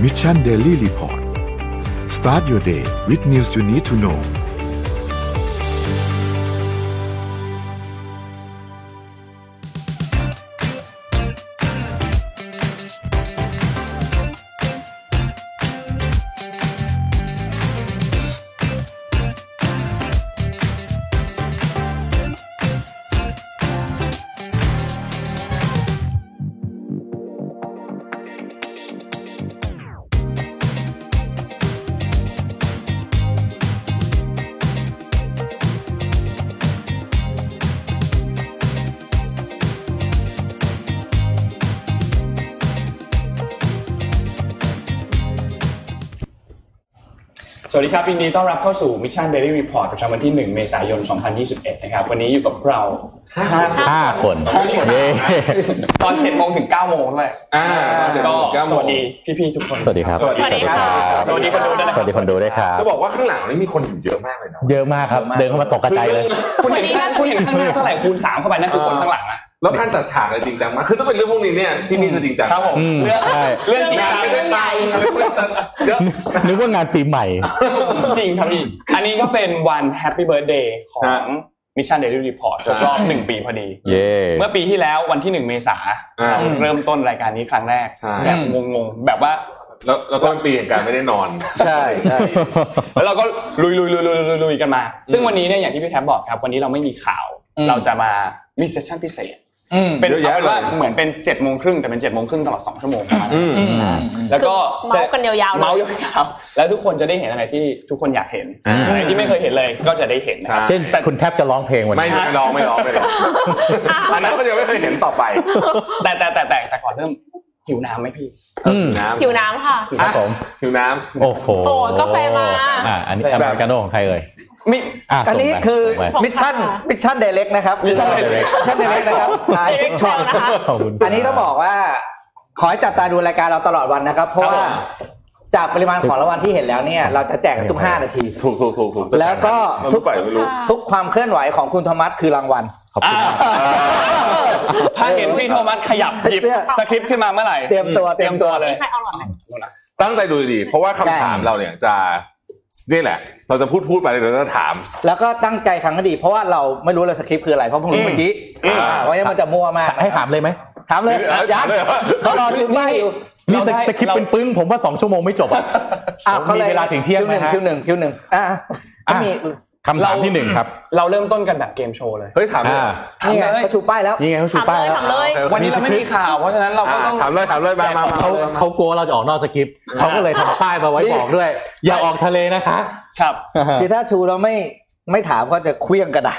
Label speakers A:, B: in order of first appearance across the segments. A: Mission Daily Report start your day with news you need to know
B: สวัสดีครับยินดีต้อนรับเข้าสู่ Mission Daily Report ประจำวันที่ 1 เมษายน 2021 นะครับ วันนี้อยู่กับพวกเรา
C: ห้าคนเย้
D: ตอนเจ็ดโมงถึงเก้าโมงเลย
E: อ่า
B: ก็
E: เจ็ด
B: ส
E: โมง
B: วัส
E: ถึง
B: ดีพี่ๆทุกคน
C: สวัสดีครับ
B: สวัสดีครับ ส
C: สวั
B: วัส
C: สดี
B: ดีค
C: ครั
B: น
C: บ
B: ดูด้วยนะ
C: สวัสดีคนดูด้วยครับ
E: เก้าโมงจะบอกว่าข้างหลังนี่มีคนอยู่เยอะมากเลยเนาะ
C: เยอะมากครับ เดินเข้ามาตกกระจายเลย
B: คุณเห็นข้างคุณเห็นข้างหน้าเท่าไหร่คูณ3เข้าไปนั่นคือคนข้างหลังนะ
E: แล้วการจัดฉากอะไรจริงจังมากคือต้องเป็นเรื่องพวกนี้เนี่ยที่นี่จะจริงจัง
B: ครับผม
C: อืม
B: เรื่อง
C: ใช่
B: เรื่องจริง
E: งาน
B: ครับ
E: ไม่ได้ตังค์อะไรพวกนี้แต่เยอะ
C: นึกว่างานปีใหม่
B: จริงครับพี่อันนี้ก็เป็นวัน Happy Birthday ของ Mission Daily Report ครบรอบ 1 ปีพอดี
C: เย้
B: เมื่อปีที่แล้ววันที่ 1 เมษา
E: อ่า
B: เราเริ่มต้นรายการนี้ครั้งแรก
E: ใช่
B: แบบงงๆแบบว่า
E: แล้วแล้วต้นปีแห่งการไม่ได้นอน
D: ใช่ใช่
B: แล้วเราก็ลุยลุยลุยลุยลุยลุยกันมา ซึ่งวันนี้เนี่ยอย่างที่พี่แท็บบอกครับ วันนี้เราไม่มีข่าว เราจะมามีเซสชั่นพิเศษ เป็น
E: เยอะแยะ
B: เอาเป็นว่า
E: เลย
B: เหมือนเป็น7จ็ดโมงครึ่งแต่เป็น7จ็ดโมงครึ่งตลอด 2 ชั่วโมงประมาณนั้นแล้วก็
F: คือเมาส์กันยาวๆเลย
B: เมาส์ยาวๆแล้วทุกคนจะได้เห็นอะไรที่ทุกคนอยากเห็นอะไรที่ไม่เคยเห็นเลยก็จะได้เห็นนะครับ
C: เช่นคุณแทบจะร้องเพลงวัน
E: ไม่
C: นี้
E: ไม่ร้องไม่ร้องไม่ร้องอันนั้นก็ยังไม่เคยเห็นต่อไป
B: แต่แต่แต่แต่แต่ก่อนเริ่มหิวน้ำไหมพี่
C: อืม
E: น้ำ
F: หิวน้ำค่ะ
C: ครับผม
E: หิวน้
C: โอ้โห
F: โอ้ยกาแฟมา
C: อ่ะอันนี้อเมริกาโน่ของใครเอ่ย
B: ไม่
C: อ่ะ
D: อันนี้
C: ส่งไป
D: คือ
C: ส่งไป
D: มิชชั่น
F: ของค่ะ
D: มิชชั่นเดเล็กนะครับ
C: Mission Direct
D: มิชชั่นเดเล็กนะครับอ่า
F: Direct
D: ช็อต
F: Trail นะคะ
C: ขอบคุณ
D: อันนี้ต้องบอกว่า ขอให้จับตาดูรายการเราตลอดวันนะครับ เพราะว่าจากปริมาณของรางวัลที่เห็นแล้วเนี่ย เราจะแจกทุก 5 นาที
E: ำถูกถูกถูกถูก
D: แล้วก็
E: ทุ
D: ทุ
E: ก
D: ก
E: ปล่อยไม่รู้
D: ทุกความเคลื่อนไหวของคุณโทมัสคือรางวัล
C: ขอบคุณมาก
B: ถ้าเห็นพี่โทมัสขยับหยิบ
D: เสื้อ
B: สคริปต์ขึ้นมาเมื่อไหร่
D: เตรียมตัว
B: เตรียมตัวเลย
F: ใครเอาหลอดไหม
E: ตั้งใจดูดีๆเพราะว่าคำถามเราเนี่ยจะนี่แหละ เราจะพูดพูดไปเดี๋ยวเราจะถาม
D: แล้วก็ตั้งใจฟังให้ดี เพราะว่าเราไม่รู้เลยสคริปต์คืออะไรเพราะเพิ่งรู้เมื่อกี้
E: อืม
D: อ่าเพราะงั้นมันจะมั่วมากนะครับ
C: ให้ถามเลยไหม
D: ถามเลยยักษ์เขารอคิวหน้าอยู่
C: นี่
B: เราได้
C: สคริปต์เป็นปึ้งผมว่าสองชั่วโมงไม่จบอ่ะ
D: อ้าวเขา
C: มี
D: เลย
C: เวลาถึงเที่ยงไหมฮะ
D: คิวหนึ่งคิวหนึ่งคิวหนึ่งอ่ะก็มี
C: คำถามที่หนึ่งครับ
B: เราเริ่มต้นกันแบบเกมโชว์เลย
E: เฮ้ยถามเลย
C: อ่า
D: นี่ไงเขาชูป้ายแล้ว
C: นี่ไงเขาชู
F: ถาม
C: ป้าย
F: เลย
C: แล้ว
F: ถามเลย
B: วันนี้เราไม่มีข่าว เพราะฉะนั้นเราก็ต้อง
E: ถามเลยถามเลยมามามา
C: เขาเขากลัวเราจะออกนอกสคริปต์เขาก็เลยทำป้ายมาไว้บอกด้วย อย่าออกทะเลนะคะ
B: ครับ
D: คือถ้าชูเราไม่ไม่ถามก็จะเคลี้ยง กระดาษ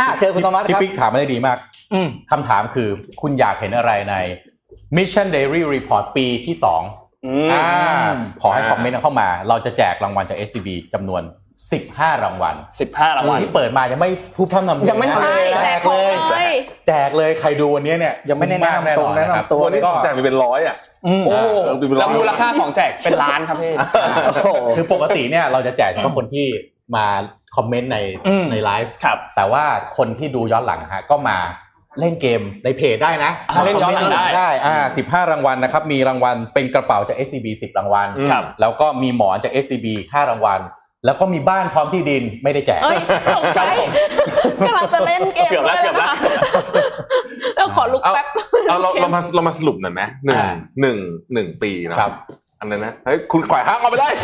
D: อ่ะเชิญคุณโทมัสครับ
C: พี่ปิ๊กถามมาได้ดีมาก
D: อืม
C: คำถามคือคุณอยากเห็นอะไรใน Mission Daily Report ปีที่สอง
B: อืม
C: อ่าขอให้
E: อ่า
C: คอมเมนต์เข้ามา เราจะแจกรางวัลจาก SCB จำนวน 15 รางวัล
B: สิบห้ารางวัล
C: ที่เปิดมายังไม่พูดพร่ำนำเพล
B: ยังไม่ทำ
F: ใช่
C: แจ
F: แจก
C: ก
F: ขอ
C: เล
F: ง
C: ย
F: เลย
C: แจกเลยใครดูวันนี้เนี่ย
D: ยังไม่แนะนำตัว
C: คุ้มมาก
D: แนะ
C: แน่นอนครับ
D: นำตัว
E: วัน
D: เล
E: นี้
D: ยก็
E: แจกไปเป็นร้อยอ่ะ
D: อืม
B: โอ้
E: เออดูเป็นร้อย
B: แล้วมูลค่าของแจก เป็นล้านครับพี่
D: โอ้โห
C: คือปกติเนี่ยเราจะแจกเฉพาะคนที่มาคอมเมนต์ใน
D: อืม
C: ในไลฟ์ครับ แต่ว่าคนที่ดูย้อนหลังฮะก็มาเล่นเกมในเพจได้นะ
B: อ่าเล่นย้อนหลังได้
C: คมเมต์ได้อ่าสิบห้ารางวัลนะครับ มีรางวัลเป็นกระเป๋าจาก SCB 10 รางวัล
E: ครับ
C: แล้วก็มีหมอนจาก SCB 5รางวัล แล้วก็มีบ้านพร้อมที่ดินไม่ได้แจก
F: เอ้ยสงสัยกำลังจะเล่นเกม
B: เกือบแล้ว
F: ด้ย
B: เกือบแล้ว
F: นะคะเราขอลุกแป๊บ
E: เอาเราเรามาเรามาสรุปหน่อยไหมหนึ่ง
C: อ่า
E: หนึ่งหนึ่งปีเนาะ
C: ครับ
E: อันนั้นนะเฮ้ยคุณข่อยห้างออกไปเลย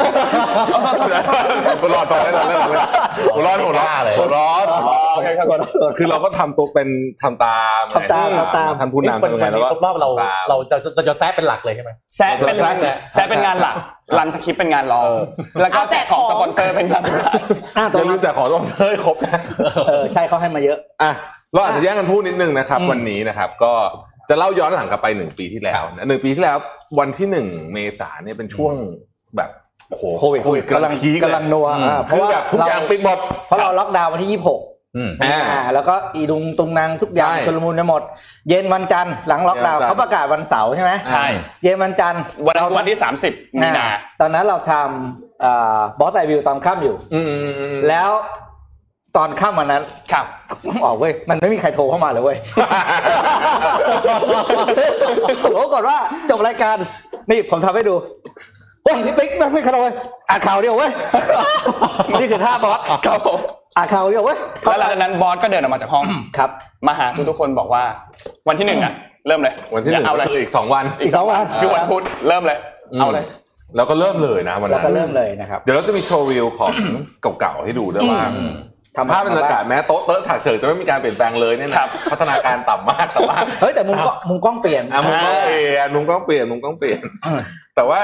E: คุณรอดต่อได้เลยเลยคุณรอดหัวร้อนหัวร้อนคือเราก็ทำตัวเป็นทำตาม
D: ทำตามทำตาม
E: ทำผู้นำ
C: วัน
E: ทำยังไง
C: วัน
E: แล้ว
C: นี้
E: ก็
C: ครบรอบเรา
E: ตาม
C: เราจะจะจะแซะเป็นหลักเลยใช่ไหม
B: แซะเป็น
E: แซะแซะ
B: แซะเป็นงานหลักรันสคริปต์เป็นงานรองแล้วก็
F: เอา
B: แจ
F: แจ
B: ก
F: ก
B: ข
F: ข
B: อ
F: อง ง
B: สปอนเซอร์เป็นงาน
D: อ่ะ
E: อ
D: ตัว
E: ย่าลืมแต่ขอต้องเฮ้ยครบนะ
D: เออใช่เขาให้มาเยอะ
E: อ่ะเราอาจจะแย่งกันพูดนิดนึงนะครับ วันนี้นะครับ ก็จะเล่าย้อนหลังกลับไปหนึ่งปีที่แล้วนะหนึ่งปีที่แล้ววันที่หนึ่งเมษาเนี่ยเป็นช่วงแบบโอ้ห
D: โควิด
E: กำลังพีคเย
D: กำลังนัว
E: อืม
D: อ่าเพ
E: คื
D: ราะ
E: อ
D: ว่า
E: แบบทุกอย่าง
D: เรา
E: ปิดหมด
D: เพราะเราล็อกดาวน์วันที่ 26
C: อืม
E: อ่า
D: อ่าแล้วก็อีดุงตุงนางทุกอย่าง
E: ใช่
D: ชุลมุนไปหมด เย็นวันจันทร์หลังล็อกดาวน์
E: เย็นวันจันทร์
D: เขาประกาศวันเสาร์ใช่ไหม
B: ใช่
D: เย็นวันจันทร์
B: วันนั้นวันที่ 30 มีนา
D: อ่าตอนนั้นเราทำบอสไอวิวตอนค่ำอยู่
E: อืมๆๆ
D: แล้วตอนค่ำวันนั้น
B: ครับ
D: ออกเว้ย มันไม่มีใครโทรเข้ามาเลยเว้ย ผมบอกก่อนว่าจบรายการ นี่ผมทำให้ดูเฮ้ยพี่ปิ๊กแม่งไม่ขนาดเลยอ่านข่าวเดียวเว้ย นี่คือท่าบอส
B: ครับผม
D: อ่านข่าวเดียวเว้ย
B: แล้วหลังจากนั้นบอสก็เดินออกมาจากห้อง
D: ครับ
B: มาหาทุกทุกๆคนบอกว่า วันที่หนึ่งอ่ะ เริ่มเลย
E: วันที่หนึ่ง
B: เอาเลย
E: คืออีกสองวัน
D: อีกสองวัน
B: คือวันพุธเริ่มเลย เอาเลย
E: แล้วก็เริ่มเลยนะวัน
D: แล้ว
E: นั้
D: ก็
E: น
D: เริ่มเลยนะครับ
E: เดี๋ยวเราจะมีโชว์รีลของ เก่าๆให้ดูด้วยว่าภาพบรรยากาศแม้โต๊ะเต๊ะฉากเฉิงจะไม่มีการเปลี่ยนแปลงเลยเนี่ยนะพัฒนาการต่ำมากแต่ว่า
D: เฮ้ยแต่มุมกล้องมุมกล้องเปลี่ยน
E: อ่ะมุมกล้องเปลี่ยนมุมกล้องเปลี่ยนมุมกล้องเปลี่ยน แต่ว่า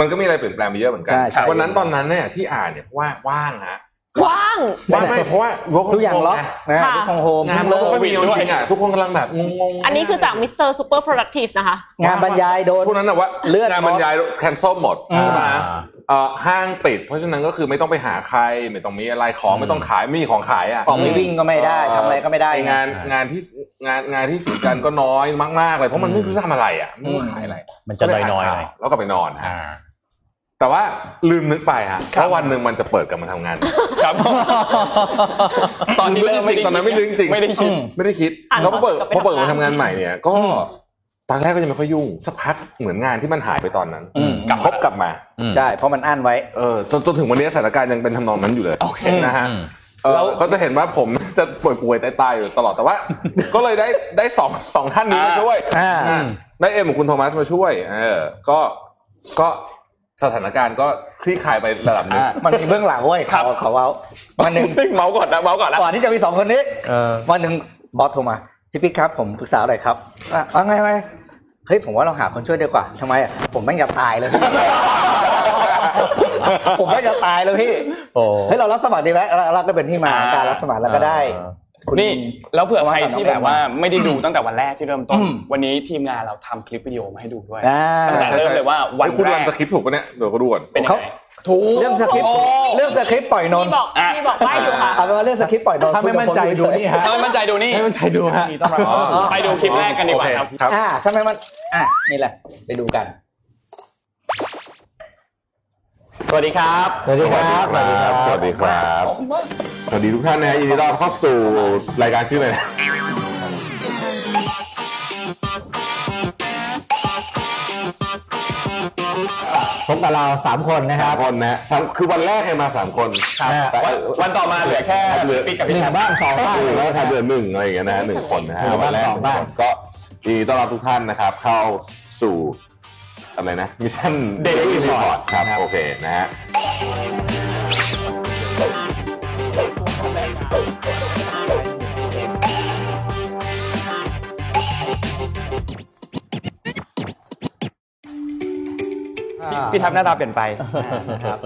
E: มันก็มีอะไรเปลี่ยนแปลงไปเยอะเหมือนกั
D: ใช่ใช่
E: วันนั้นตอนนั้นเนี่ยที่อ่านเนี่ยเพราะว่าว่างฮะ
F: กว้าง
E: ว่าง
D: ไหนๆ
E: ไม่เพราะว่า work from
D: ทุกอย่าง
E: home
D: ล็อก
E: ไ
D: นะฮะ
F: ค่ะ
D: ทุกของโฮม
E: งาน
D: ทุก
E: มัน
D: เลิ
E: ก็
D: ก
E: ไม่มีจริงๆอ่ะทุกคนกำลังแบบงงๆ
F: อันนี้คือจากมิสเตอร์ซูเปอร์ productive นะคะ
D: งานบรรยายโดน
E: ช่วงนั้นนะว่า
D: เลื่อน
E: งานบรรยายแคนเซิลหมด
D: อืม
E: ใช่ไหมเอ่อห้างปิด เพราะฉะนั้นก็คือไม่ต้องไปหาใครไม่ต้องมีอะไรของไม่ต้องขายไม่มีของขายอ่ะ
D: ออกไปวิ่งก็ไม่ได้ทำอะไรก็ไม่ได้
E: อ้งานงานที่งานงานที่ศูนย์การก็น้อยมากๆเลยเพราะมันไม่รู้จะทำอะไรอ่ะไม่รู้จะขายอะไร
C: มันจะน้อยๆหน่อย
E: แล้วก็ไปนอนฮะ
C: อ่า
E: แต่ว่าลืมนึกไปฮะเพราะวันหนึ่งมันจะเปิดกลับมาทำงาน
B: ครับ ตอนที่เริ่มไม่ได้
E: ตอนนั้นไม่ลืมจริง
B: ไม่ได้คิด
E: ไม่ได้คิด
F: อ่ะ
E: แล้วพอเปิด
F: กลับไป
E: พอเปิดมา
F: ทำงาน
E: ทำงานใหม่เนี่ย ก็ตอนแรกก็ยังไม่ค่อยยุ่งสักพักเหมือนงานที่มันหายไปตอนนั้น
C: อืม
E: กลับพบกลับมา
D: ใช่ เพราะมันอั้นไว้
E: เออจนจนถึงวันนี้สถานการณ์ยังเป็นทำนองนั้นอยู่เลย
B: โอเค
E: นะฮะ
C: อืม
E: เออก็จะเห็นว่าผม จะป่วยๆตายๆอยู่ตลอดแต่ว่า ก็เลยได้ได้สองสองท่านนี้มาช่วย
D: อ่า
E: อืมได้เอ็มของคุณโทมัสมาช่วยเออก็ก็สถานการณ์ก็คลี่คลายไประดับหนึง
B: อ่ะ
D: มันมีเบื้องหลังเว้ย
B: ครั
D: เขา
B: บ
D: เขาเอาวันหนึ่ง
B: เมาส์ก่อนนะเมาส์ก่อนนะ
D: ก่อนที่จะมีสองคนนี้วันหนึ่งบอสโทรมาพี่ปิ๊กครับผมปรึกษาหน่อยครับอ่ะว่าไงไงเฮ้ยผมว่าเราหาคนช่วยดีกว่าทำไมอ่ะผมแม่งจะตายเลย ผมแม่งจะตายเลยพี่
C: โอ้
D: เฮ้ยเรารับสมัครดีไหมเราเราก็เป็นที่มาของการรับสมัครแล้วก็ได้คุณ
B: นี่แล้วเผื่อใครที่แบบว่า
D: อื
B: ไม่ได้ดูตั้งแต่วันแรกที่เริ่มต้น
D: อืม
B: วันนี้ทีมงานเราทำคลิปวิดีโอมาให้ดูด้วย
D: อ่า
B: ตั้งแต่เริ่มเลยว่าวัน
E: เอ้ยคุณ
B: แร
E: รัน
B: ก
E: สคริปต์ถูกปะเนี่ยเดี๋ยวก็ดูก่อน
B: เป็นยัง
D: เขา
B: ไง
E: ถูก
D: เรื่องสคริปต์
B: โอ้
D: เรื่องสคริปต์ปล่อยนน
F: มี
D: ท์
F: บอก
B: อ่ะ
F: มีบอกใบ้อยู่ค่ะ
D: เอาเป็นว่าเรื่องสคริปต์ปล่อยนนท์
C: ถ้าไม่มั่นใจดูนี่ฮะ
B: ถ้าไม่มั่นใจดูนี่
C: ไม่มั่นใจดูฮะ
B: ไปดูคลิปแรกกันดีกว่าครับ
E: ครับ
D: อ่าถ้าไม่มั่นอ่ะนี่แหละ ไปดูกัน
B: สวัสดีครับ
E: สวัสดีครับ สวัสดีครับ สวัสดีครับ สวัสดีทุกท่านนะยินดีต้อนรับเข้าสู่รายการชื่ออะไรนะ
G: พบกับเราสามคนนะค
E: สา
G: รั
E: ม
G: บ
E: คนนะสามคือวันแรกให้มาสามคนแต่
B: วันวันต่อมาเหลือแค่
E: เหลือ
B: ปิดกับ
G: ห
B: พี่
G: นึ่
B: แท็
G: ง
B: บ
G: บ้างสองบ้าง
E: เหลือ
G: นะ
E: แค่
G: ครับ
E: เดือนหนึ่งอะไรอย่างเงี้ยนะฮะหนึ่งคนนะฮะ
G: หนึ่งบ้าง
E: วันแรก
G: สองบ้าง
E: ก็ยินดีต้อนรับทุกท่านนะครับ เข้าสู่อะไรนะ มิชชั่น
B: Daily
E: Report ครับ โอเคนะฮะ
B: พี่แท็บหน้าตาเปลี่ยนไปนะครับ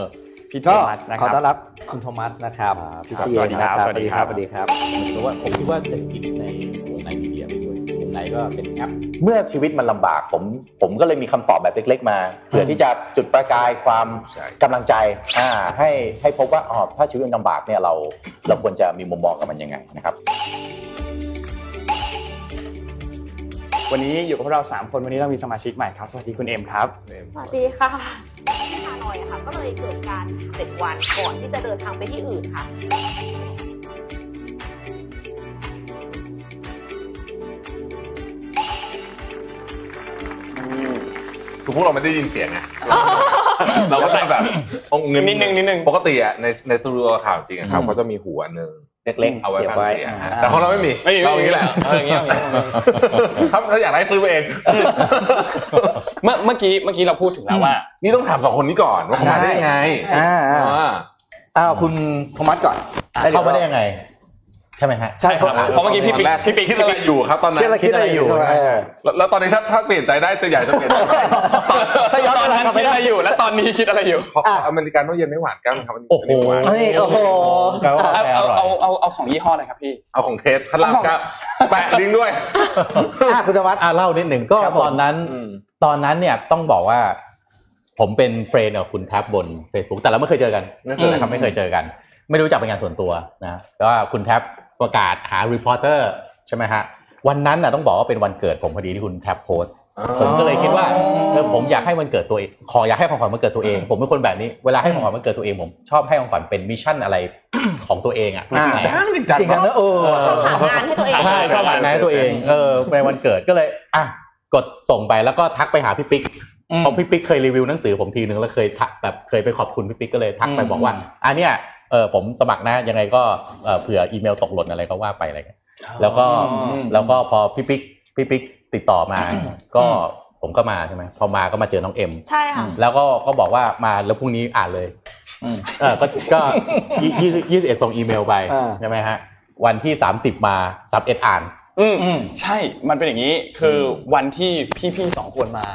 B: พี่โท
D: ก็
B: มัสนะ
D: ขอ
B: ค
D: ต้
B: รั
D: อบ นรับคุณโทมัสนะครับพี่
B: ครับ
D: เชีย
B: สวัสดีครับ
D: นะ
B: สวัสดีครับ
D: สวัสดีครับ
H: ผมว่าผมคิดว่าเศรษฐกิจในวงในมีเดียไปด้วยวงในก็เป็นแอป
C: เมื่อชีวิตมันลำบากผมผมก็เลยมีคำตอบแบบเล็ก ๆ มาเผื่อที่จะจุดประกายความ
E: ใช่
C: กำลังใจอ่าให้ให้พบว่าอ๋อถ้าชีวิตมันลำบากเนี่ยเราเราควรจะมีมุมมองกับมันยังไงนะครับ
B: วันนี้อยู่กับพวกเราสามคนวันนี้เรามีสมาชิกใหม่ครับ สวัสดีคุณเอ็มครับ
F: สวัสดีค่ะที่ฮานอยอะค่ะ ก็เลยเกิดการเจ็ดวันก่อนที่จะเดินทางไปที่อื่นค่ะ
E: คือพวกเราไม่ได้ยินเสียงไงเราก็จะแบบองเงิน
B: นิดนึงนิดนึง
E: ปกติอะในในสตูดิโอข่าวจริงอะครับเขาจะมีหัวหนึ่ง
D: เล็กๆ
E: เอาไว้
D: เก็บ
E: ฟัง
D: ไว้
E: เสียงฮะแต่ของเราไม่มีเราอย่างนี้แหละ
B: เอออย่างนี้เอาอย่างนี้
E: ครับถ้าอยากได้ซื้อไปเอง
B: เมื่อเมื่อกี้เมื่อกี้เราพูดถึงแล้วว่า
E: นี่ต้องถามสองคนนี้ก่อนว่าเขามาได้ยังไง
D: ใช่อ่า
E: อ่า
D: อ้าวคุณโทมัสก่อนแล้วดี๋
C: เข้าว มาได้ยังไง ใช่ไหมฮะ
D: ใช่ครับ
B: เพราะเมื่อกี้พี่ปิ๊ก
E: ตนแร
B: พี่ปิ๊ก
E: คิดอะไรอยู่ครับตอนนั้
D: คิด
E: น
D: อะไรคิดอะไรอยู่เออ
E: แล้วแล้วตอนนี้ถ้าถ้าเปลี่ยนใจได้จะอยากจะเปลี่ยน
B: ตอนนั้นคิดอะไรอยู่ และตอนนี้คิดอะไรอยู่
E: ขออเมริกาโน่เย็นไม่หวานกันครับ
C: โอ้โห
E: ไม่หวาน
D: เฮ้ยโอ้โห
C: แปลว่า
B: เอา
C: กาแฟอ
B: เอา
C: ร่อย
B: เอาเอาเอาของยี่ห้อหน่อยครับพี่
E: เอาของเทสข้างล่างครับแปะลิงก์ด้วย
D: อ่ะคุณโทมัส
C: อ่ะเล่านิดหนึ่งก็
D: ครับผม
C: ตอนนั้น
E: อืม
C: ตอนนั้นเนี่ยต้องบอกว่า ผมเป็นเฟรนด์กับคุณแท็บบน Facebook แต่เราไม่เคยเจอกันนะครับไม่เคยเจอกัน ไม่รู้จักเป็นงานส่วนตัวนะแล้วว่าคุณแท็บประกาศหารีพอร์เตอร์ใช่ไหมฮะวันนั้นน่ะต้องบอกว่าเป็นวันเกิดผมพอดีที่คุณแท็บโพสต์ผมก็เลยคิดว่าเออผมอยากให้วันเกิดตัวเองขออยากให้ของขวัญวันเกิดตัวเอง ผมเป็นคนแบบนี้เวลาให้ของขวัญวันเกิดตัวเองผมชอบให้ของขวัญเป็นมิชชั่นอะไร ของตัวเองอ่ะ
D: อ่า
E: จริงจัง
D: จริงจังนะเออ
F: ชอบหางานให้ตัวเอง
C: ใช่ชอบอ่านหนังให้ตัวเอง เออในวันเกิดก็เลย อ่ะ กดส่งไปแล้วก็ทักไปหาพี่ปิ๊ก
D: อืม
C: เพราะพี่ปิ๊กเคยรีวิวหนังสือผมทีนึงแล้วเคยทักแบบเคยไปขอบคุณพี่ปิ๊กก็เลยทักไป
D: อืม
C: บอกว่าอันเนี้ยเออผมสมัครนะยังไงก็เอ่อเผื่ออีเมลตกหล่นอะไรก็ว่าไปอะไรเงี้ยแล้วก็แล้วก็พอพี่ปิ๊กพี่ปิ๊กติดต่อมา ก็ผมก็มาใช่ไหมพอมาก็มาเจอน้องเอ็ม
F: ใช่ค่ะ
C: แล้วก็ก็บอกว่ามาแล้วพรุ่งนี้อ่านเลย
D: อืม
C: เออก็ก็ยี่สิบยี่สิบเอ็ดส่งอีเมลไป
D: อ่า
C: ใช่ไหมฮะวันที่สามสิบมาสามเอ็ดอ่าน
B: อืม
D: อืม
B: ใช่ มันเป็นอย่างนี้ คือวันที่พี่ๆสองคนมา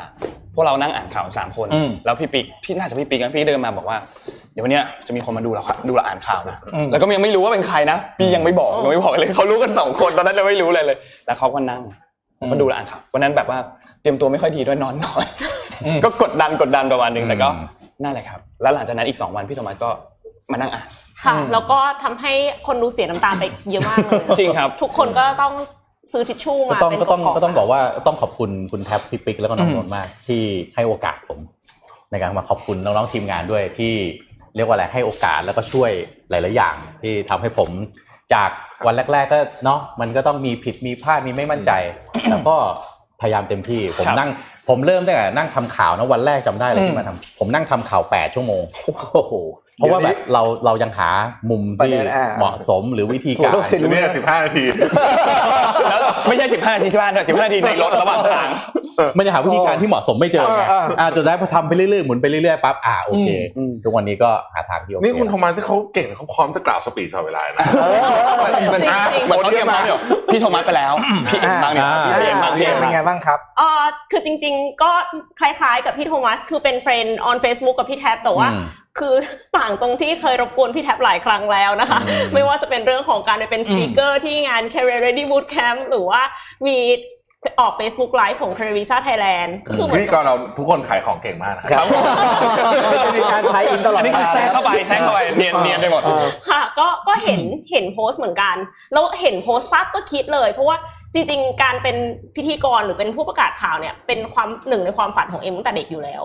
B: พวกเรานั่งอ่านข่าวสามคน
D: อืม
B: แล้วพี่ปิ๊ก พี่น่าจะพี่ปิ๊กนะพี่เดินมาบอกว่า เดี๋ยววันเนี้ยจะมีคนมาดูเราครับดูเราอ่านข่าวนะ
D: อืม
B: แล้วก็ยังไม่รู้ว่าเป็นใครนะ พี่ยังไม่บอกยังไม่บอกเลย เขารู้กันสองคน ตอนนั้นเราไม่รู้เลยเลย แล้วเขาก็นั่งก็ดูเราอ่านข่าว วันนั้นแบบว่าเตรียมตัวไม่ค่อยดีด้วยนอนน้อย ก็กดดันกดดันประมาณหนึง แต่ก็
C: อืม
B: นั่นแหละครับ แล้วหลังจากนั้นอีกสองวันพี่โทมัสก็มานั่ง อ่าน
F: ค่ะ แล้วก็ทำให้คนดูเสียน้ำตาไปเยอะมากเลย
B: จริงครับ
F: ทุกคนก็ต้องซื้อทิชชู่
C: ก็
F: มา
C: ต้อง
F: เป็น
C: ก็ต้อง
F: ระ
C: ก็ต้องบอกว่าต้องขอบคุณคุณแท็บพี่ปิ๊กแล้วก็น้องนนท์มากที่ให้โอกาสผม ในการมาขอบคุณน้องๆทีมงานด้วยที่เรียกว่าอะไรให้โอกาสแล้วก็ช่วยหลาย ๆ อย่าง ที่ทำให้ผมจากวันแรก ๆ ก็เนาะมันก็ต้องมีผิดมีพลาดมีไม่มั่นใจ แต่ก็พยายามเต็มที่ ผม
B: ครับ
C: นั่งผมเริ่มตั้งแต่นั่งทำข่าวนะวันแรกจำได้เลยที่มาทำผมนั่งทำข่าว 8 ชั่วโมงเพราะว่าแบบเราเรายังหามุม
D: ประ
C: ที่
D: เด็นอ่า
C: เหมาะสมหรือวิธีการ
D: ไม่รู้
E: เนี่ยสิบห้านาที
B: แล้วไม่ใช่ 15นาทีที่บ้านด้วย15นาทีในรถระหว่างทาง
C: มันจะหาวิธีการที่เหมาะสมไม่เจอไง
D: อ่าอ่า
C: อ่าจนได้พอทำไปเรื่อยๆ หมุนไปเรื่อยๆ ปั๊บ อ่า โอเค ทุกวันนี้ก็หาทางที่โอเค
E: นี่คุณโทมัสที่เขาเก่งเขาพร้อมจะกล่าวสปีชตลอดเวลานะ
B: มันอ่ะเหมือนเขาเตรียมมาเนี่ยพี่โทมัสไปแล้ว พี่เอ็มบ้างเนี่ย
D: อ่า
B: พี่เอ็มบ้าง
D: เป็
B: พี่เอ็มบ้าง
D: นไงบ้างครับ
F: เออคือจริงๆ ก็คล้ายๆ กับพี่โทมัส คือเป็นเฟรนด์ on Facebook กับพี่แท็บแต่ว่า
C: อืม
F: คือ ต่างตรงที่เคยรบกวนพี่แท็บหลายครั้งแล้วนะคะ
C: อืม
F: ไม่ว่าจะเป็นเรื่องของการไปเป็นสปีกเกอร์ที่งาน Career Ready Bootcamp หรือว่ามีออก Facebook Live ของ Career Visa Thailand ก็คือเหมือน
E: นี่ก็เราทุกคนขายของเก่งมากนะครับ
D: จะมีการไทยอินตลอด
B: อันนี้คือแซงเข้าไปแซงเข้าไปเนียนเนียนไปหมด
F: ค่ะก็ก็เห็ นเห็นโพสต์เหมือนกัน แล้วเห็นโพสต์ปั๊บก็คิดเลย เพราะว่าจริงๆ การเป็นพิธีกรหรือเป็นผู้ประกาศข่าวเนี่ยเป็นความหนึ่งในความฝันของเอ็มตั้งแต่เด็กอยู่แล้ว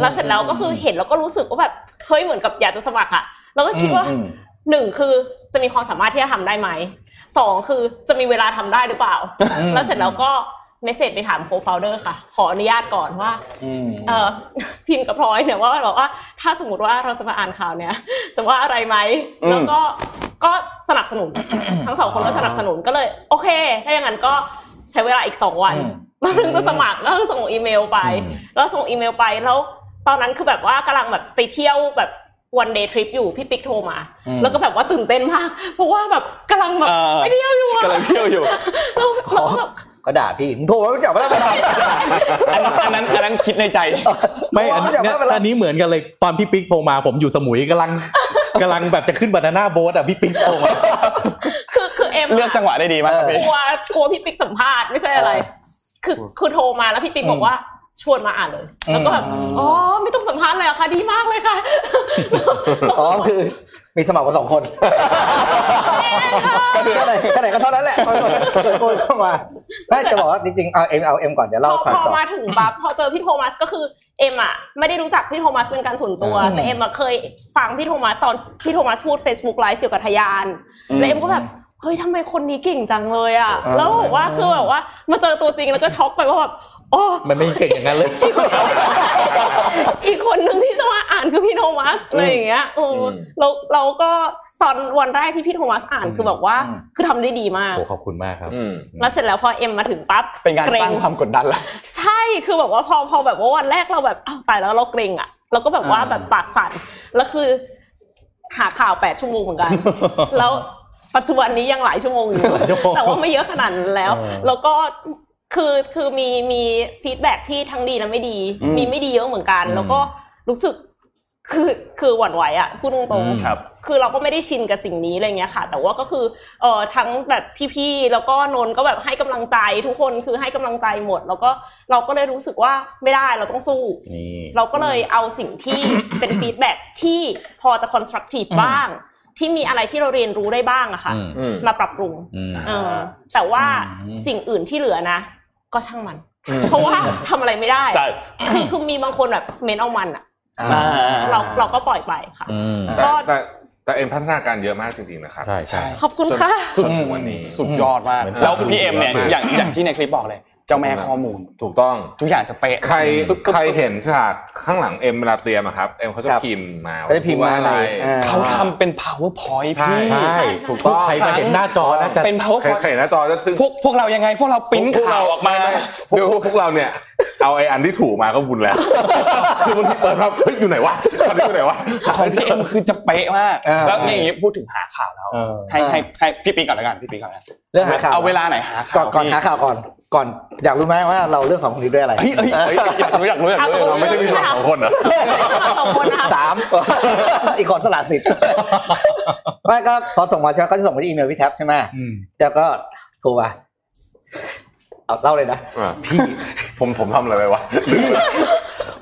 F: แล้วเสร็จแล้วก็คือเห็นแล้วก็รู้สึกว่าแบบเฮ้ยเหมือนกับอยากจะสมัครอะแล้วก็คิดว่าหนึ่งคือจะมีความสามารถที่จะทำได้ไหมสองคือจะมีเวลาทำได้หรือเปล่า แล้วเสร็จแล้วก็เมสเซจไปถามโคฟาวเดอร์ค่ะ ขออนุญาตก่อนว่าเออ พิมพ์กับพลอยเนี่ยว่าแบบว่าถ้าสมมติว่าเราจะมาอ่านข่าวเนี่ย จะว่าอะไรไหมแล้วก็ก็สนับสนุน ทั้งสองคนก็สนับสนุนก็เลย โอเค ถ้าอย่างนั้นก็ใช้เวลาอีกสองวันแล้วถึงจะสมัครแล้วก็ส่งอีเมลไป
C: อืม
F: แล้วส่งอีเมลไปแล้วตอนนั้นคือแบบว่ากำลังแบบไปเที่ยวแบบวันเดย์ทริปอยู่พี่ปิ๊กโทรมา แล้วก็แบบว่าตื่นเต้นมาก เพราะว่าแบบกำลังแบบ
B: เออ
F: ไปเที่ยวอยู่อะ
B: กำลังเที่ยวอยู่
F: แล้วแล้วก็แบบ
D: ก็ด่าพี่โทรมาไม่จับว่าด่า
B: อันนั้นอันนั้นอันนั้นคิดในใจ
C: ไม่อัน
D: ไม่
C: นี้
D: เป็นไรไม่เป็นไร
C: อันนี้เหมือนกันเลย ตอนพี่ปิ๊กโทรมาผมอยู่สมุยกำลังกำลังแบบจะขึ้นบานาน่าโบ๊ทอ่ะพี่ปิ๊กโทรมา
F: คือคือเอ็ม
B: เลือกจังหวะได้ดีมากครับ
F: ก
B: พี่
F: ลัวกลัวพี่ปิ๊กสัมภาษณ์ไม่ใช่อะไร คือคือโทรมาแล้วพี่ปิ๊กบอกว่าชวนมาอ่านเลย แล้วก็แบบอ๋อไม่ต้องสัมภาษณ์เลยเหรอค่ะดีมากเลยค่ะ
D: อ๋อคือมีสมัครมาสองคนก็คือไหนก็ไหนก็เท่านั้นแหละโอนเข้ามาไม่จะบอกว่าจริงๆเอาเอ็มเอาเอ็มก่อนเดี๋ยว
F: พ
D: เล่า
F: อ
D: ข่าว
F: พอ
D: ต่อ
F: มาถึงปั๊บพอเจอพี่โทมัสก็คือเอ็มอ่ะไม่ได้รู้จักพี่โทมัสเป็นการส่วนตัว
D: อืม
F: แต่เอ็มอ่ะเคยฟังพี่โทมัสตอนพี่โทมัสพูด Facebook Live เกี่ยวกับทะยานแล้วเอ็มก็แบบเฮ้ยทำไมคนนี้เก่งจังเลยอ่ะแล้วบอกว่าคือแบบว่ามาเจอตัวจริงแล้วก็ช็อกไปว่าแบบโอ้
C: มันไม่เก่งอย่างนั้นเลย
F: อีกคนหนึ่งที่จะมาอ่านคือพี่โทมัสอะไรอย่างเงี้ยโอ้เราเราก็ตอนวันแรกที่พี่โทมัสอ่านคือแบบว่า คือทำได้ดีมาก
C: โอ้ขอบคุณมากครับ
F: แล้วเสร็จแล้วพอเอ็มมาถึงปั๊บ
B: เป็นการสร้างความกดดันละ
F: ใช่คือแบบว่าพอพอแบบว่าวันแรกเราแบบอ้าวตายแล้วเราเกรงอะเราก็แบบว่าแบบปากสั่นแล้วคือ หาข่าวแปดชั่วโมงเหมือนกัน แล้วปัจจุบันนี้ยังหลายชั่วโมงอยู่ แต่ว่าไม่เยอะขนาดนั้นแล้ว
C: เออ
F: แล้วก็คือคือมีมีฟีดแบ็ที่ทั้งดีและไม่ดี
C: อืม
F: มีไม่ดีเยอะเหมือนกัน
C: อืม
F: แล้วก็รู้สึกคือคือหวั่นไหวอะพูดตรง
C: อืม
F: ๆ
C: ครับ
F: คือเราก็ไม่ได้ชินกับสิ่งนี้อะไรเงี้ยค่ะ แต่ว่าก็คือ เอ่อทั้งแบบพี่ๆ แล้วก็นนท์ก็แบบให้กำลังใจทุกคนคือให้กำลังใจหมด แล้วก็เราก็เลยรู้สึกว่าไม่ได้เราต้องสู้
C: นี่
F: เราก็เลยเอาสิ่งที่ เป็นฟีดแบ็ที่พอจะ constructive บ้าง ที่มีอะไรที่เราเรียนรู้ได้บ้างอะค่ะ
C: อืม
F: มาปรับปรุง
C: อืม
F: เออแต่ว่า
C: อืม
F: สิ่งอื่นที่เหลือนะ ก็ช่างมัน เพราะว่าทำอะไรไม่ได้
B: ใช่
F: คือคือมีบางคนแบบเมนเอามันอะ
B: อ่า
F: เราเราก็ปล่อยไปค่ะ
C: อืม
E: แต่
F: ก็
E: แต่แต่เอ็มพัฒนาการเยอะมากจริงๆนะครับ
C: ใช่ใช่
F: ขอบคุณ
E: จน
F: ค่ะ
E: จนถึงวันนี้
B: สุดยอดมาก
C: เหมือน
B: แล้วพี่เอ็มเนี่ย
E: สุดยอดมาก
B: อย่างอย่างที่ในคลิปบอกเลย เจ้าแม่ข้อมูล
E: ถูกต้อง
B: ทุกอย่างจะเป๊ะ
E: ใคร
B: ปึ๊บปึ๊บ
E: ใครเห็นฉากข้างหลังเอ็มเวลาเตรียมอะครับเอ็มเขาจะ
D: ครับ
E: พิมพ์มา
D: เขาจะพิมพ์มา
E: ว่อะไร
D: อะไร
B: เขาทำเป็น powerpoint
E: ใช่
B: พี่
E: ใช่ถูก
C: ทุ
E: ต้
C: ก
E: อง
C: ใครมาเห็นหน้าจอน่าจะ
B: เป็น
E: ใคร
B: powerpoint
E: ใครเห็นหน้าจอจะซึ้ง
B: พวกพวกเรายังไง พวกเราปริ้นข่าวออกมา
E: พวกพวกเราเนี่ย เอาไอ้อันที่ถูกมาก็บุญแล้ว คือบางทีเปิดมาเฮ้ยอยู่ไหนวะอันนี้อยู่ไหนวะ
B: ของพี่เอ็มคือจะเป๊ะมาก
D: เออ
B: แล้วนี่อย่างงี้พูดถึงหาข่าวแล้ว
C: เออ
B: ให้ให้ให้พี่ปีก่อนละกันพี่ปีก่อนละกัน
D: เรื่องหาข่าว
B: เอาเวลาไหนหา
D: ก่อ
B: ข่าน ว
D: ก่อน
B: พี่
D: หาข่าวก่อนก่อนอยากรู้ไหมว่าเราเรื่องสองคนนี้ด้วยอะไร
B: เฮ้ยเอ้ยเอ้ยอยากรู้อยากรู้อยากรู้
F: เอาตกลง
E: เราไม่ใช่มีส่วนสองคนเหรอ
F: สองคนนะคะ
D: สาม อีกคนสละสิทธิ์ไม่ก็พอส่งมาใช่ไหมก็จะส่งไปที่อีเมลพี่แท็บใช่ไหมแล้วก็โทรมาเอาเล่าเลยนะ
E: พี่ผมผมทำอะไรไปวะ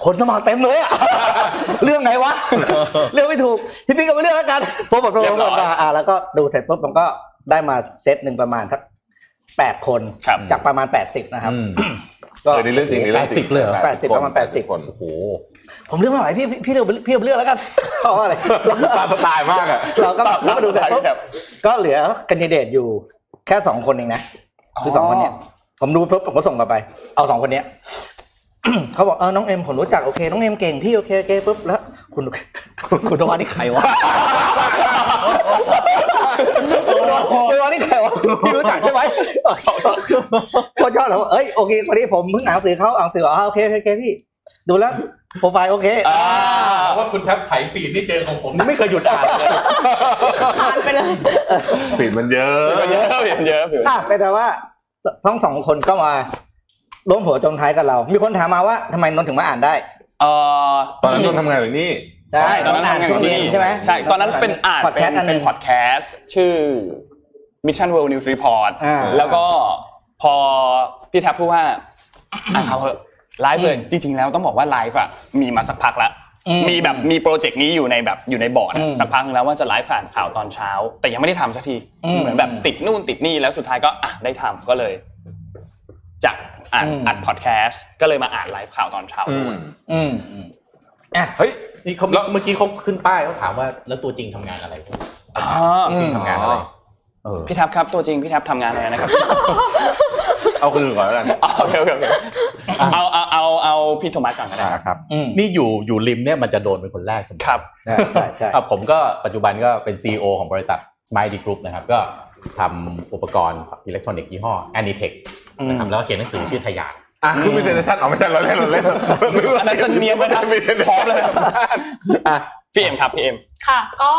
D: คนสมัครเต็มเลยอะ เรื่องไหนวะ เรื่องไม่ถูกที่พี่ก็ไม่เลือกแล้วกันโปรโมทโปร
B: เรี
D: โม
B: ยบ
D: ทโป
B: ร้
D: ร
B: อย
D: โมทมาอ่ะแล้วก็ดูเสร็จปุ๊บมันก็ได้มาเซตหนึ่งประมาณทักแปดคน
B: ครับ
D: จากประมาณแปดสิบนะครับ
C: อืม
D: ก็
E: เออในเรื่องจริงในเรื่องจริง
C: 80เลยเหรอ
E: 80
D: 80ประมาณ
E: คน
D: 80
E: คน
C: โอ้โห
D: ผมเลือกไม่ไหวพี่พี่พี่เลือกพี่เลือกแล้วกัน เพราะว่าอะไร
E: ตามสไตล์มากอะ
D: เราก็แบ
B: ตา
D: บ
B: ม
D: แล้วก็ดูเสร็จปุ๊บ
B: ตามสไตล์ครับ
D: ก็เหลือคนดิเดตอยู่แค่สองคนเองนะคืออ
B: อ
D: สองคนเนี้ยผมดูปุ๊บผมก็ส่งกลับไป เอาสองคนเนี้ย เขาบอกเออน้องเอ็มผมรู้จักโอเคน้องเอ็มเก่งพี่โอเคโอเคปุ๊บแล้ว คุณคุณคุณธวัฒน์นี่ใครวะคุณธวัฒน์นี่ใครวะพี่รู้จักใช่ไหมโคตรชอบเลยว่าเอ้ยโอเคคนนี้ผมเพิ่งอ่านหนังสือเขาอ่านหนังสืออ่าโอเคโอเคโอเคพี่ ดูแล้วโปรไฟล์โอเค
B: อ่า
C: ว่าคุณแทบไถฟีดนี่เจอของผมไม่เคยหยุดอ่านเลย
F: ผ่านไปเลย
E: ปิดมันเยอะ
B: เยอะเยอะเยอะเยอะ
D: อ่ะเป็นแต่ว่าทั้งสองคนก็มาร่วมหัวจมท้ายกับเรา มีคนถามมาว่าทำไไมนนท์ถึงมาอ่านได้
B: เอ่อ
E: ตอนนั้นนนท์ทำงานอยู่นี่
B: ใช่ตอนนั้นทำงาน
D: ช่วง
B: ที่
D: เย็น
B: นี่
D: ใช่ไหม
B: ใช่ตอนนั้นเป็นอ่าน
D: พอดแค
B: เป็น
D: สต์อันห
B: เป็
D: นึ่
B: น
D: ง
B: พอดแคสต์ชื่อ Mission World News Report
D: อ่า
B: แล้วก็พอพี่แท็บพูดว่า อ่านเขาเหอะไลฟ์เลยจริงๆแล้วต้องบอกว่าไลฟ์อ่ะมีมาสักพักละ
D: อืม
B: มีแบบมีโปรเจกต์นี้อยู่ในแบบอยู่ในบอร์ดอะ
D: อืม
B: สักพักนึงแล้วว่าจะไลฟ์ผ่านข่าวตอนเช้า แต่ยังไม่ได้ทำสักที
D: อืม
B: เหมือนแบบติดนู่นติดนี่แล้วสุดท้ายก็อ่ะได้ทำก็เลยจะอ่าน
D: อืม
B: อัดพอดแคสต์ก็เลยมาอ่านไลฟ์ข่าวตอนเช้าด้วย
D: อืม
E: เฮ้ย
C: นี่เขาเมื่อกี้เขาขึ้นป้ายเขาถามว่าแล้วตัวจริงทำงานอะไร
B: อ๋อ
E: ทำงานอะไร
C: เออ
B: พี่แทับครับตัวจริงพี่แทับทำงานอะไรนะครับ
E: เอาคนอื่นก่อนแล้วกัน
B: โอเคโอเคโอเคเอาเอาเอาเอาพี่โทมัสก่อนก็ได้
C: ครับ
D: อืม
C: นี่อยู่อยู่ริมเนี่ยมันจะโดนเป็นคนแรกเสมอ
B: ครับ
D: ใช่ใช่ใช่
C: ครับผมก็ปัจจุบันก็เป็น CEO ของบริษัท Smiley Group นะครับ ก็ทำอุปกรณ์อิเล็กทรอนิกส์ยี่ห้อ Anitech นะครับแล้วก็เขียนหนังสือชื่อทะยาน
E: อ่ะคือมีเซนเซชั่นเอาไม่ใช่เราเล่นเราเล่น
B: อันนั้นจะเนียนไปนะพร้อมเลยครับ พี่เอ็มครับพี่เอ็ม
F: ค่ะก็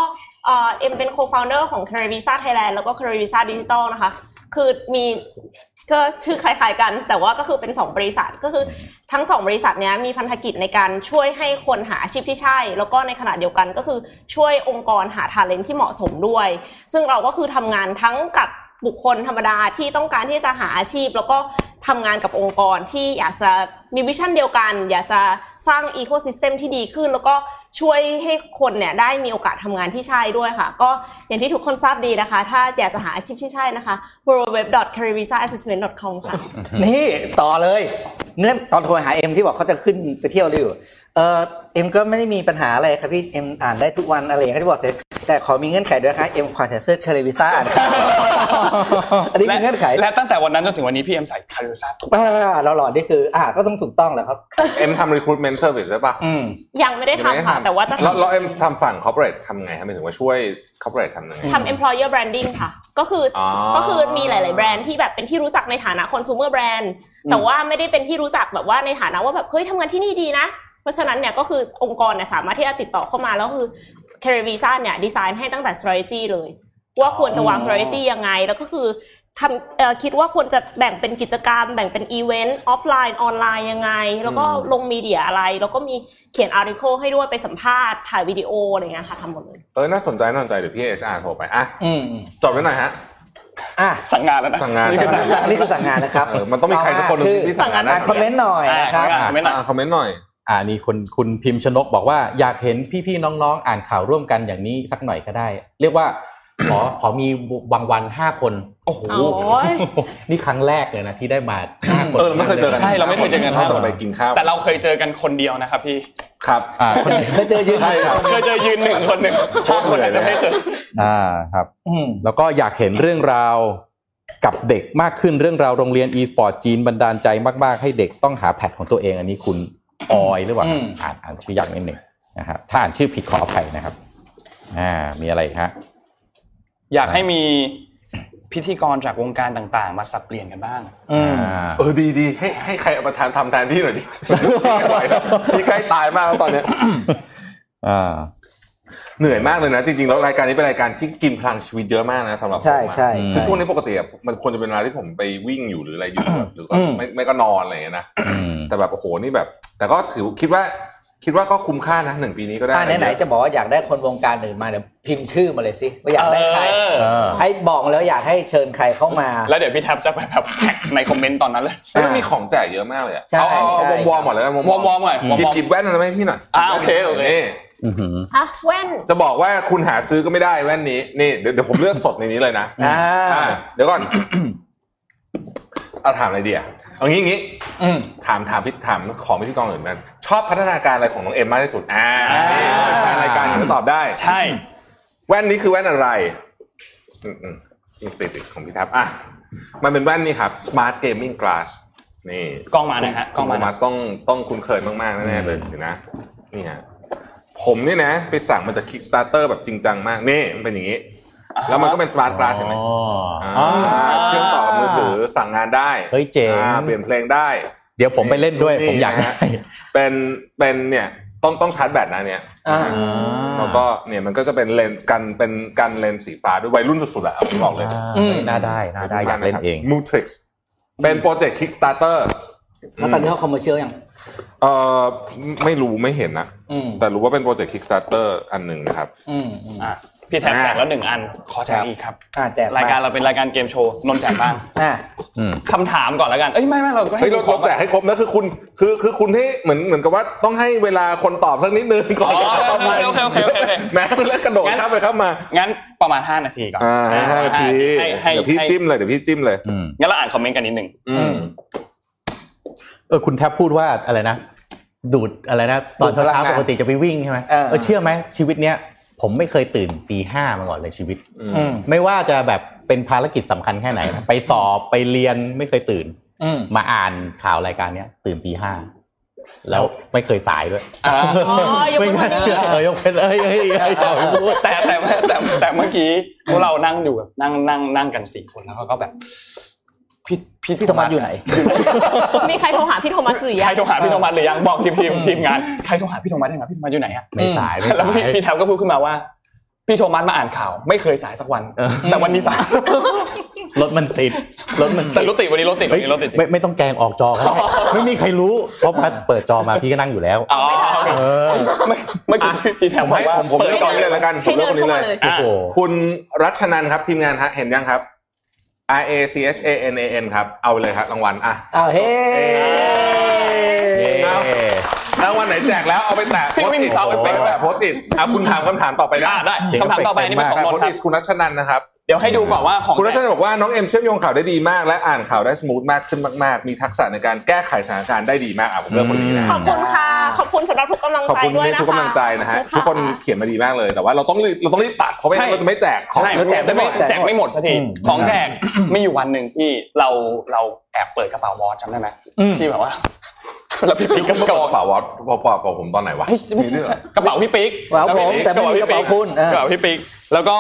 F: เอ่อเอ็มเป็น co-founder ของ c a r i v i s a Thailand แล้วก็ c a r i v i s a Digital นะคะ คือมีก็ชื่อคล้ายๆกัน แต่ว่าก็คือเป็น 2 บริษัทก็คือทั้ง 2 บริษัทเนี้ยมีพันธกิจในการช่วยให้คนหาอาชีพที่ใช่ แล้วก็ในขณะเดียวกันก็คือช่วยองค์กรหาทาเลนที่เหมาะสมด้วย ซึ่งเราก็คือทำงานทั้งกับบุคคลธรรมดาที่ต้องการที่จะหาอาชีพ แล้วก็ทำงานกับองค์กรที่อยากจะมีวิชั่นเดียวกัน อยากจะสร้างอีโคซิสเต็มที่ดีขึ้น แล้วก็ช่วยให้คนเนี่ยได้มีโอกาสทำงานที่ใช่ด้วยค่ะ ก็อย่างที่ทุกคนทราบดีนะคะ ถ้าอยากจะหาอาชีพที่ใช่นะคะ w w w c a r i v i s a a s s e s s m e n t c o m ค่ะ
D: นี่ต่อเลย เนื่องตอนโทรหาเอ็มที่บอกเขาจะขึ้นไปเที่ยวเลยอยู่เออเอ็มก็ไม่ได้มีปัญหาอะไรครับพี่เอ็มอ่านได้ทุกวันอะไรอย่างที่บอกแต่แต่ขอมีเงื่อนไขด้วยครับเอ็มขอแต่เสื้อเคเลวิซ่าอ่านข่าวอันนี้
B: และ
D: คือเงื่อนไข
B: และตั้งแต่วันนั้นจนถึงวันนี้พี่เอ็มใส่คาริโอซาทุก
D: อ่าเราหลอดนี่คือ อ่าก็ต้องถูกต้องแหละครับ
E: เอ็มทำ recruitment service ใช่ปะ
D: อืม
F: ยังไม่ได้
E: ยังไม่
F: ทำค่ะ แต่ว่าจะ
E: แล้วแล้วเอ็มทำฝั่ง corporate ทำไงฮะหมายถึงว่าช่วย corporate ทำยังไง
F: ทำ employer branding ค่ะ ก็คืออ
E: อ
F: ก็คือมีหลาย ๆ แบรนด์ที่แบบเป็นที่รู้จักในฐานะ consumer brand แต่ว่าไม่ได้เป็นที่รู้จักแบบว่าในฐานะว่าแบบเฮ้ยทำงานที่นี่ดีนะ เพราะฉะนั้นเนี่ยก็คือองค์กรเนี่ยสามารถที่จะติดต่อเข้ามาแล้วคือ c a r i v i s a เนี่ยดีไซน์ให้ตั้งแต่ strategy เลย ว่าควรจะวาง strategy ยังไง แล้วก็คือทำเอ่อคิดว่าควรจะแบ่งเป็นกิจกรรม แบ่งเป็นอีเวนต์ออฟไลน์ออนไลน์ยังไง แล้วก็ลงมีเดียอะไร แล้วก็มีเขียนอาร์ติเคิลให้ด้วยไปสัมภาษณ์ถ่ายวิดีโออะไรเงี้ยค่ะทำหมดเลย
E: เออน่าสนใจน่าสนใจเดี๋ยวพี่ HR โทรไปอ่ะ
D: อืม
E: จบไว้หน่อยฮะ
D: อ่ะ
B: สั่งงานแล้วนะ
E: สั่งงาน
B: นี่คือสั่งงาน
D: อันนี้คือสั่งงานนะครับ
E: เออมันต้องมีใครสักคนหนึ่งที่สั่งงานได้
D: อ่านคอมเมนต์หน่อยนะครับ
B: อ่า comment หน่อย
E: คอมเมนต์หน่อย
C: อ่านี่คุณคุณพิมพ์ชนกบอกว่าอยากเห็นพี่ๆน้องๆ อ่านข่าวร่วมกันอย่างนี้สักหน่อยก็ได้ เรียกว่า ขอขอมีบางวันห้าคน โอ้โห
F: โอ้ย
C: นี่ครั้งแรกเลยนะที่ได้มาห้าคน
E: เออเราไม่เคยเจอกัน
B: ใช่เราไม่เคยเจอกัน
E: นอกจากไปกินข้าว
B: แต่เราเคยเจอกันคนเดียวนะครับพี่
E: ครับ
C: อ่าคนเดียว
D: เคยเจอยืน
E: ใช่ครับ
B: เคยเจอยืนหนึ่งคนหนึ่ง
E: โคตร
B: ค
E: เหนื่
B: น
E: อยเลย
B: อาจจะไม่เคย
C: อ่าครับ
D: อืม
C: แล้วก็อยากเห็นเรื่องราว กับเด็กมากขึ้นเรื่องราวโรงเรียน e-sport จีนบันดาลใจมากๆ ให้เด็กต้องหาแพทของตัวเองอันนี้คุณออยหรือเปล่า
B: อืม
C: อ่านอ่านชื่อยากนิดหนึ่งนะครับถ้าอ่านชื่อผิดขออภัยนะครับ อ่า มีอะไรอีกฮะ
B: อยากให้มีพิธีกรจากวงการต่างๆ มาสับเปลี่ยนกันบ้าง
C: อ่า
E: เออดีดีให้ให้ใครเอามาแทนทำแทนที่ หน่อยดิไม่ไหวแล้วพี่ใกล้ตายมากแล้วตอนเนี้ย
C: อ่า
E: เหนื่อยมากเลยนะจริงๆแล้วรายการนี้เป็นรายการที่กินพลังชีวิตเยอะมากนะสำหรับผม
D: ใช่
E: อะ
D: ใช่
C: อืม
E: คือช่วงนี้ปกติอะมันควรจะเป็นเวลาที่ผมไปวิ่งอยู่หรืออะไรอยู่ หรือก็ไม่ไม่ก็นอนอะไรอย่างเงี้ยนะ
C: อืม
E: แต่แบบโอ้โหนี่แบบ แต่ก็ถือคิดว่าคิดว่าก็คุ้มค่านะหนึ่งปีนี้ก็ได้
D: อ่าไหนๆจะบอกว่าอยากได้คนวงการอื่นมาเดี๋ยวพิมพ์ชื่อมาเลยสิว่าอยากได้ใคร
B: เออ
C: เออ
D: ไอ้บอกมาแล้วอยากให้เชิญใครเข้ามา
B: แล้วเดี๋ยวพี่แท็บจะไปแบบแท็กในคอมเมนต์ตอนนั้นเลย
E: เฮ้ยมันมีของแจกเยอะมากเลยอะ
D: ใช่
E: เอาเอาเอา
D: ใช่
E: วอร์มๆหมดเลยว
B: อร์มวอร์มหน่อยวอร์ม
E: ห
B: ว
E: ยิบ
B: อร์ม
E: หยิบแว่นอะไรไหมาให้พี่หน่อย
B: อ่าโอเคโอเค
E: นี่
C: อื้อหือ
F: ฮะแว่น
E: จะบอกว่าคุณหาซื้อก็ไม่ได้แว่นนี้นี่เดี๋ยวเดี๋ยวผมเลือกสดในนี้เลยนะ
D: อ่า
E: อ่ะเดี๋ยวก่อน เอาถามอะไรดีอ่ะเอางี้งี้
B: อืม
E: ถามถามพิถามของพิธีกรอื่นนั้น ชอบพัฒนาการอะไรของน้องเอ็มมากที่สุด อ่าแฟนรายการถึงจะตอบได้
B: ใช่
E: แว่นนี้คือแว่นอะไร อืมอืมนี่ติดติดของพี่แทับอ่ะ มันเป็นแว่นนี่ครับ smart gaming glass นี่
B: กล้องมาหนะฮะก
E: คุ
B: ล้อง
E: ณโท
B: มาหน่
E: มั
B: อย
E: สต้องต้องคุ้นเคยมากๆแน่ๆเลยสินะ นี่ฮะผมนี่นะ ไปสั่งมันจาก Kickstarter แบบจริงจังมากนี่มันเป็นอย่างนี้ แล้วมันก็เป็น smart glass เห็นไหม
C: อ๋อ
E: อ่าเชื่อมต่อกับมือถือสั่งงานได้
C: เฮ้ยเจ๋ง
E: อ่าเปลี่ยนเพลงได้
C: เดี๋ยวผมไปเล่นด้วย
E: นี่
C: ผมอยาก
E: นะ
C: ได้
E: ฮะ เป็นเป็นเนี่ยต้องต้องชาร์จแบตนะเนี่ย
D: อ่า
E: แล้วก็เนี่ยมันก็จะเป็นเลนส์กันเป็นกันเลนส์สีฟ้าด้วยวัยรุ่นสุดๆอะเอาผมบอกเลย
C: อ่าเฮ้ยน่าได้น่าได้อยากเล่นเอง
E: มูทริกซ์เป็นโปรเจกต์ Kickstarter
D: แล้วตอนนี้เขาคอมเมอร์เชียลยัง
E: เอ่อไม่รู้ไม่เห็นนะ
D: อืม
E: แต่รู้ว่าเป็นโปรเจกต์ Kickstarter อันหนึ่งนะครับ
D: อืมอืม
B: อ่ะพี่แท็บแจกแล้วหนึ่งอันขอแจกอีกครับ
D: อ่าแจกม
B: รายการเราเป็นรายการเกมโชว์นนท์แจกบ้าง
D: อ่า
C: อืม
B: คำถามก่อนแล้วกันเอ้ยไม่ไม่เราก็ให้
E: เฮ้ยเรา
B: คร
E: เรา
B: บ
E: แจกให้ครบนะคือคุณคือคือคุณให้เหมือนเหมือนกับว่าต้องให้เวลาคนตอบสักนิดนึงก่อน
B: อ๋อ
E: จะตอบไป
B: โอเคโอเคโอเคโอเค
E: แม้คุณแล้วกระโดด
B: งั้น
E: ข้ามไปข้ามมา
B: งั้นประมาณ 5 นาทีก่อน
E: อ่าห้านาที
B: ให้ให้
E: เดี๋ยวพี่
B: ให้
E: จิ้มเลยเดี๋ยวพี่จิ้มเลย
C: อืม
B: งั้นเราอ่านคอมเมนต์กันนิดหนึ่ง
E: อืม
C: เออคุณแทบพูดว่าอะไรนะ ดูดอะไรนะ ตอน
D: ดูดพลั
C: เช้างๆ
D: งาน
C: ปกติจะไปวิ่งใช่ไหม
D: เออ
C: เออเชื่อไหมชีวิตเนี้ยผมไม่เคยตื่นตีห้ามาก่อนเลยชีวิต
D: อืม
C: ไม่ว่าจะแบบเป็นภารกิจสำคัญแค่ไหนนะไปสอบไปเรียนไม่เคยตื่น
D: อืม
C: มาอ่านข่าวรายการเนี้ยตื่นตีห้าแล้วไม่เคยสายด้วย
B: อ่า
F: อ๋อยกเว้ น
C: ไม่
F: วันนี้
C: เชื่อเออยกเป็นเอ้ยเอ้ยเอ้ยอย่าไปพูด
B: แต่แต่แต่แต่แต่เมื่อกี้พวกเรานั่งอยู่แบบนั่งนั่งนั่งกันสี่คนแล้วเขาก็แบบพี่
D: พี่ธรรมะอยู่ไหน
F: มีใครโทรหาพี่โทมัสหรือยั
B: ใครง โทรหาพี่โทมัสหรือยังบอกทีมทีมทีมงานใครโทรหาพี่โทมัสได้ไหมพี่โทมัสอยู่ไหนอะ
C: ไม่สายไม่
B: แล้ว
C: สา
B: พี่
C: ย
B: พี่แทบก็พูดขึ้นมาว่า พี่โทมัสมาอ่านข่าว ไม่เคยสายสักวัน
C: เออ
B: แต่วันนี้สาย
C: รถมันติดรถมัน
B: แต่
C: ติด
B: รถติดวันนี้รถติดวั
C: เฮ้
B: น
C: ย
B: นี้รถติดจริง
C: ไม่ไม่ต้องแกล้งออกจอครับไม่มีใครรู้เพราะพัดเปิดจอมาพี่ก็นั่งอยู่แล้ว
B: อ๋อโอเค
C: เออ
B: ไม่เมื่อกี้พี่พี่แท
E: ผ
B: บ
E: ม
B: บอก
E: ให้
B: ว่า
E: ผมผม
B: เปิ
E: เลื
B: ดก
E: อกก่
B: อ
E: อน น
B: เล
E: เลย ยละกันผ
F: ให้
E: มเลือกคน
F: เดิน
E: นี้เล
F: เข้ามาย เลย
C: โอ้โห
E: คุณรัชนันครับทีมงานฮะเห็นยังครับ R A C H A N A N ครับเอาเลยครับรางวัลอ่ะ
D: อ้าวเฮ้
E: เอารางวัลไหนแจกแล้วเอาไปแตะ
B: พี่ไม่มีเสาไอ้เฟ้ย
E: แตะโพสต์อิดอ่ะคุณถามคำถามต่อไป
B: อ่า
E: ได้
B: ได้คำถามต่อไปอันนี่เป็นของน
E: แต่
B: น
E: โพส
B: ท์
E: ต์
B: ครับ
E: อิดคุณรัชนันนะครับ
B: เดี๋ยวให้ดูก่อนว่าของ
E: คุณรัชนันบอกว่าน้องเอ็มเชื่อมโยงข่าวได้ดีมาก และอ่านข่าวได้สมูทมากขึ้นมากๆ มีทักษะในการแก้ไขสถานการณ์ได้ดีมากอ่ะผมเลือกคนนี้นะ
F: ขอบคุณค่ะ ขอบคุณสำหรับทุกกำลัง
E: ขอบ
F: ใจ
E: คุณ
F: ด้วย
E: ให้
F: นะคะ
E: ทุกกำลังใจนะฮะทุกคนเขียนมาดีมากเลย แต่ว่าเราต้องรีบเราต้องรีบตัดเพราะไม่งั้นเราจะไม่แจกของ
B: ใช่
E: เรา
B: แจ
E: แจ
B: ก
E: ก
B: จะ
E: ไม่ห
B: ไม่
E: มด
B: แจกไม่หมดสักทีของแจกมีอยู่วันหนึ่งที่เราเราแอบเปิดกระเป๋าวอชจำได้ไหมที่แบบว่าแล้วพี่ปิ๊กก็
E: ก
B: กอ
E: ร
B: ด
E: ะเป๋าวอทกระเป๋าผมตอนไหนวะ
B: เฮ้ยไม่ใช่
E: มีด้วยเหรอก
B: ระเป๋าพี่ปิ๊ก
D: ว้าวผมแต่ไม่มีกระเป๋าคุณเออก
B: ระเป๋าพี่ปิ๊กแล้วก็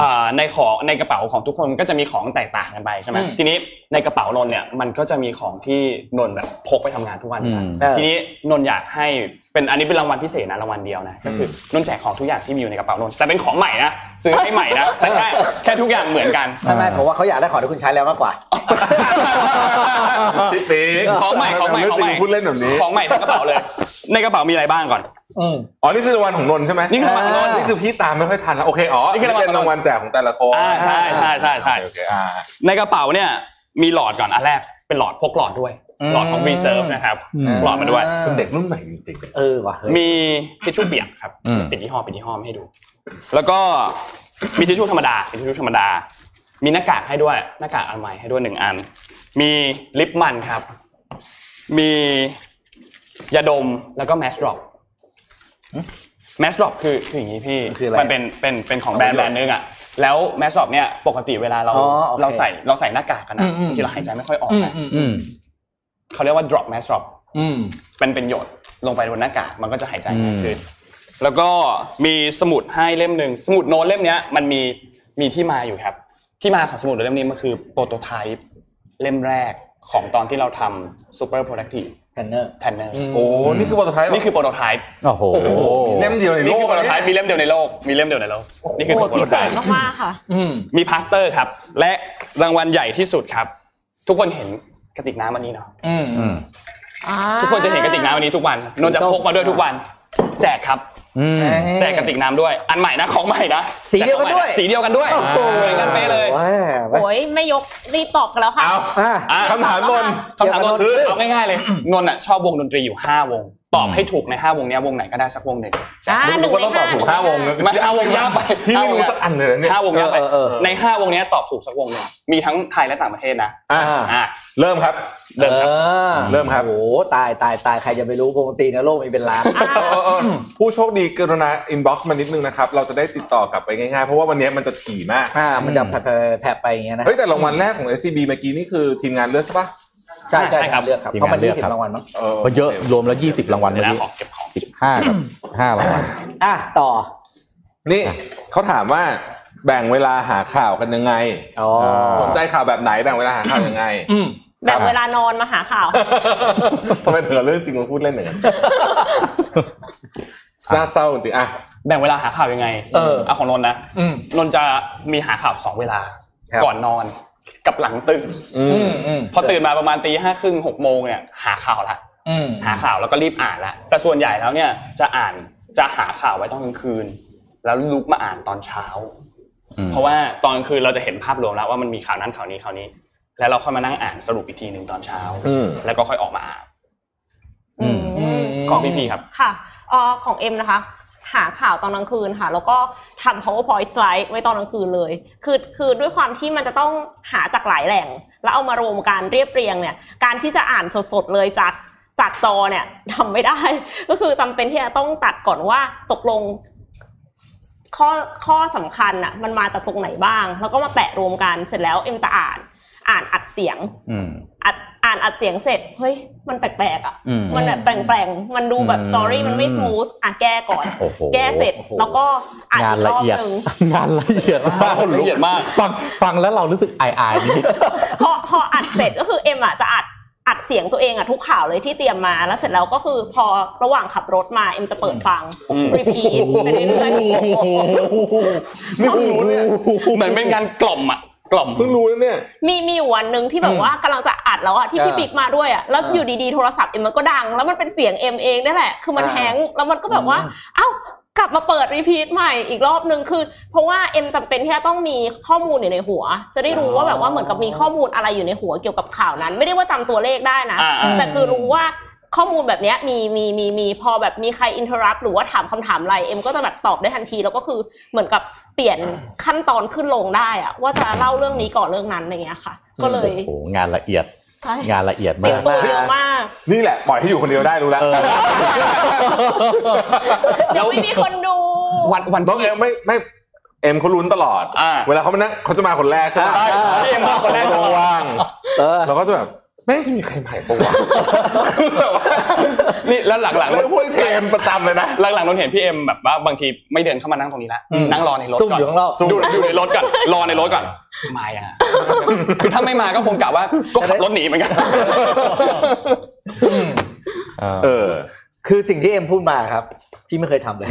B: อ่าในของในกระเป๋าของทุกคนก็จะมีของแตกต่างกันไปใช่ไหม
D: อืม
B: ทีนี้ในกระเป๋านนท์เนี่ยมันก็จะมีของที่นนท์แบบพกไปทำงานทุกวัน
C: อืม
D: เออ
B: ทีนี้นนท์อยากให้เป็นอันนี้เป็นรางวัลพิเศษนะรางวัลเดียวนะก็คือนนท์แจกของทุกอย่างที่มีอยู่ในกระเป๋านนท์แต่เป็นของใหม่นะซื้อให้ใหม่นะแต่แค่แค่ทุกอย่างเหมือนกัน
D: ไม่ไม่ผมว่าเขาอยากได้ของที่คุณใช้แล้วมากกว่า
E: พี่ปี
B: ของใหม่ของใหม่
E: เรื่
B: ของ
E: จ
B: ให
E: ริ
B: ม่
E: งพูดเล่นแบบนี้
B: ของใหม่ทั้งกระเป๋าเลย ในกระเป๋ามีอะไรบ้างก่อน
E: อ๋อนี่คือรางวัลของนนท์ใช่ไหม
B: นี่คือรางวัลของนนท์
E: นี่คือพี่ตามไม่ค่อยทันแล้วโอเคอ๋อ
B: นี่คือรางวัล
E: เป็นรางวัลแจกของแต่ละคน
B: อ่าใช่ใช่ใช่ใช่
E: โอเคโอเคอ่า
B: ในกระเป๋าเนี่ยมีหลอดก่อนอันแรกเป็นหลอดพกหลอดด้วย หลอดของ reserve นะครับพกหลอดมาด้วย
E: เป็นเด็กรุ่นใหม่จริงๆ
D: เออว่ะเฮ้ย
B: มีทิชชู่เปียกครับ
C: อืม
B: ปิดยี่ห้อปิดยี่ห้อไม่ให้ดู แล้วก็มีทิชชู่ธรรมดาเป็นทิชชู่ธรรมดา มีหน้ากากให้ด้วย หน้ากากอนามัยให้ด้วยหนึ่งอัน มีลิปมันครับ มียาดมแล้วก็แมสดรอป แมสดรอปคือคืออย่างนี้พี่
D: คืออะไร
B: มันเป็นเป็นเป็นของแบรนด์แบรนด์นึงอ่ะแล้วแมสดรอปเนี่ยปกติเวลาเรา
D: อ๋อโอเค
B: เราใส่เราใส่หน้ากากกัน
D: อื
B: นะ
D: มอืม
B: ที่เราหายใจไม่ค่อยออกนะ
C: อืม
B: เขาเรียกว่า drop mask drop
D: อืม
B: เป็นเป็นหยดลงไปบนหน้ากากมันก็จะหายใจง่าย
C: อืม
B: ขึ้นแล้วก็มีสมุดให้เล่มหนึ่งสมุดโน้ตเล่มเนี้ยมันมีมีที่มาอยู่ครับ ที่มาของสมุดโน้ตเล่มนี้มันคือโปรโตไทป์เล่มแรกของตอนที่เราทำ super productive
D: แพนเนอร์
B: planner
E: โอ้นี่คือโปรโตไทป์
B: นี่คือโปรโตไทป์
C: โอ้โห
E: เล่มเดียวในโล
B: นี่คื
E: ก
B: อโปรโตไทป์มีเล่มเดียวในโลก มีเล่มเดียวในโลก นี่คือตัวโปรโตไทป์
F: มากมากๆค่ะ
B: มีพลาสเตอร์ครับ และรางวัลใหญ่ที่สุดครับ ทุกคนเห็นกระติกน้ำอันนี้เนาะ
C: อืม
B: ทุกคนจะเห็นกระติกน้ำอันนี้ทุกวัน นนท์จะพกมาด้วยทุกวัน แจกครับ
C: อืม
B: แจกกระติกน้ำด้วย อันใหม่นะ ของใหม่นะ
D: สีเดียวกันด้วย
B: สีเดียวกันด้วยเหมือนกันเป๊ะเลย
D: ว้าวว้าว
F: โอ้ยไม่ยกรีบตอบกันแล้วค่ะ
E: เอา
D: อ่ะ
B: อ่ะ
E: คำถามนนท์
B: คำถามนนท์
E: เดี๋ยวกับนนท์
B: เอาง่ายๆเลย นนท์อ่ะชอบวงดนตรีอยู่ห้าวง ตอบ
C: อืม
B: ให้ถูกในห้าวงเนี้ยวงไหนก็ได้สักวงหนึ่ง
F: อ่าหนึ่ง
E: ก็
F: ใน
E: ต้องตอ
F: ห้า
E: บถูกห้าวงนะ
B: ไมาห้าวงยากไป
E: พี่ไม่รู้สักอันเลยนะเนี่ย
B: ห้าวงยากไป
D: เออเออเออ
B: ในห้าวงเนี้ยตอบถูกสักวงหนึ่งมีทั้งไทยและต่างประเทศนะ
E: อ่ะ
B: อ่ะ
E: เริ่มครับ
B: เดิน
D: เอ
B: ครับ
D: อ
E: เริ่มครับ
D: โอ้โหตายตายตายใครจะไปรู้วงดนตรีนะโลกมีเป็นล้าน
F: อ่า
E: เออเออผู้โชคดีกรุณาอินบ็อกซ์มานิดนึงนะครับ เราจะได้ติดต่อกลับไปง่ายๆ เพราะว่าวันนี้มันจะถี่มาก
D: อ่ามันจะแผ่แผ่ไปอย่างเงี้ยนะ
E: เฮ้ย แต่รางวัลแรกของ SCB เมื่อกี้นี่คือทีมงานเลือกใช่ปะ
D: ใช่ใช่ครับเลือกครับ
C: ทีม
D: เพราะ
C: งา
D: มัน น
C: เลื
D: ยี่
C: อก
D: สิ
C: ค
D: บ
C: รับ
D: รางวัลมั้ง
E: เออ
C: ก็เยอะรวมแล้ว 20 รางวัล
B: เดี๋ย
C: เมื่
B: ว
C: อ
B: นะขอ
C: กี้
B: เก็บของ
C: สิบห้ากับห้ารางวัล
D: อ่ะต่อ
E: นี่เขาถามว่าแบ่งเวลาหาข่าวกันยังไง
D: อ๋อ
E: สนใจข่าวแบบไหนแบ่งเวลาหาข่าวยังไง
F: แบ่งเวลานอนมาหาข่าว
E: ทำไมเธอเรื่องจริงมาพูดเล่นอย่างนั้นน่าเศร้าจริงๆอ่ะ
B: แบ่งเวลาหาข่าวยังไง เออเอาของนนท์นะ
G: อืม
B: นนท์จะมีหาข่าวสองเวลา ก่อนนอนกับหลังตื่น
E: อืม
B: พอตื่นมาประมาณตีห้าครึ่งหกโมงเนี่ยหาข่าวละหาข่าวแล้วก็รีบอ่านละแต่ส่วนใหญ่แล้วเนี่ยจะอ่านจะหาข่าวไว้ตอนกลางคืน แล้วลุกมาอ่านตอนเช้า เพราะว่าตอนกลางคืนเราจะเห็นภาพรวมแล้วว่ามันมีข่าวนั้นข่าวนี้ข่าวนี้ แล้วเราค่อยมานั่งอ่านสรุปอีกทีหนึ่งตอนเช้า
E: อืม
B: แล้วก็ค่อยออกมาอ่าน
F: อืม
B: ของพี่พีครับ
F: ค่ะเออของเอ็มนะคะ หาข่าวตอนกลางคืนค่ะ แล้วก็ทำ powerpoint slide ไว้ตอนกลางคืนเลย คือคือด้วยความที่มันจะต้องหาจากหลายแหล่ง แล้วเอามารวมกันเรียบเรียงเนี่ย การที่จะอ่านสดๆเลยจากจากจอเนี่ยทำไม่ได้ ก็คือจำเป็นที่จะต้องตัดก่อนว่าตกลง ข้อข้อสำคัญอ่ะมันมาจากตรงไหนบ้าง แล้วก็มาแปะรวมกันเสร็จแล้วเอ็มจะอ่านอ่านอัดเสียง
C: อืม
F: อัดอ่านอัดเสียงเสร็จ เฮ้ย มันแปลกๆอ่ะ
C: อืม
F: มันแบบแปลงๆ มันดูแบบ
C: อืม
F: สตอรี่มันไม่ส o t h อ่ะแก้ก่อน
C: โอ้โห
F: แก้เสร็จแล้วก็อ่าน
C: งาน
F: อีกร
C: ละ
F: อบ
C: เอียด
F: หนึ่ง
C: งานละเอียดมาก
B: ละเอียดมาก
C: ฟังฟังแล้วเรารู้สึกอายอายๆนิดนึง
F: พอพออัดเสร็จก็คือเอ็มอ่ะจะอัดอัดเสียงตัวเองอ่ะทุกข่าวเลยที่เตรียมมาแล้วเสร็จแล้วก็คือพอระหว่างขับรถมาเอ็มจะเปิดฟังรีพีทไปเรื่อย
E: นี่เพิ่งรู้เนี่ย
B: เหมือนเป็นการกล่อมอ่ะกล่อม
E: เพิ่งรู้นะเนี่ย
F: ๆมีมีอยู่วันหนึ่งที่แบบว่ากำลังจะอัดแล้วอ่ะที่พี่บิ๊กมาด้วยอ่ะแล้วอยู่ดีๆโทรศัพท์เอ็มมันก็ดัง แล้วมันเป็นเสียงเอ็มเองนี่แหละคือมันแฮงก์แล้วมันก็แบบว่า เอ้ากลับมาเปิดรีพีทใหม่อีกรอบนึงคือ เพราะว่าเอ็มจำเป็นที่จะต้องมีข้อมูลอยู่ในหัว จะได้รู้ว่าแบบว่าเหมือนกับมีข้อมูลอะไรอยู่ในหัวเกี่ยวกับข่าวนั้น ไม่ได้ว่าจำตัวเลขได้นะ
B: อ่าอ่า
F: แต่คือรู้ว่าข้อมูลแบบเนี้ยมีมีมีมีพอแบบมีใครอินเทอร์รัหรือว่าถามคำถามอะไรเอ็มก็จะแบบตอบได้ทันที แล้วก็คือเหมือนกับเปลี่ยนขั้นตอนขึ้นลงได้อะว่าจะเล่าเรื่องนี้ก่อนเรื่องนั้นอะไรเงี้ยค่ะ ก็เลย
C: โอ้โหงานละเอียด
F: ใช่
C: งานละเอียด
F: เตรี
C: มายก
F: มตัวเยอะมาก
E: นี่แหละ ปล่อยให้อยู่คนเดียวได้รู้แล้ว
F: เดี๋ยวไม่มีคนดู
B: วันวัน
E: น้องเอ็มไม่ไม่เอ็มเขาลุ้นตลอด
B: อ่า
E: เวลาเขามานั่งเขาจะมาคนแรกใช่ปะ
B: ใช่พี่เอ็มมาคนแรกตลอด
E: ว่าง
D: เออ
E: เราก็จะแบบแม่งจะมีใครใหม่ปะวะ
B: นี่แล้วหลังๆ
E: ไม่พูดให้เทมประจำเลยนะ
B: หลังๆนนท์เห็นพี่เอ็มแบบว่าบางทีไม่เดินเข้ามานั่งตรงนี้ละนั่งรอในรถ
D: ซุ่ม
B: ก่อน
D: อยู่ข้างนอก
B: ดูดูในรถก่อนรอในรถก่อนมาอ่ะคือถ้าไม่มาก็คงกะว่าก็ขับรถหนีเหมือนกัน
E: เออ
D: คือสิ่งที่เอ็มพูดมาครับ พี่ไม่เคยทำเลย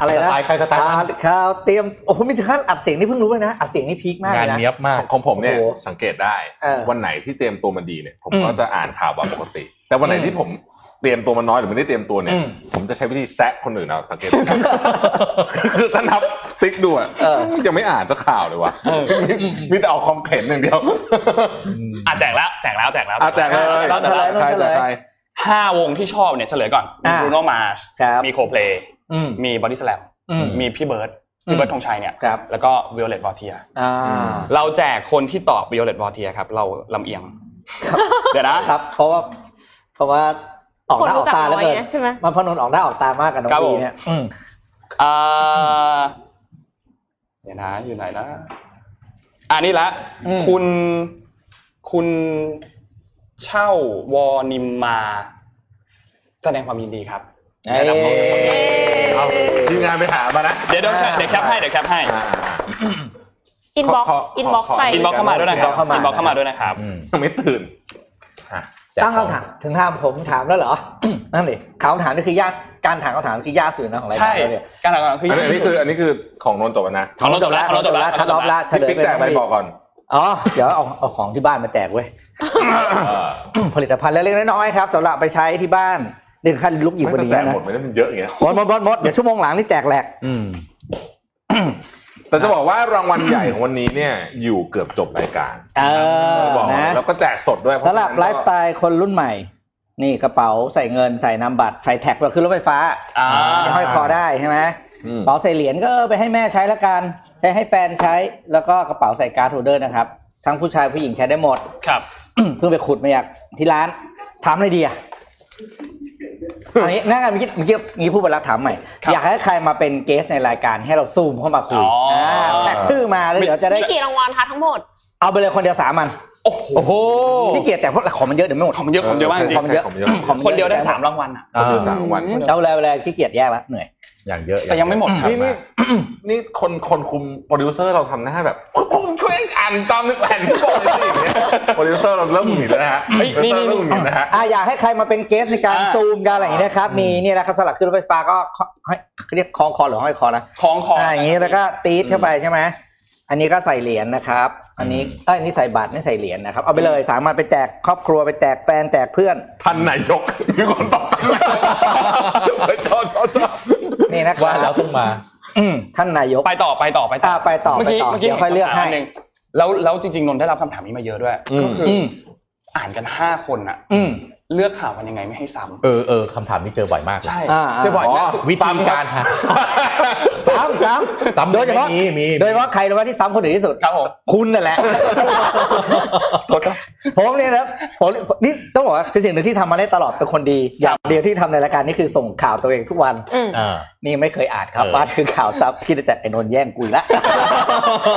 D: อะไรนะ
C: สไตล์ใครสไตล์มัน
D: อ่นข่าวเตรียมโอ้โหมีถึงขั้นอัดเสียงนี่เพิ่งรู้เลยนะอัดเสียงนี่พีคมาก
C: งา
D: เล
C: น
D: ยนะ
C: เนี้ยบมาก
E: ของผมเนี่ย
D: โอ้โห
E: สังเกตได้
D: เออ
E: วันไหนที่เตรียมตัวมาดีเนี่ย ผมก็จะอ่านข่าวแบบปกติ แต่วันไหนที่ผมเตรียมตัวมาน้อยหรือไม่ได้เตรียมตัวเนี่ย ผมจะใช้วิธีแซะคนอื่นเอาสังเกตดูคือถ้านับติ๊กดูอ่ะยังไม่อ่านสักข่าวเลยวะมีแต่เอาคอมเพลนอย่างเดียว
B: อ่ะแจกแล้วแจกแล้วแจกแล้ว
E: อาแจกเลย
B: แจกแล้ว
E: ใครใครใคร
B: ห้าวงที่ชอบเนี่ยเฉลยก่อนมี
D: อ่ะ
B: บรูโนมาร์
D: ครับ
B: มีโคเพลย์
G: อืม
B: มีบอดี้สแลม
G: อืม
B: มีพี่เบิร์ดพี่เบิร์ดธงชัยเนี่ย
D: ครับ
B: แล้วก็วิโอเลตวอเทีย
D: อ่า
B: เราแจกคนที่ตอบวิโอเลตวอเทียครับ เราลำเอียง เดี๋ยวนะ
D: ครับ เพราะว่าเพราะว่า ออก
F: คน
D: หน้าออ
F: รู้
D: ก
F: จัก
D: ตาแล้ว
F: น้อย
D: เกิน
F: ไงใช่ไหม
D: มันพนนท์ออกหน้าออกตามากกับน้อง
B: ครับ
D: บี
B: ผม
D: เนี่ย
I: อืม
B: อ่าเดี๋ยวนะอยู่ไหนนะอ่านี่ละคุณ คุณเช่าวอนิมมา แสดงความยินดีครับได้รับของรางวัล
D: เอ้
E: เอาทีมงานไปหามานะ
B: เดี๋ยวเดี๋ยวเดี๋ยวแคปให้เดี๋ยวแคปให้
E: อ่า
F: อินบ็อก
E: ขอขอ
F: อินบ็อก
E: ขอขอ
F: ไป
B: อินบ็อกเข้ามาด้วยนะครับ
D: เข้ามา
B: อินบ็อกเข้ามาด้วยนะครับ
E: ไม่ตื่น
D: ตั้งคำถามถึงถามผมถามแล้วเหรอ นั่นดิคำถามนี่คือยากการถามคำถามคือยากสุดนะของรายการ
B: ใช่
D: เราเนี่ย
B: การถามคือ
E: อันนี้อันนี้คืออันนี้คือของนนท์จบแล้วนะ
B: ของเราจบแล้วของเราจบแล้ว
D: คัดออฟละเฉ
E: พี่
D: ลย
E: ปิ๊กแตกอะไรบอกก่อน
D: อ๋อเดี๋ยวเอาเอาของที่บ้านมาแจกเว้ย
E: เออ
D: ผลิตภัณฑ์เล็กๆน้อยๆครับสำหรับไปใช้ที่บ้านเรื่องขั้นลุกหยิบ
E: ไม่
D: วัน
E: จะ
D: นี้
E: แตก
D: นะ
E: หมดไหมเนี่ยมันเยอะอย่างเงี้ย
D: หมดหมดหมดหมดเดี๋ยวชั่วโมงหลังนี่แจกแหลก
C: อืม
E: แต่จะบอกว่ารางวัลใหญ่ของวันนี้เนี่ยอยู่เกือบจบรายการ
D: เออ
E: บอก
D: นะ
E: แล้วก็แจกสดด้วย
D: สำหรับไลฟ์สไตล์คนรุ่นใหม่ นี่กระเป๋าใส่เงินใส่นามบัตรใส่แท็กเราขึ้นรถไฟฟ้า
B: อ่า
D: ห้อยคอได้ใช่ไหม
E: อื
D: ก
E: ม
D: ระเป๋าใส่เหรียญก็เออไปให้แม่ใช้ละกัน ใช้ให้แฟนใช้แล้วก็กระเป๋าใส่การ์ดโฮลเดอร์นะครับ ทั้งผู้ชายผู้หญิงใช้ได้หมด
B: ครับ
D: เพิ่งไปขุดมาจากที่ร้านถามเลยดีอะอันนี้น่ากันเมื่อกี้เมื่อกี้เมื่อกี้พูดไปแล้วถามใหม่
B: ครับ
D: อยากให้ใครมาเป็นเกสในรายการให้เราซูมเข้ามาคุย
B: อ๋ออ่
D: าแท็กชื่อมาแล้วเดี๋ยวจะได้
F: มีกี่รางวัลคะทั้งหมด
D: เอาไปเลยคนเดียวสามัน
B: โอ้โห
C: โอ้โห
D: ที่เกียจแต่พวกของมันเยอะเดี๋ยวไม่หมด
B: ของมันเยอะของมันเยอะมากจริง
E: ใช่ของเยอะ
D: ขอ
B: ๆคนเดียวได้สามรางวัลอ่ะ
E: ของเยอะสามวัน
D: เอาเลยเอาเลยขี้เกียจแยกละเหนื่อย
C: อย่างเยอะ
B: แต่ยังไม่หมดครับ
E: นี่นี่ นี่คนคนคุมโปรดิวเซอร์เราทำหน้าแบบ คุณช่วยอ่านตามนึกแผ่นที่บอกเลยสิโปรดิวเซอร์เราเริ่มหมิ่นแล้วนะฮะ
B: เฮ้ยนี่นี่นี่
E: โปรดิวเซอร์เริ่มหมิ่นนะฮะ
D: อ่าอยากให้ใครมาเป็นเกสในการ
B: อ่า
D: ซูมการอะไรอย่างนี้นะครับ มีเนี่ยนะครับสลักขึ้นรถไฟฟ้าก็ข้อให้เรียกคล้องคอหรือห้อยคอนะ
B: ของของ
D: อ่าอย่างนี้แล้วก็ตีดเข้าไปใช่ไหมอันนี้ก็ใส่เหรียญนะครับ อันนี้เอ้ยอันนี้ใส่บัตรนี่ใส่เหรียญนะครับ เอาไปเลยสามารถไปแจกครอบครัวไปแจกแฟนแจกเพื่อน
E: ท่านนายก มีคนตอบตามเลย ชอบชอบชอบ
D: นี่นะครั
C: ว่าแล้ว
D: บ
C: ต้องมา
D: ท่านนายก
B: ไปต่อไปต่อไปต่อ
D: อ่ะไปต่อ
B: เมื่อกี้
D: ไปต่อ
B: เมื่อกี้
D: เดี๋ยวค่อยเลือกให้
B: ห็นคำถามนนึ่งแล้วแล้วจริงๆนนท์ได้รับคำถามนี้มาเยอะด้วยก็คือออ่านกันห้าคนอ่ะเลือกข่าวกันยังไงไม่ให้ซ้ำ
C: เออเออคำถามนี้เจอบ่อยมากเลย
B: ใช่
D: อ่าอ่า
B: เจะบ่อยล่าสุด
C: วิธีการหา
D: สามสาม
C: สาม
D: โดยเฉพาะ
C: มีมี
D: โดยเฉพาะใครรู้ว่าที่ซ้ำคนอื่นที่สุด
B: ครับผม
D: คุณนั่นแหละ
B: โทษครับ
D: ผมเนี่ยนะครับผมนี่ต้องบอกว่าเป็นสิ่งหนึ่งที่ทำมาได้ตลอดเป็นคนดี อย่างเดียวที่ทำในรายการนี่คือส่งข่าวตัวเองทุกวัน
F: อืม
C: อ่า
D: นี่ไม่เคยอ่านครับ
C: เออ
D: ว่าคือข่าวซับคิดแต่ไอ้นนท์แย่งกุยละ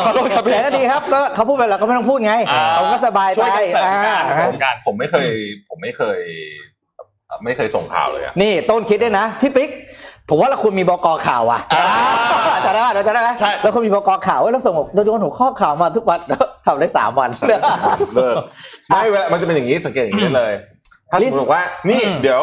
B: ขอ โทษครับพี่
D: แต่ก็ดีครับก็เขาพูดไปเราก็ไม่ต้องพูดไง
B: อ่า
D: ผมก็สบาย
B: ช่
D: ไป
B: วยกันเสริมการ
D: อ่า
B: เสริมกัน
E: ผมไม่เคย ผมไม่เคย ไม่เคยส่งข่าวเลยอะ
D: นี่ต้นคิดด้วยนะพี่ปิ๊กผมว่าเราควรมีบกข่าวอ่ะ
B: อ่า
D: จะได้เราจะได้
B: ใช่
D: เราควรมีบกข่าวเว้ยเราส่งเราโยนหัวข้อข่าวมาทุกวัน ทำได้สามวัน
E: เลิกไม่เวลามันจะเป็นอย่างนี้สังเกตอย่างนี้เลย ถ้าสมมติบอกว่า นี่เดี๋ยว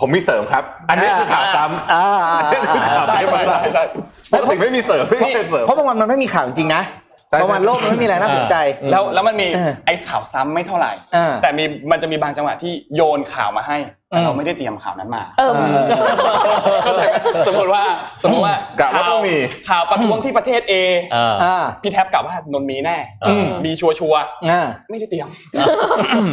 E: ผมมีเสริมครับ อันนี้คือข่าวซ้ำ
D: อ่า
E: อันนี้คือข่าว
B: ใช่
E: ซ้ำ
B: ใช่ใช่
E: ปกติไม่มีเสริมไม่เคยเสริม
D: เพราะบางวันมันไม่มีข่าวจริงๆนะ
E: ใช่ใช่
D: บางวันโลกมันไม่มีอะไรน่าสนใจ
B: แล้วแล้วมันมี
D: เออ
B: ไอ้ข่าวซ้ำไม่เท่าไหร่
D: เออ
B: แต่มีมันจะมีบางจังหวะที่โยนข่าวมาให้แต่เราไม่ได้เตรียมข่าวนั้นมา
F: เออ
B: เข้าใจไหมสมมติว่าสมมติว่าก
E: ะ
B: ข่า
E: ว่า
B: ว
E: ต้องมี
B: ข่าวประท้วงที่ประเทศเอ
C: เออ
D: ่า
B: พี่แท็บกล่าวว่านนท์มีแน่
C: อืม
B: มีชัวชัวร์ๆ
D: อ่า
B: ไม่ได้เตรียม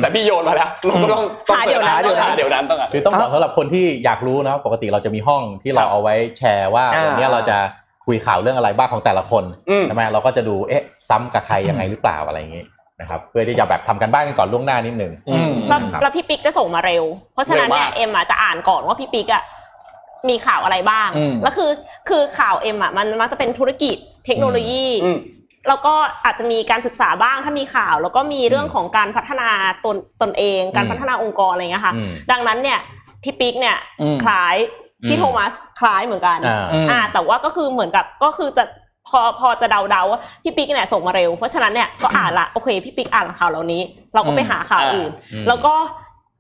B: แต่พี่โยนมาแล้วเราก็ต้องต้อง
F: หาเดี๋ยวนั้น
B: หาเดี๋ยวนั้นเดี๋ยวนั้นต้องอ่ะ
C: คือต้องบอกสำหรับคนที่อยากรู้นะครับปกติเราจะมีห้องที่เรา
B: ครับ
C: เอาไว้แชร์ว่า
D: อ่า
C: วันเนี้ยเราจะคุยข่าวเรื่องอะไรบ้างของแต่ละคน
B: อืม
C: ใช่ไหมเราก็จะดูเอ๊ะซ้ำกับใครยังไงหรือเปล่าอะไรอย่างนี้นะครับเพื่อที่จะแบบทำกันบ้านกันก่อนล่วงหน้านิดหนึ่ง
F: แล้ว
C: นะครับ
F: แล้วพี่ปิ๊กจะส่งมาเร็ว เพราะฉะนั้นเนี่ย
B: เร็วมาก
F: เอ็มอาจจะอ่านก่อนว่าพี่ปิ๊กอ่ะมีข่าวอะไรบ้าง
D: อืม
F: แล้วคือคือข่าวเอ็มอ่ะมันมักจะเป็นธุรกิจเทคโนโลยี
B: อืม
F: แล้วก็อาจจะมีการศึกษาบ้างถ้ามีข่าว แล้วก็มีเรื่องของการพัฒนาตนตนเอง การ
C: อืม
F: พัฒนาองค์กรอะไรเงี้ยค่ะ
C: อืม
F: ดังนั้นเนี่ยพี่ปิ๊กเนี่ย
D: อืม
F: คล้ายพี่
C: อืม
F: โทมัสคล้ายเหมือนกัน
C: อ่า
F: อ่าแต่ว่าก็คือเหมือนกับก็คือจะพอพอจะเดาๆว่าพี่ปิ๊กเนี่ยส่งมาเร็ว เพราะฉะนั้นเนี่ยก็อ่านละโอเคพี่ปิ๊กอ่านข่าวเหล่านี้ เราก็ไปหาข่าว
B: อ่า
F: อื่น
C: อืม
F: แล้วก็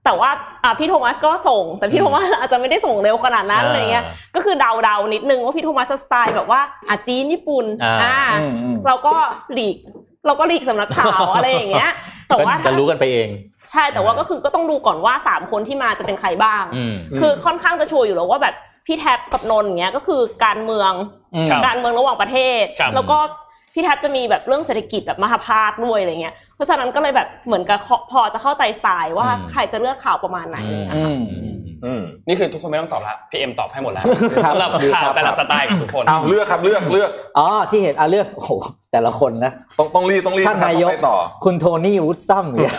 F: แต่ว่าอ่าพี่โทมัสก็ส่ง แต่พี่โทมัสอาจจะไม่ได้ส่งเร็วขนาดนั้น
C: อ่า
F: อะไรเงี้ยก็คือเดาๆนิดนึงว่าพี่โทมัสจะสไตล์แบบว่าอ่ะจีนญี่ปุ่น
C: อ่า
F: เราก็หลีกเราก็หลีกสำนักข่าวอะไรอย่างเงี้ย แต่ว่า
C: ก็จะรู้กันไปเอง
F: ใช่แต่ว่าก็คือก็ต้องดูก่อนว่าสามคนที่มาจะเป็นใครบ้าง
C: อืม
F: คือค่อนข้างจะชัวร์อยู่แล้วว่าแบบพี่แท็บกับนนท์อย่างเงี้ยก็คือการเมือง
C: ครับ
F: การเมืองระหว่างประเทศ
C: ครับ
F: แล้วก็พี่แท็บจะมีแบบเรื่องเศรษฐกิจแบบมหาภาคด้วยอะไรเงี้ยเพราะฉะนั้นก็เลยแบบเหมือนกับพอจะเข้าใจสไตล์ว่า
C: อืม
F: ใครจะเลือกข่าวประมาณไหนอะไรเงี้
D: อื
F: ย
D: ม
C: อืม
E: อืม
B: นี่คือทุกคนไม่ต้องตอบละพี่เอ็มตอบให้หมดแล้ว
D: ครับ
B: สำหรับ
D: ดีครับ
B: ข่าวแต่ละสไตล์ของทุกคน
E: เลือกครับเลือกเลือก
D: อ๋อที่เห็นเอาเลือกโอ้โหแต่ละคนนะ
E: ต้องต้องรีบต้องรีบ
D: ท่านนายก
E: ต้องไปต่อ
D: คุณโทนี่วูดซัมเนี่ย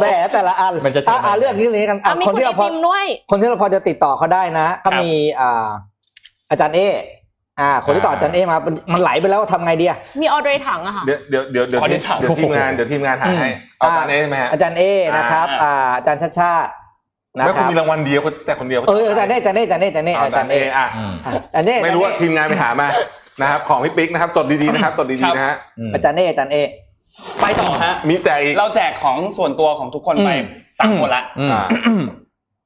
D: แหมแต่ละอัน
C: มันจะใช่
D: อ่อ่เรื่องนี้เลยกันอ่ะ
F: อ่ะมี
D: ค
F: คน น
D: ที่
F: ไอ
D: เราพอ
F: ติมด้วย
D: คนที่เราพอจะติดต่อเขาได้นะถ้ามีอ่าอาจารย์เออ่า คนที่ต่ออาจารย์เอมามันมันไหลไปแล้วทำไงดีอะ
F: มีออเดรถังอะค่ะ
E: เดี๋ยวเดี๋ยวเดี๋ยวเดี๋ยว
B: ขอ
E: ที
B: นิ
E: ม
B: ดถาม
E: เดี๋ยวทีมงานเดี๋ยวทีมงานหา
D: อืม
E: ให้เอาตอนนี้ใช่ไหมฮะ
D: อาจารย์เอนะครับ
B: อ่า
D: อ่าอาจารย์ชาติชาตินะ
E: ไม่
D: ครับ
E: คุณมีรางวัลเดียวก็แต่คนเดียวก็
D: เอออาจารย์เออาจารย์เออาจารย์เออาจารย์เอ
E: เอา
D: อา
E: จา
D: จาร ร
E: ย์
D: ย์
E: เอ
D: เอ
E: อ่ะ
C: อืม
D: อ่ะอาจารย์เอ
E: ไม่รู้ว่าทีมงานไปหามานะครับของพี่ปิ๊กนะครับจดดีๆนะครับจดดีๆนะฮะ
D: อาจารย์เออาจารย์เอ
B: ไปต่อฮะ
E: มีแจกอีก
B: เราแจกของส่วนตัวของทุกคนไป
D: อืม
B: สามคนละ
C: อืม
E: อ่า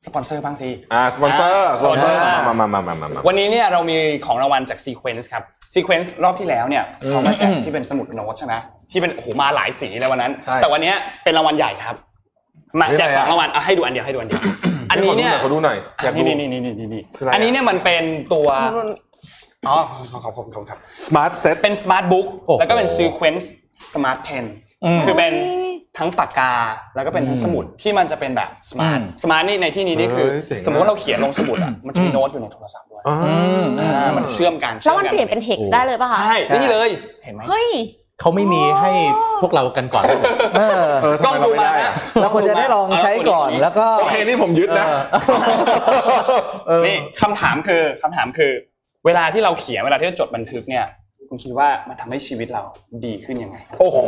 B: สปอนเซอร์บ้างสิ
E: อ่าสปอนเซอร์สปอนเซอร์
B: อ่า
E: มามามามามามา
B: วันนี้เนี่ยเรามีของรางวัลจาก Sequence ครับ Sequence รอบที่แล้วเนี่ยเขามาแจกที่เป็นสมุดโน้ตใช่ไหมที่เป็นโอ้โหมาหลายสีเลยวันนั้น
E: ใช่
B: แต่วันเนี้ยเป็นรางวัลใหญ่ครับ มาแจกสองรางวัลอ่ะให้ดูอันเดียวให้ดูอันเดียวอันนี้เนี่ย
E: ขอดูหน่อยขอดูหน่อยอยากดู
B: นี่นี่นี่นี่นี่นี่
E: คืออะไรอ่ะ
B: อันนี้เนี่ยมันเป็นตัวอ๋อขอบขอบขอบขอบครับ
E: สมาร์ทเซ็ต
B: เป็นสมาร์ทบุ๊ก
C: โอ้โห
B: แล้วก็เป็น Sequence Smart Pen คือเป็นทั้งปากกาแล้วก็เป็นทั้งสมุดที่มันจะเป็นแบบสมาร์ทสมาร์ทนี่ในที่นี้นี่คือ
E: เฮ้ยเจ๋งนะ
B: สมมติเราเขียนลงสมุดอ่ะมันจะมีโน้ตอยู่ในโทรศัพท์ด้วย อ่ามันเชื่อมกัน
F: แล้วมันเปลี่ยนเป็นเท็กซ์ได้เลยป่ะคะ
B: ใช่นี่เลยเห็นไหม
F: เฮ้ย
C: เขาไม่มีให้พวกเรากันก่อน
D: เออ
E: เออทำไมเราไม่ได้อะ
D: เราควรจะได้ลองใช้ก่อนแล้วก็
E: โอเคนี่ผมยึดนะ
B: นี่คำถามคือคำถามคือ เวลาที่เราเขียนเวลาที่เราจดบันทึกเนี่ย คุณคิดว่ามันทำให้ชีวิตเราดีขึ้นยังไง
E: โอ้โห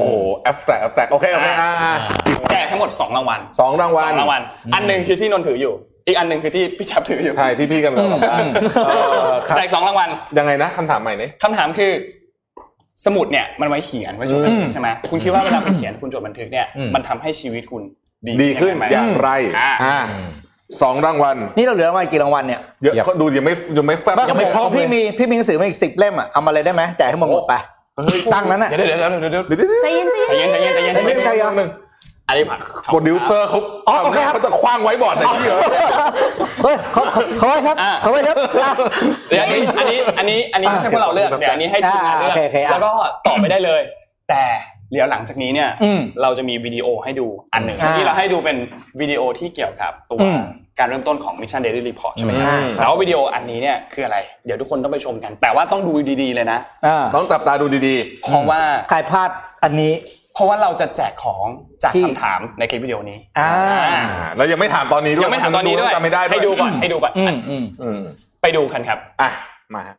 E: แอปแตกแอปแตกโอเคโอเคอ่าอ่า
B: แจกทั้งหมดสองรางวัล
E: สองรางวั
B: ส
E: ล
B: องรางวัลอันหนึ่งคือที่นนท์ถืออยู่ อีกอันหนึ่งคือที่พี่แทบถืออยู่
E: ใช่ที่พี่กำลังสัมภาษณ์เออครับ
B: แจกสองรางวัล
E: ยังไงนะคำถามใหม่นี่
B: คำถามคือ สมุดเนี่ยมันไว้เขียนไว้จดบันทึกใช่ไหมคุณคิดว่าเวลาคุณเขียนคุณจดบันทึกเนี่ย
C: อืม
B: มันทำให้ชีวิตคุณ
E: ดีขึ้น
B: ไหม
E: อย่างไร
B: อ่า
E: อ่าสองรางวัล
D: นี่เราเหลือรางวัลกี่รางวัลเนี่ย
E: เยอะก็ดูยังไม่ยังไม่แฟบ
C: ยังไม่ครบ
D: พี่มีพี่มีหนังสือมาอีกสิบเล่มอ่ะเอามาเลยได้ไหมแจกให้หมดหมดไปตั้งนั้นอ่ะ
B: เดี๋ยวเดี๋ยวเดี๋ยวเดี๋ยวเดี๋ยว
E: เดี๋ยวเดี๋ยวเดี๋ยว
F: ใจเย็นใจ
B: ใจ
F: เย็น
B: เย็นใจเย็นใจเย็น
D: ใจเย็นใจเย็น
E: หนึ่ง
B: อันนี้ผ่าน
E: โปรดิวเซอร์เขา
D: อ๋อโอเคครับ
E: เขาจะคว้างไว้บอร์ดใส่พี่เหรอ
D: เฮ้ยเขาเขาเขาไว้ครับเขาไว้ครับอ่ะ
B: เดี๋ยวอันนี้อันนี้อันนี้อันนี้ไม่ใช่พวกเราเลือกเดี๋ยวอันนี้ให้ทีมงานเลือก
D: อ่าโอเคโอเคอ่ะ
B: แล้วก็ตอบไปได้เลย แต่เดี๋ยวหลังจากนี้เนี่ย
D: อืม
B: เราจะมีวิดีโอให้ดูอันหนึ่ง
D: อ่า
B: ที่เราให้ดูเป็นวิดีโอที่เกี่ยวกับตัว
D: อืม
B: การเริ่มต้นของ Mission Daily Report ใช่ไหม
D: อืม
B: แล้ววิดีโออันนี้เนี่ยคืออะไร เดี๋ยวทุกคนต้องไปชมกัน แต่ว่าต้องดูดีๆเลยนะ
D: อ่า
E: ต้องจับตาดูดี
B: เพราะว่า
D: ใครพลาดอันนี้
B: เพราะว่าเราจะแจกของจาก
D: ที่
B: คำถามในคลิปวิดีโอนี้
D: อ่า
B: อ่า
E: ๆอ่าแล้วยังไม่ถามตอนนี้ด้วย
B: ยังไม่ถามตอนนี้ด้วย
E: จำไม่ได้
B: ให้ดูก่อนให้ดูก่อน
D: อืมอืม
E: อืม
B: ไปดูกันครับ
E: อ่ะมาฮะ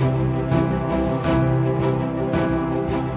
B: อ่า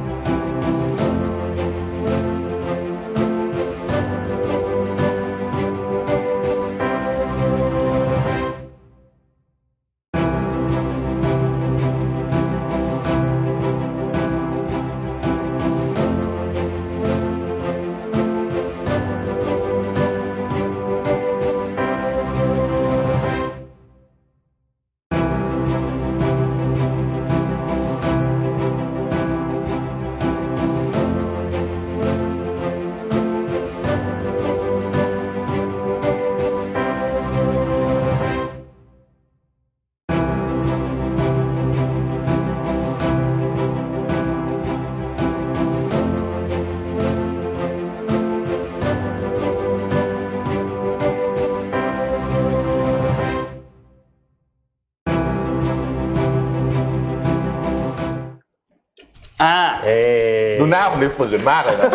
C: เออ
E: ดูหน้าผมนี่ฝืนมาก เลยนะ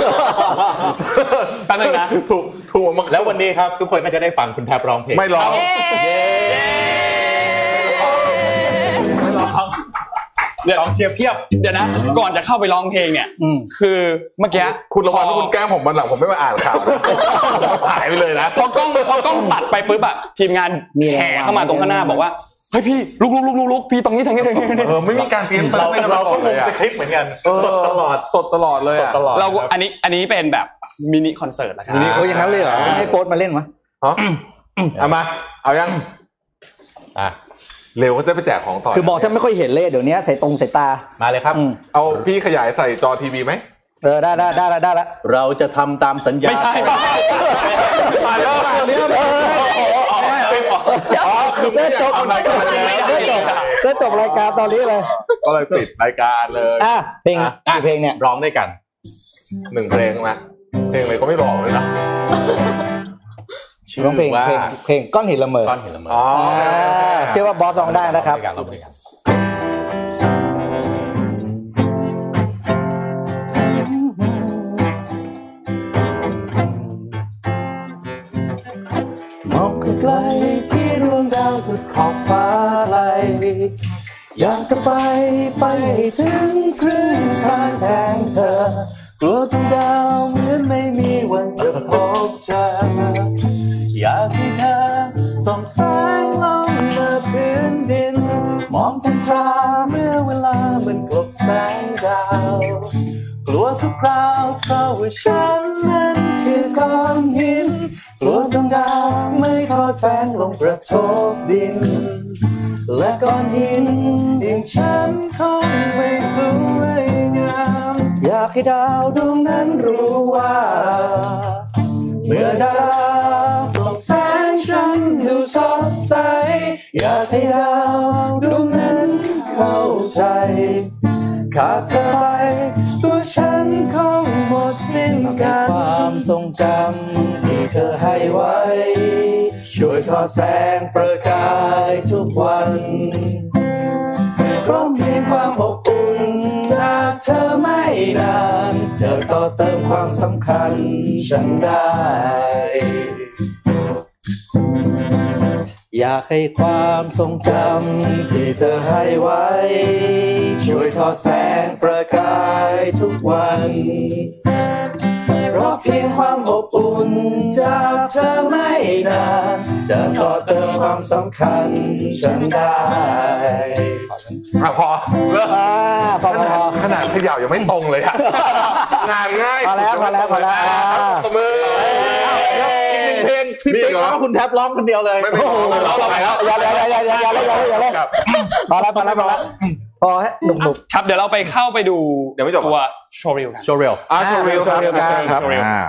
B: แป๊บนึงนะ
E: ถูกถูกมา
C: แล้ววันนี้ครับ ทุกคนก็จะได้ฟังคุณแทบร้องเพลง
E: ไม่ร้อง
B: เดี๋ยว
C: ร้องเชียร์เพียบ
B: เดี๋ยวนะ ก่อนจะเข้าไปร้องเพลงเนี่ย
D: อืม
B: คือเมื่อกี้
E: คุณระวัง
B: พ
E: ถ้า
B: อ
E: คุณแกล้งผมวันหลังผมไม่มาอ่านข่าวนะหายไปเลยนะ
B: พอกล้องพอกล้องตัดไปปุ๊บอะทีมงาน
D: มีอะไร
B: แห่เข้ามาตรงข้างหน้าบอกว่า เฮ้ยพี่ลุกลุกลุกลุกลุกพี่ตรงนี้ทางนี้ทางนี้ทางนี้
E: เออไม่มีการเตรียมตัว
I: เรา
E: ไม่
I: เราก็
E: เลย
I: งง
E: อะ
I: สคริปต์เหมือนกันสดตลอด
E: สดตลอดเลย
I: สด
E: อะ
I: ตลอด
B: เรา
I: ครับ
B: อันนี้อันนี้เป็นแบบมินิคอนเสิร์ตละกัน
E: มินิ
D: โอ้ยอย่างนั้นเลยเหรอไม่ให้โป๊ดมาเล่นวะ
E: ฮะเอามา เอายัง
C: อ่ะ
E: เร็วก็จะไปแจกของต่อ
D: คือบอกท่านไม่ค่อยเห็นเลยเดี๋ยวนี้ใส่ตรงใส่ตา
C: มาเลยครับ
D: อืม
E: เอาพี่ขยายใส่จอทีวีไหม
D: เออได้ได้ได้ละได้ละ
C: เราจะทำตามสัญญา
B: ไม่ใช่
E: มาแล้วมาแล้วอ๋อคือไม่อยากทำรายการแล้ว
D: ได้จบได้จบรายการตอนนี้เลย
E: ก็เลยติดรายการเลย
D: อ่ะเพลงกี่เพลงเนี่ย
C: ร้องด้วยกัน
E: หนึ่งเพลงมาเพลงอะไรก็ไม่บอกเลยนะ
C: ชื่อ
D: ร้องเพลง
C: ว่า
D: เพลงเพลงก้อนหินละเมอ
C: ก้อนหินละเมอ
E: อ๋อ
D: อ่าเชื่อว่าบอสร้องได้นะครับ
C: องด้วยกัองด้วยกัน
D: มองไกลๆที่ดวงดาวสุดขอบฟ้าไกลอยากจะไปไปให้ถึงครึ่งทางแทนเธอกลัวดวงดาวเหมือนไม่มีวันจะพบเจออยากให้เธอส่องแสงลงมาพื้นดิน มองจันทราเมื่อเวลามันกลบแสงดาว กลัวทุกคราวเพราะว่าฉันนั้นคือก้อนหิน กลัวดวงดาวไม่ทอดแสงลงกระทบดิน และก้อนหินอย่างฉันคงไม่สวยงาม อยากให้ดาวดวงนั้นรู้ว่า เมื่อดาราส่องแสงฉันดูสดใส อยากให้ดาวดวงนั้นเข้าใจ ขาดเธอไปตัวฉันคงหมดสิ้นกันความทรงจำที่เธอให้ไว้ ช่วยทอดแสงประกายทุกวันเพราะมีความอบอุ่นจากเธอไม่นาน เธอต่อเติมความสำคัญฉันได้ อยากให้ความทรงจำที่เธอให้ไว้ ช่วยทอดแสงประกายทุกวัน เพราะเพียงความอบอุ่นจากเธอไม่นานจะต่อเติมความสำคัญฉันได้
E: อ่ะพอเลิก
D: พอพอ
E: ขนาดขยาวยังไม่ตรงเลย อะงานง่าย
D: พอแล้วพอแล้วพอแล้ว
E: ตบมืออีกหนึ่งเพลงพี่ติ๊กเหรอ
C: คุณแทบร้องคนเดียวเลย
E: ไม่ไม่ไม่เราเราไปแล้ว
D: อย่าเลยอย่าเลยอย่าเลยอย่าเลยอย่าเลยอย่าเลย
E: ครับ
D: พอแล้วพอแล้วพอแล้วพอฮะหนุกหนุก
B: ครับเดี๋ยวเราไปเข้าไปดู
E: เดี๋ยวไม่จบเหรอ
B: ตัวโชว์ริลกัน
C: โชว์เร็ว
E: อ่าโชว์รีลครับ
B: โชว์รีลครับ
E: ครับ
C: อ่า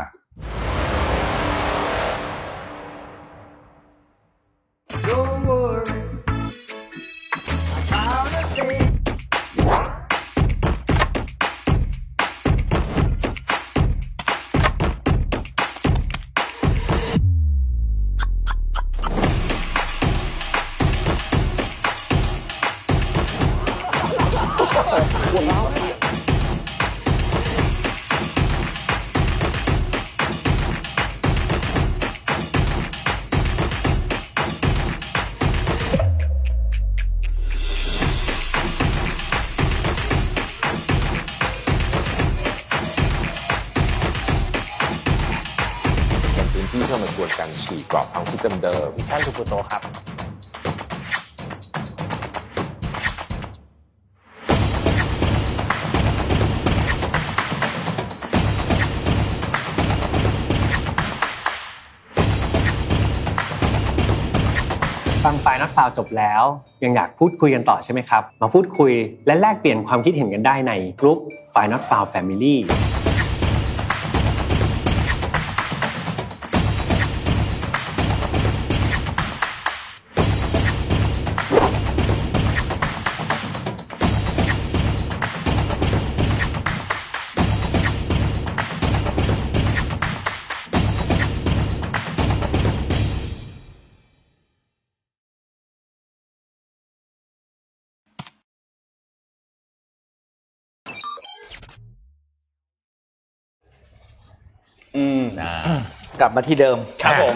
E: พื้นที่เชื่อมกวนกันฉีกกรอบความคิดเดิมๆ
B: ท่านทูกุโตครับ
I: ฟังฝ่ายนักข่าวจบแล้ว ยังอยากพูดคุยกันต่อใช่ไหมครับ มาพูดคุยและแลกเปลี่ยนความคิดเห็นกันได้ในกลุ่มฝ่ายนักข่าวแฟมิลี่
B: อืม
C: นะ
D: กลับมาที่เดิม
B: ครับผม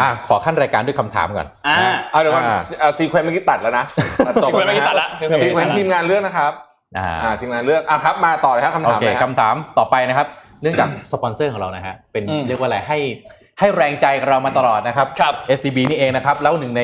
C: อ่ะขอขั้นรายการด้วยคำถามก่อน
B: อ่า
E: เอาเดี๋ยวก่อน
C: อ่า
E: ซีเควนต์เมื่อกี้ตัดแล้วนะตัดจบแล้วนะ
B: sequence เมื่อกี้ตัดละ
E: ซีเควนต์ทีมงานเลือกนะครับ
C: อ่า
E: อ่าทีมงานเลือกอ่ะครับ มาต่อเลยครับคำ
C: โอ
E: ถาม
C: เค
E: เลยครับ
C: คำถามต่อไปนะครับ เนื่องจากสปอนเซอร์ของเรานะฮะเป็นเรียกว่าอะไรให้ให้แรงใจกับเรามาตลอดนะครับ
B: ครับ
C: SCB นี่เองนะครับ แล้วหนึ่งใน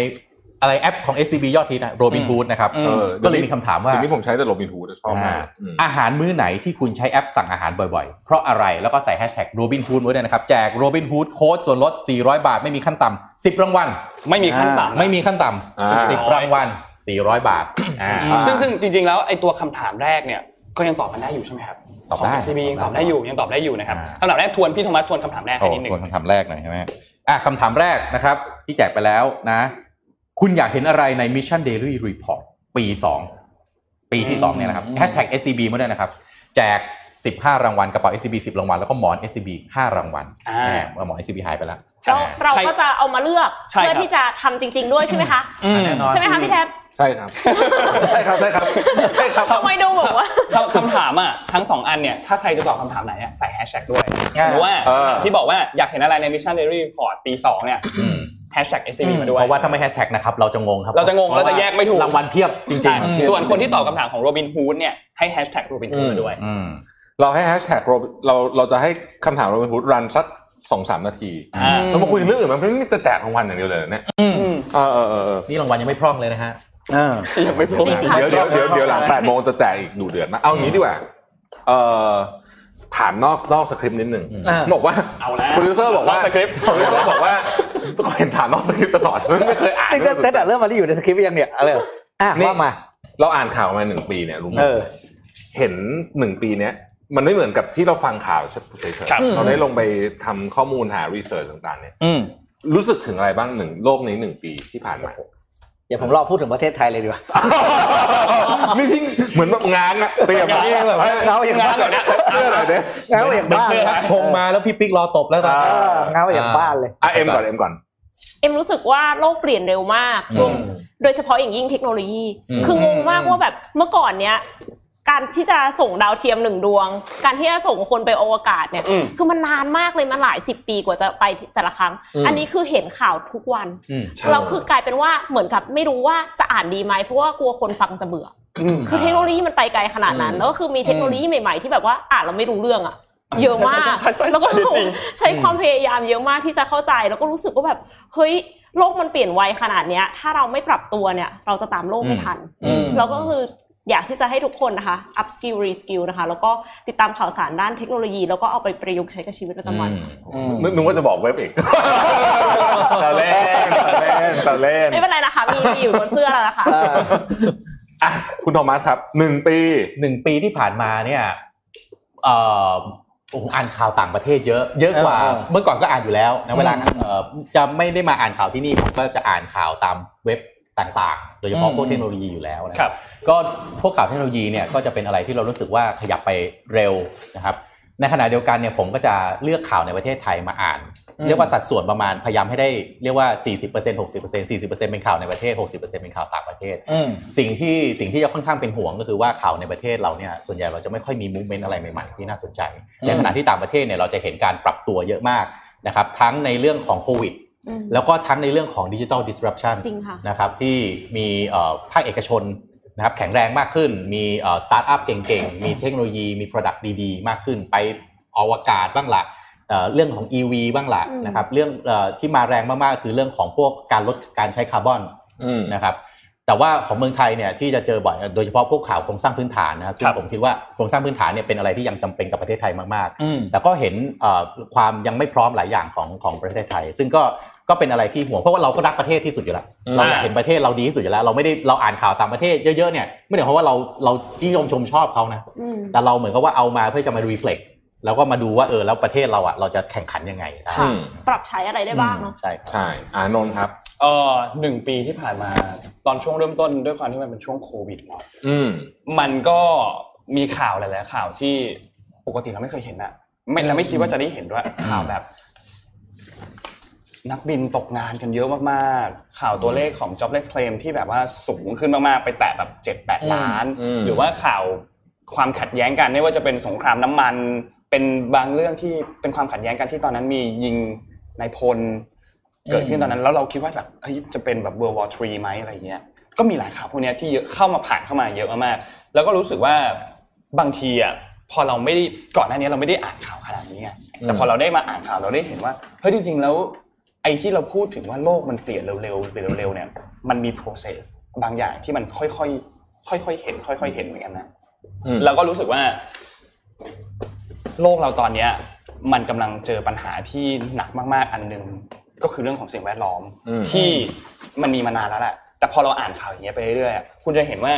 C: อะไรแอปของ SCB ยอดฮิตนะโรบินฮูดนะครับ
B: อืม
E: เออ
C: ก็เลยมีคำถามว่า
E: เดี๋ยวนี้ผมใช้แต่โรบินฮูดชอบมาก
C: อ่า
E: อืม
C: อาหารมื้อไหนที่คุณใช้แอปสั่งอาหารบ่อยๆ เพราะอะไร แล้วก็ใส่แฮชแท็กโรบินฮูดไว้ด้วยนะครับ แจกโรบินฮูดโค้ดส่วนลด 400 บาท ไม่มีขั้นต่ำ10 รางวัล
B: ไม่มีขั้นต่ำนะ
C: ไม่มีขั้นต่
E: อ่า
C: ำ10 รางวัล 400 บาทอ่า
B: อืมซึ่งซึ่งจริงๆ แล้วไอ้ตัวคำถามแรกเนี่ยก็ยังตอบมันได้อยู่ใช่ไหมครับ
C: ตอบได้
B: ซีบียังตอบได้อยู่ยังตอบได้อยู่นะครับคำ
C: อ่า
B: ถามแรกทวนพี่โทมัสทวนคำถามแรกให้
C: โอ้
B: นิดหนึ่
C: ทวน
B: ง
C: คำถามแรกหน่อยใช่ไหมอ่ะคำถามแรกนะครับ ที่แจกไปแล้วนะ คุณอยากเห็นอะไรใน Mission Daily Report ปี 2 ปีที่ 2 เนี่ยนะครับ Hashtag SCB มาด้วยนะครับ แจก 15 รางวัลกระเป๋า SCB 10 รางวัล แล้วก็หมอน SCB 5 รางวัล
B: อ่า
C: แหมหมอน SCB หายไปแล้ว
F: แล้วเรา
B: ใช่
F: ก็จะเอามาเลือก
B: ใช่ครับ
F: เพื่อที่จะทำจริง ๆ ด้วยใช่ไหมคะ
B: ม
C: แน่นอน
F: ใช่ไหมคะพี่แท็บ
E: ใช่ครับ ใช่ครับใช่ครับใช่ครับ
F: ทำไมดูแบบว่า
B: คำคำถามอ่ะทั้งสองอันเนี่ยถ้าใครจะตอบคำถามไหนอะใส่แฮชแท็กด้วย
C: อ่า
B: หรือว่า
E: เออ
B: ที่บอกว่าอยากเห็นอะไรใน Mission Daily Report ปี 2 เนี่ย
C: อืม
B: แฮชแท็ก SCB มาด้วย
C: เพราะว่าถ้าไม่แฮชแท็กนะครับ เราจะงงครับ
B: เราจะงงเราจะแยกไม่ถูก
C: รางวัลเพียบจริง
B: ใช่ส่วนคนที่ตอบคำถามของโรบินฮูดเนี่ยให้แฮชแท็กโรบินฮูดมาด้วย
C: ๆอืม
E: เราให้แฮชแท็กเราเราจะให้คำถามโรบินฮูดรันสักสองสามนาที
C: อ่า
E: เรามาคุยเรื่องอื่นมันไม่มีแต่แจกรางวัลอย่างเดียวเลยเนี่ยเออเออเออเออ
C: นี่รางวัลยังไม่พร่องเลยนะฮะ
B: ยังไม่พบ
F: จริงค่ะ
E: เดี๋ยวเดี๋ยวเดี๋ยวเดี๋ยวหลังแปดโมงจะแจกอีกหนูเดือนนะเอางี้ดีกว่าเออถามนอกนอกสคริปต์นิดหนึ่ง
D: อ่า
E: บอกว่า
B: เอาแล้ว
E: โปรดิวเซอร์บอกว่าน
B: อกสคริปต์
E: โปรดิวเซอร์บอกว่าก็เห็นถามนอกสคริปต์ตลอดไม่เคยอ่าน
D: ตั้งแต่ตั้งแต่เริ่มมาที่อยู่ในสคริปต์ยังเนี่ยอะไรเหรออ่ะ
E: นี่
D: ว่ามา
E: เราอ่านข่าวมาหนึ่งปีเนี่ยรู้ไหม
D: เออ
E: เห็นหนึ่งปีเนี้ยมันไม่เหมือนกับที่เราฟังข่าวเฉย
B: ครับ
E: ๆเราได้ลงไปทำข้อมูลหารีเสิร์ชต่างๆเนี่ยรู้สึกถึงอะไรบ้างหนึ่งโลกนี้หนึ่งปีที่ผ่านมา
D: เดี๋ยวผมรอพูดถึงประเทศไทยเลยดีกว่า
E: นี่ที่เหมือนแบบงานอะเตรียม
B: งานเนี่ยแบบว่า
D: เงาอย่างบ้าน
B: เดี๋ยวนะ
E: เสื้อหน่อยเด้
D: เงาอย่างบ้านเลย
C: ชงมาแล้วพี่ปิ๊กรอตบแล้วตอน
D: เอ
C: นี้
D: อเงาอย่างบ้านเลย
E: อ่ะเอ็มก่อนเอ็มก่อน
F: เอ็มรู้สึกว่าโลกเปลี่ยนเร็วมาก
C: อืม
F: รวมโดยเฉพาะอย่างยิ่งเทคโนโลยี
C: อืม
F: คืองงมากว่าแบบเมื่อก่อนเนี้ยการที่จะส่งดาวเทียมหนึ่งดวง การที่จะส่งคนไปอวกาศเนี่ย
B: อืม
F: คือมันนานมากเลยมันหลายสิบปีกว่าจะไปแต่ละครั้ง อันนี้คือเห็นข่าวทุกวัน
C: อืม
F: เราคือกลายเป็นว่าเหมือนกับไม่รู้ว่าจะอ่านดีไหมเพราะว่ากลัวคนฟังจะเบื่ออคือเทคโนโลยีมันไปไกลขนาดนั้น แล้วก็คือมีเทคโนโลยีใหม่ๆที่แบบว่าอ่านเราไม่รู้เรื่องอะเยอะมาก
B: ใช่ใช่ใช่
F: แล้วก็
B: จริง
F: ใช้ความพยายามเยอะมากที่จะเข้าใจ แล้วก็รู้สึกว่าแบบเฮ้ยโลกมันเปลี่ยนไวขนาดเนี้ย ถ้าเราไม่ปรับตัวเนี่ย เราจะตามโลกไม่ทัน
C: อืม
F: แล้วก็คืออยากที่จะให้ทุกคนนะคะ up skill re skill นะคะ แล้วก็ติดตามข่าวสารด้านเทคโนโลยี แล้วก็เอาไปประยุกต์ใช้กับชีวิตประจำวัน
E: นึกนึกว่าจะบอกเว็บอีกตะเล่นตะเล่นตะเล่น
F: ไม่เป็นไรนะคะมีมีอยู่บนเสื้อแล้ว นะคะ
E: อ่ะคุณโทมัสครับหนึ่งปี
C: หนึ่งปีที่ผ่านมาเนี่ยเอ่อโอ้โหอ่านข่าวต่างประเทศเยอะ เยอะกว่า
D: เออเออ
C: เมื่อก่อนก็อ่านอยู่แล้วนะเวลา
D: อืม
C: เอ่อจะไม่ได้มาอ่านข่าวที่นี่ผมก็จะอ่านข่าวตามเว็บต่างๆ โดยเฉพาะ
D: อืม
C: พวกเทคโนโลยีอยู่แล้วนะครับ ก็พวกข่าวเทคโนโลยีเนี่ยก็จะเป็นอะไรที่เรารู้สึกว่าขยับไปเร็วนะครับ ในขณะเดียวกันเนี่ยผมก็จะเลือกข่าวในประเทศไทยมาอ่าน เรียกว่าสัดส่วนประมาณพยายามให้ได้เรียกว่า 40% 60% 40%เป็นข่าวในประเทศ 60%เป็นข่าวต่างประเทศ
D: อืม
C: สิ่งที่สิ่งที่จะค่อนข้างเป็นห่วงก็คือว่าข่าวในประเทศเราเนี่ยส่วนใหญ่เราจะไม่ค่อยมีมูฟเมนต์อะไรใหม่ๆที่น่าสนใจในขณะที่ต่างประเทศเนี่ยเราจะเห็นการปรับตัวเยอะมากนะครับทั้งในเรื่องของโควิด
F: อืม
C: แล้วก็ทั้งในเรื่องของดิจิ t a ลดิสรัปชัน
F: จริงค่ะ
C: นะครับที่มีเอ่อภาคเอกชนนะครับแข็งแรงมากขึ้น มีสตาร์ทอัพเก่งๆ มีเทคโนโลยีมี Product ดีๆ มากขึ้น ไปอวกาศบ้างละเอ่อเรื่องของ EV บ้างละ
F: อืม
C: นะครับเรื่องเอ่อที่มาแรงมากๆ คือเรื่องของพวกการลดการใช้คาร์บอน
E: อืม
C: นะครับแต่ว่าของเมืองไทยเนี่ยที่จะเจอบ่อยโดยเฉพาะพวกข่าวโครงสร้างพื้นฐานนะครับซึ่งผมคิดว่าโครงสร้างพื้นฐานเนี่ยเป็นอะไรที่ยังจำเป็นกับประเทศไทยมากๆ แต่ก็เห็นเอ่อความยังไม่พร้อมหลายอย่างของของประเทศไทย ซึ่งก็ก็เป็นอะไรที่ห่วงเพราะว่าเราก็รักประเทศที่สุดอยู่แล้ว
E: อืม
C: เราอยากเห็นประเทศเราดีที่สุดอยู่แล้ว เราไม่ได้เราอ่านข่าวต่างประเทศเยอะๆเนี่ยไม่ได้เพราะว่าเราเราจี้ยมชมชอบเขานะ
F: อืม
C: แต่เราเหมือนกับว่าเอามาเพื่อจะมา reflect แล้วก็มาดูว่าเออแล้วประเทศเราอ่ะเราจะแข่งขันยังไงได้
E: อืม
F: ปรับใช้อะไรได้บ้างเนาะ
C: ใช่ครับ
E: ใช่อ่านนท์ครับ
B: เออหนึ่งปีที่ผ่านมาตอนช่วงเริ่มต้นด้วยความที่มันเป็นช่วงโควิดเนาะ
E: อืม
B: มันก็มีข่าวหลายๆข่าวที่ปกติเราไม่เคยเห็นอะไม่เราไม่คิดว่าจะได้เห็นด้วยข่าวแบบ นักบินตกงานกันเยอะมากๆ ข่าวตัวเลขของ jobless claim ที่แบบว่าสูงขึ้นมากๆ ไปแตะแบบเจ็ดแปดล้าน
E: อืม
B: หรือว่าข่าวความขัดแย้งกันไม่ว่าจะเป็นสงครามน้ำมัน เป็นบางเรื่องที่เป็นความขัดแย้งกันที่ตอนนั้นมียิงนายพล เกิดขึ้นตอนนั้นแล้วเราคิดว่าแบบเฮ้ยจะเป็นแบบ World War 3ไหมอะไรเงี้ยก็มีหลายข่าวพวกเนี้ยที่เยอะเข้ามาผ่านเข้ามาเยอะมากๆแล้วก็รู้สึกว่าบางทีอ่ะพอเราไม่ได้ก่อนหน้านี้เราไม่ได้อ่านข่าวขนาดนี้ไงแต่พอเราได้มาอ่านข่าวเราได้เห็นว่าเฮ้ยจริงๆแล้ว ไอ้ที่เราพูดถึงว่าโลกมันเปลี่ยนเร็วๆเปลี่ยนเร็วๆเนี่ยมันมี process บางอย่างที่มันค่อยๆค่อยๆเห็น ค่อย ๆ เห็นเหมือนกันนะ
E: อืม
B: เราก็รู้สึกว่า โลกเราตอนเนี้ย มันกำลังเจอปัญหาที่หนักมากๆอันหนึ่งก็คือเรื่องของสิ่งแวดล้อม
E: อืม
B: ที่มันมีมานานแล้วแหละแต่พอเราอ่านข่าวอย่างเงี้ยไปเรื่อยๆอะคุณจะเห็นว่า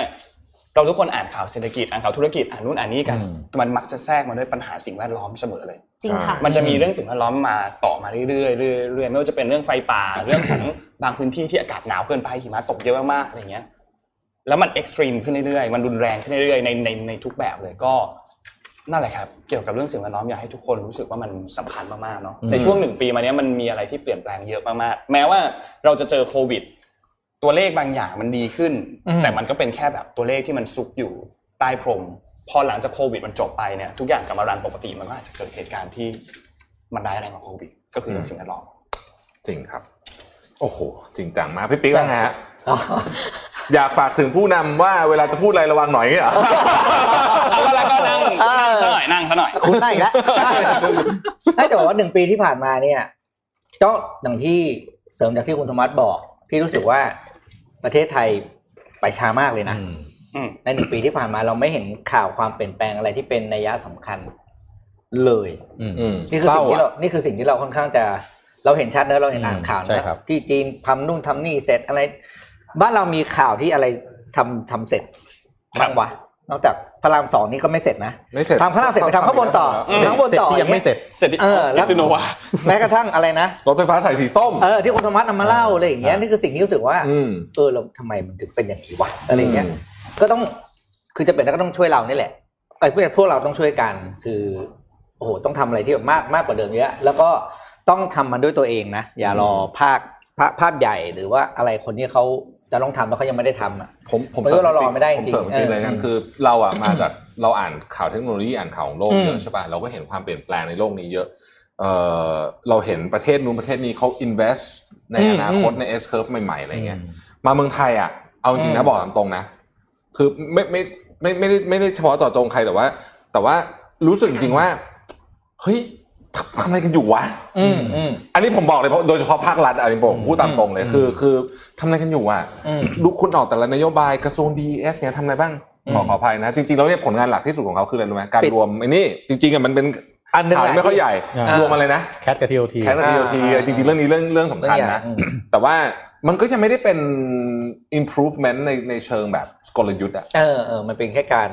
B: เราทุกคนอ่านข่าวเศรษฐกิจอ่านข่าวธุรกิจอ่านนู่นอ่านนี่กัน
C: อืม
B: มันมักจะแทรกมาด้วยปัญหาสิ่งแวดล้อมเสมอเลย
F: จริงค่ะ
B: มันจะมีเรื่องสิ่งแวดล้อมมาต่อมาเรื่อยๆเรื่อยๆเรื่อยๆไม่ว่าจะเป็นเรื่องไฟป่า เรื่องของบางพื้นที่ที่อากาศหนาวเกินไปหิมะตกเยอะมากๆอะไรเงี้ย แล้วมันเอ็กซ์ตรีมขึ้นเรื่อยๆมันรุนแรงขึ้นเรื่อยๆในในในทุกแบบเลยก็นั่นแหละครับ เกี่ยวกับเรื่องสิ่งแวดล้อมอยากให้ทุกคนรู้สึกว่ามันสำคัญมากๆเนาะในช่วงหนึ่งปีมาเนี้ยมันมีอะไรที่เปลี่ยนแปลงเยอะมากๆแม้ว่าเราจะเจอโควิด ตัวเลขบางอย่างมันดีขึ้น แต่มันก็เป็นแค่แบบตัวเลขที่มันซุกอยู่ใต้พรม พอหลังจากโควิดมันจบไปเนี่ยทุกอย่างกลับมารันปกติมันก็อาจจะเกิดเหตุการณ์ที่มันร้ายแรงกว่าโควิด ก็คือเรื่องสิ่งแวดล้อม
E: จริงครับ โอ้โห จริงจังมากพี่ปิ๊กว่าไงฮะอยากฝากถึงผู้นำว่าเวลาจะพูดอะไรระวังหน่อยเหรอ
B: แล้วก็นั่งนั่งซะหน่อยนั่งซะหน่อย
D: คุณได้อีกแล้วใช่แต่ว่าหนึ่งปีที่ผ่านมาเนี่ยก็อย่างที่เสริมจากที่คุณธมัสบอก พี่รู้สึกว่าประเทศไทยไปช้ามากเลยนะ
C: อืม
B: อืม
D: ในหนึ่งปีที่ผ่านมาเราไม่เห็นข่าวความเปลี่ยนแปลงอะไรที่เป็นนัยยะสำคัญเลย
C: อืม
E: อืม
D: นี่คือ
E: เศ
D: สิ่
E: ร้าง
D: ที่
E: อะ
D: เรานี่คือสิ่งที่เราค่อนข้างจะเราเห็นชัดนะเราเห็น
C: อืม
D: อ่านข่าว
C: ใช่
D: นะครับ ที่จีนทำนู่นทำนี่เสร็จอะไร บ้านเรามีข่าวที่อะไรทำทำเสร็จ
B: ครับ
D: บ้างวะนอกจากพระรามสองนี่ก็ไม่เสร็จนะ
E: ไม่เสร็จ
D: ทำพระรามเสร็จไปทำข้างบนต่อ
E: อืม
D: ทำข้างบน
C: เสร็จ
D: ต่อ
C: ที่ยังไม่เสร็จ
B: เสร็จดิ
D: เออ
B: กิ
D: แล้ว
B: สโนวา
D: แม้กระทั่งอะไรนะ
E: รถไฟฟ้าสายสีส้ม
D: เออที่คุณธรรมะนำมาเล่าอะไรอย่างเงี้ย
C: อ่านี่
D: นี่คือสิ่งที่รู้สึกว่า
E: อืม
D: เออเราทำไมมันถึงเป็นอย่างนี้วะอะไรเงี้ย
E: อืม
D: ก็ต้องคือจะเป็นแล้วก็ต้องช่วยเรานี่แหละไอ้ยพวกพวกเราต้องช่วยกันคือโอ้โหต้องทำอะไรที่แบบมากมากกว่าเดิมเยอะแล้วก็ต้องทำมันด้วยตัวเองนะอย่ารอภาคภาคภาพใหญ่หรือว่าอะไรคนที่เขาจะต้องทำแล้วเขายังไม่ได้ทำอ่ะ
E: ผมผม
D: เพราะว่าเรารอไม่ได้
E: ผม
D: จริง
E: เสริมจริง
D: เออ
E: เลยกันคือเราอ่ะมาจากเราอ่านข่าวเทคโนโลยีอ่านข่าวของโลกเย
D: อื
E: อะ
D: ม
E: ใช่ป่ะเราก็เห็นความเปลี่ยนแปลงในโลกนี้เยอะเออเราเห็นประเทศนู้นประเทศนี้เขา invest ในอนาคตใน S curve ใหม่ๆอะไรเงี้ย มาเมืองไทยอ่ะ เอาจริงๆนะบอกตามตรงนะ คือไม่ไม่ไม่ไม่ได้ไม่ได้เฉพาะเจาะจงใครแต่ว่า แต่ว่ารู้สึกจริงๆว่า เฮ้ยทำทำอะไรกันอยู่วะ
D: อืมอืม
E: อันนี้ผมบอกเลยเพราะโดยเฉพาะภาครัฐอันนี้ผมพูดตามตรงเลย คือ คือทำอะไรกันอยู่อ่ะดูคุณออกแต่ละนโยบายกระทรวงดีเอสเนี่ยทำอะไรบ้าง ขอขออภัยนะ จริงๆแล้วเนี่ยผลงานหลักที่สุดของเขาคืออะไรรู้ไหมการ
D: ปิด
E: รวมไอ้นี่จริงๆอ่ะมันเป็น
D: อันหนึง
E: ข่าว
D: แหละ
E: ที่ไม่ค่อยใหญ่
C: อ่า
E: รวมอะไรนะ
C: แคทกับทีโอที
E: แค่นาทีที
D: อ่า
E: จริงๆ เรื่องนี้เรื่องเรื่องสำคัญนะ
D: เรื่องใหญ่
E: แต่ว่ามันก็ยังไม่ได้เป็น improvement ในในเชิงแบบกลยุทธ์อ่ะ
D: เออเออมันเป็นแค่การ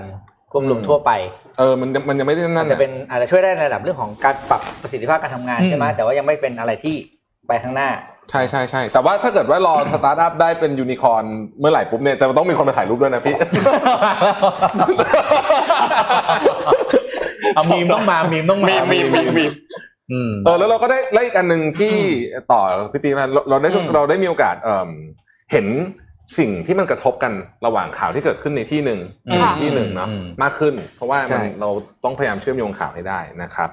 D: ควบรวม
E: อืม
D: ทั่วไป
E: เออมันมันยังไม่ได้นั่น
D: จะ
E: นะ
D: เป็นอาจจะช่วยได้ในระดับเรื่องของการปรับประสิทธิภาพการทำงานใช่ไหมแต่ว่ายังไม่เป็นอะไรที่ไปข้างหน้า
E: ใช่ใช่ใช่แต่ว่าถ้าเกิดว่ารอสตาร์ทอัพได้เป็นยูนิคอร์นเมื่อไหร่ปุ๊บเนี่ย จะต้องมีคนมาถ่ายรูปด้วยนะพี่
C: เอามีมต้องมา มีมต้องมา มีมีมีอืม
E: เออแล้วเราก็ได้แล้วอีกอันหนึ่งที่ต่อพี่ปีนะเราเราได้เราได้มีโอกาสเอิ่มเห็นสิ่งที่มันกระทบกันระหว่างข่าวที่เกิดขึ้นในที่หนึ่ง
F: อืม
E: อีกที่หนึ่งเนาะ
C: อืม
E: มากขึ้น เพราะว่ามัน
D: ใช่
E: เราต้องพยายามเชื่อมโยงข่าวให้ได้นะครับ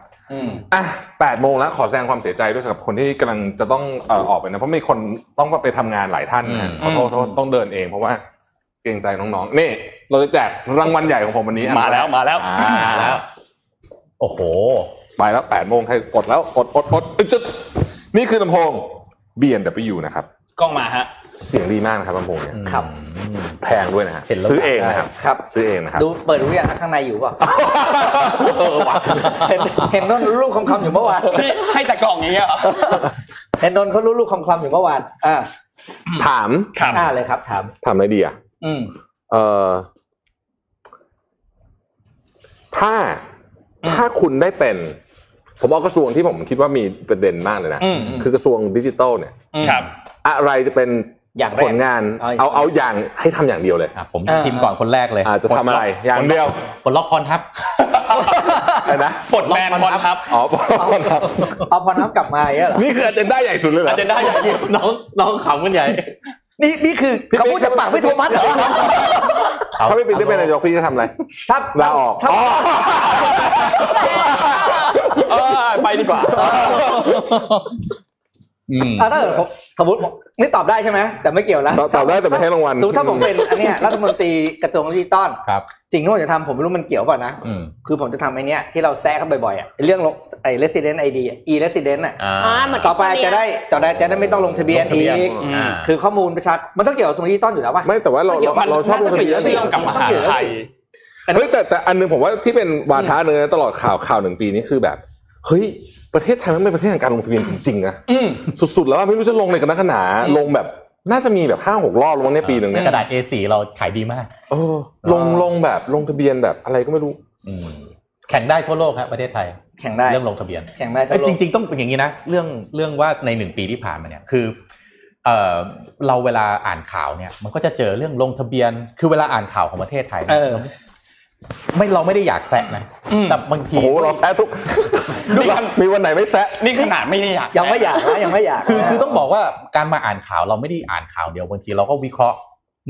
E: อ่ะแปดโมงแล้วขอแสดงความเสียใจด้วยสำหรับคนที่กำลังจะต้องเอ่อออกไปนะเพราะมีคนต้องไปทำงานหลายท่านนะขอโทษขอโทษต้องเดินเอง เพราะว่าเกรงใจน้องๆนี่เราจะแจกรางวัลใหญ่ของผมวันนี้อัน
B: มาแล้วมาแล้ว
E: อ่
C: มาแล้ว โอ้โห
E: ไปแล้วแปดโมงใครกดแล้วกดกดกดอึ๊ดจึ๊ดนี่คือลำโพง B&W นะครับ
B: กล้องมาฮะ
E: เสียงดีมากนะครับลำโพงเนี่ย
D: ครับ
E: แพงด้วยนะฮะ
C: เห็นแล้ว
E: ซื้อเองนะครับ
D: ครับ
E: ซื้อเองนะครับ
D: ดู เปิดดูอย่างข้างในอยู่เปล่า
E: เออว่ะ
D: เห็นเห็นนนท์ลูกคำคำอยู่เมื่อวาน
B: นี่ให้แต่กล่องอย่างเงี้ยเหรอ
D: เห็นนนท์เขารู้ลูกคำคำอยู่เมื่อวานอ่า
E: ถาม
B: ครับ
D: อ่าเลยครับถาม
E: ถามอะไรดีอ่ะ
D: อืม
E: เออถ้าถ้าคุณได้เป็น ผมเอากระทรวงที่ผมคิดว่ามีประเด็นมากเลยนะ
D: อืมอืม
E: คือกระทรวงดิจิทัลเนี่ย
B: ครับ
E: อะไรจะเป็น
D: อย่างแรก
E: ผลงาน
D: เอาอย่าง
E: เอาเอาอย่างให้ทำอย่างเดียวเลย
C: อ่ะผมทีมก่อนคนแรกเลย
E: อาจจะทำอะไรอย่างเดียว
C: ปลดล็อกพรทับ
E: อะไรนะ
B: ปลดแบนบอลครับ
E: อ๋อบอกครับ
D: เอาพอน้ำกลับมาอย่างเงี้ยเหรอ
E: นี่คืออาจารย์ได้ใหญ่สุดเลยเหรอ
B: อาจจะได้อย่างเดียว
C: น้องน้องขำกันใหญ่
D: นี่นี่คือคำพูดจากปากพี่โทมัสเหรอ
E: ถ้าไม่เป็นได้เป็นนายกพี่จะทำอะไร
D: ถ้า
E: ลาออกอ๋อ
B: เออไปดีกว่า
C: อืม
D: ถ้าเกิดผมสมมติผมนี่ตอบได้ใช่ไหมแต่ไม่เกี่ยวนะ
E: ตอบตอบได้แต่ไม่ให้รางวัล
D: สมมติถ้าผมเป็นอันเนี้ยรัฐมนตรีกระทรวงดิจิตอล
C: ครับ
D: สิ่งที่ผมจะทำผมไม่รู้มันเกี่ยวเปล่ะนะ
C: อืม
D: คือผมจะทำไอ้เนี้ยที่เราแซะเข้าบ่อยๆอ่ะไอ้เรื่องลงไอ้ resident ID อ่ะ e resident อ่ะ
C: อ่า
F: อ่าเหมือน
D: ต่อไป
F: เสเนีย
D: จะได้จะได้จะได้ไม่ต้องลงทะเบียน
C: ทะ
D: อี
C: เบียน
D: ก
C: อ่า
D: คือข้อมูลประชามันต้องเกี่ยวกับตรงนี้ต้นอยู่แล้วป่ะ
E: ไม่แต่ว่าเรา
D: เดี๋ยวมัน
E: เราชอบล
B: น่าง จะ
E: ทะ
B: เกิด
E: เบียน
B: เรื่องกับมหาไทย
E: เฮ้ยแต่แต่อันหนึงผมว่าที่เป็นวาทะเนื้อตลอดข่าวข่าวหนึ่งปีนี้คือแบบเฮ้ยประเทศไทยมันเป็นประเทศแห่งการลงทะเบียนจริงๆนะสุดๆแล้วอะไม่รู้จะลงในกันนักหนาลงแบบน่าจะมีแบบห้าหกรอบลงในยปีหนึ่งเนี่ย
C: กระดาษ A4 เราขายดีมาก
E: เออลงลงแบบลงทะเบียนแบบอะไรก็ไม่รู้
C: อืมแข่งได้ทั่วโลกครับประเทศไทย
D: แข่งได้
C: เรื่องลงทะเบียน
D: แข่งได้
C: เอ้ยจ
D: จริง
C: ริง ๆ ต้องเป็นอย่างนี้นะ เรื่องเรื่องว่าในหนึ่งปีที่ผ่านมาเนี่ยคือเออเราเวลาอ่านข่าวเนี่ย มันก็จะเจอเรื่องลงทะเบียน คือเวลาอ่านข่าวของประเทศไทยนี่ย
D: เออ
C: ไม่เราไม่ได้อยากแซะนะแต่บางที
E: โอ้โหเราแซะทุก มีวันไหนไม่แซะ
B: นี่ขนาดไม่ได้อยาก
D: ยังไม่อยากนะยังไม่อยาก
C: คือคือต้องบอกว่าการมาอ่านข่าวเราไม่ได้อ่านข่าวเดียวบางทีเราก็วิเคราะห์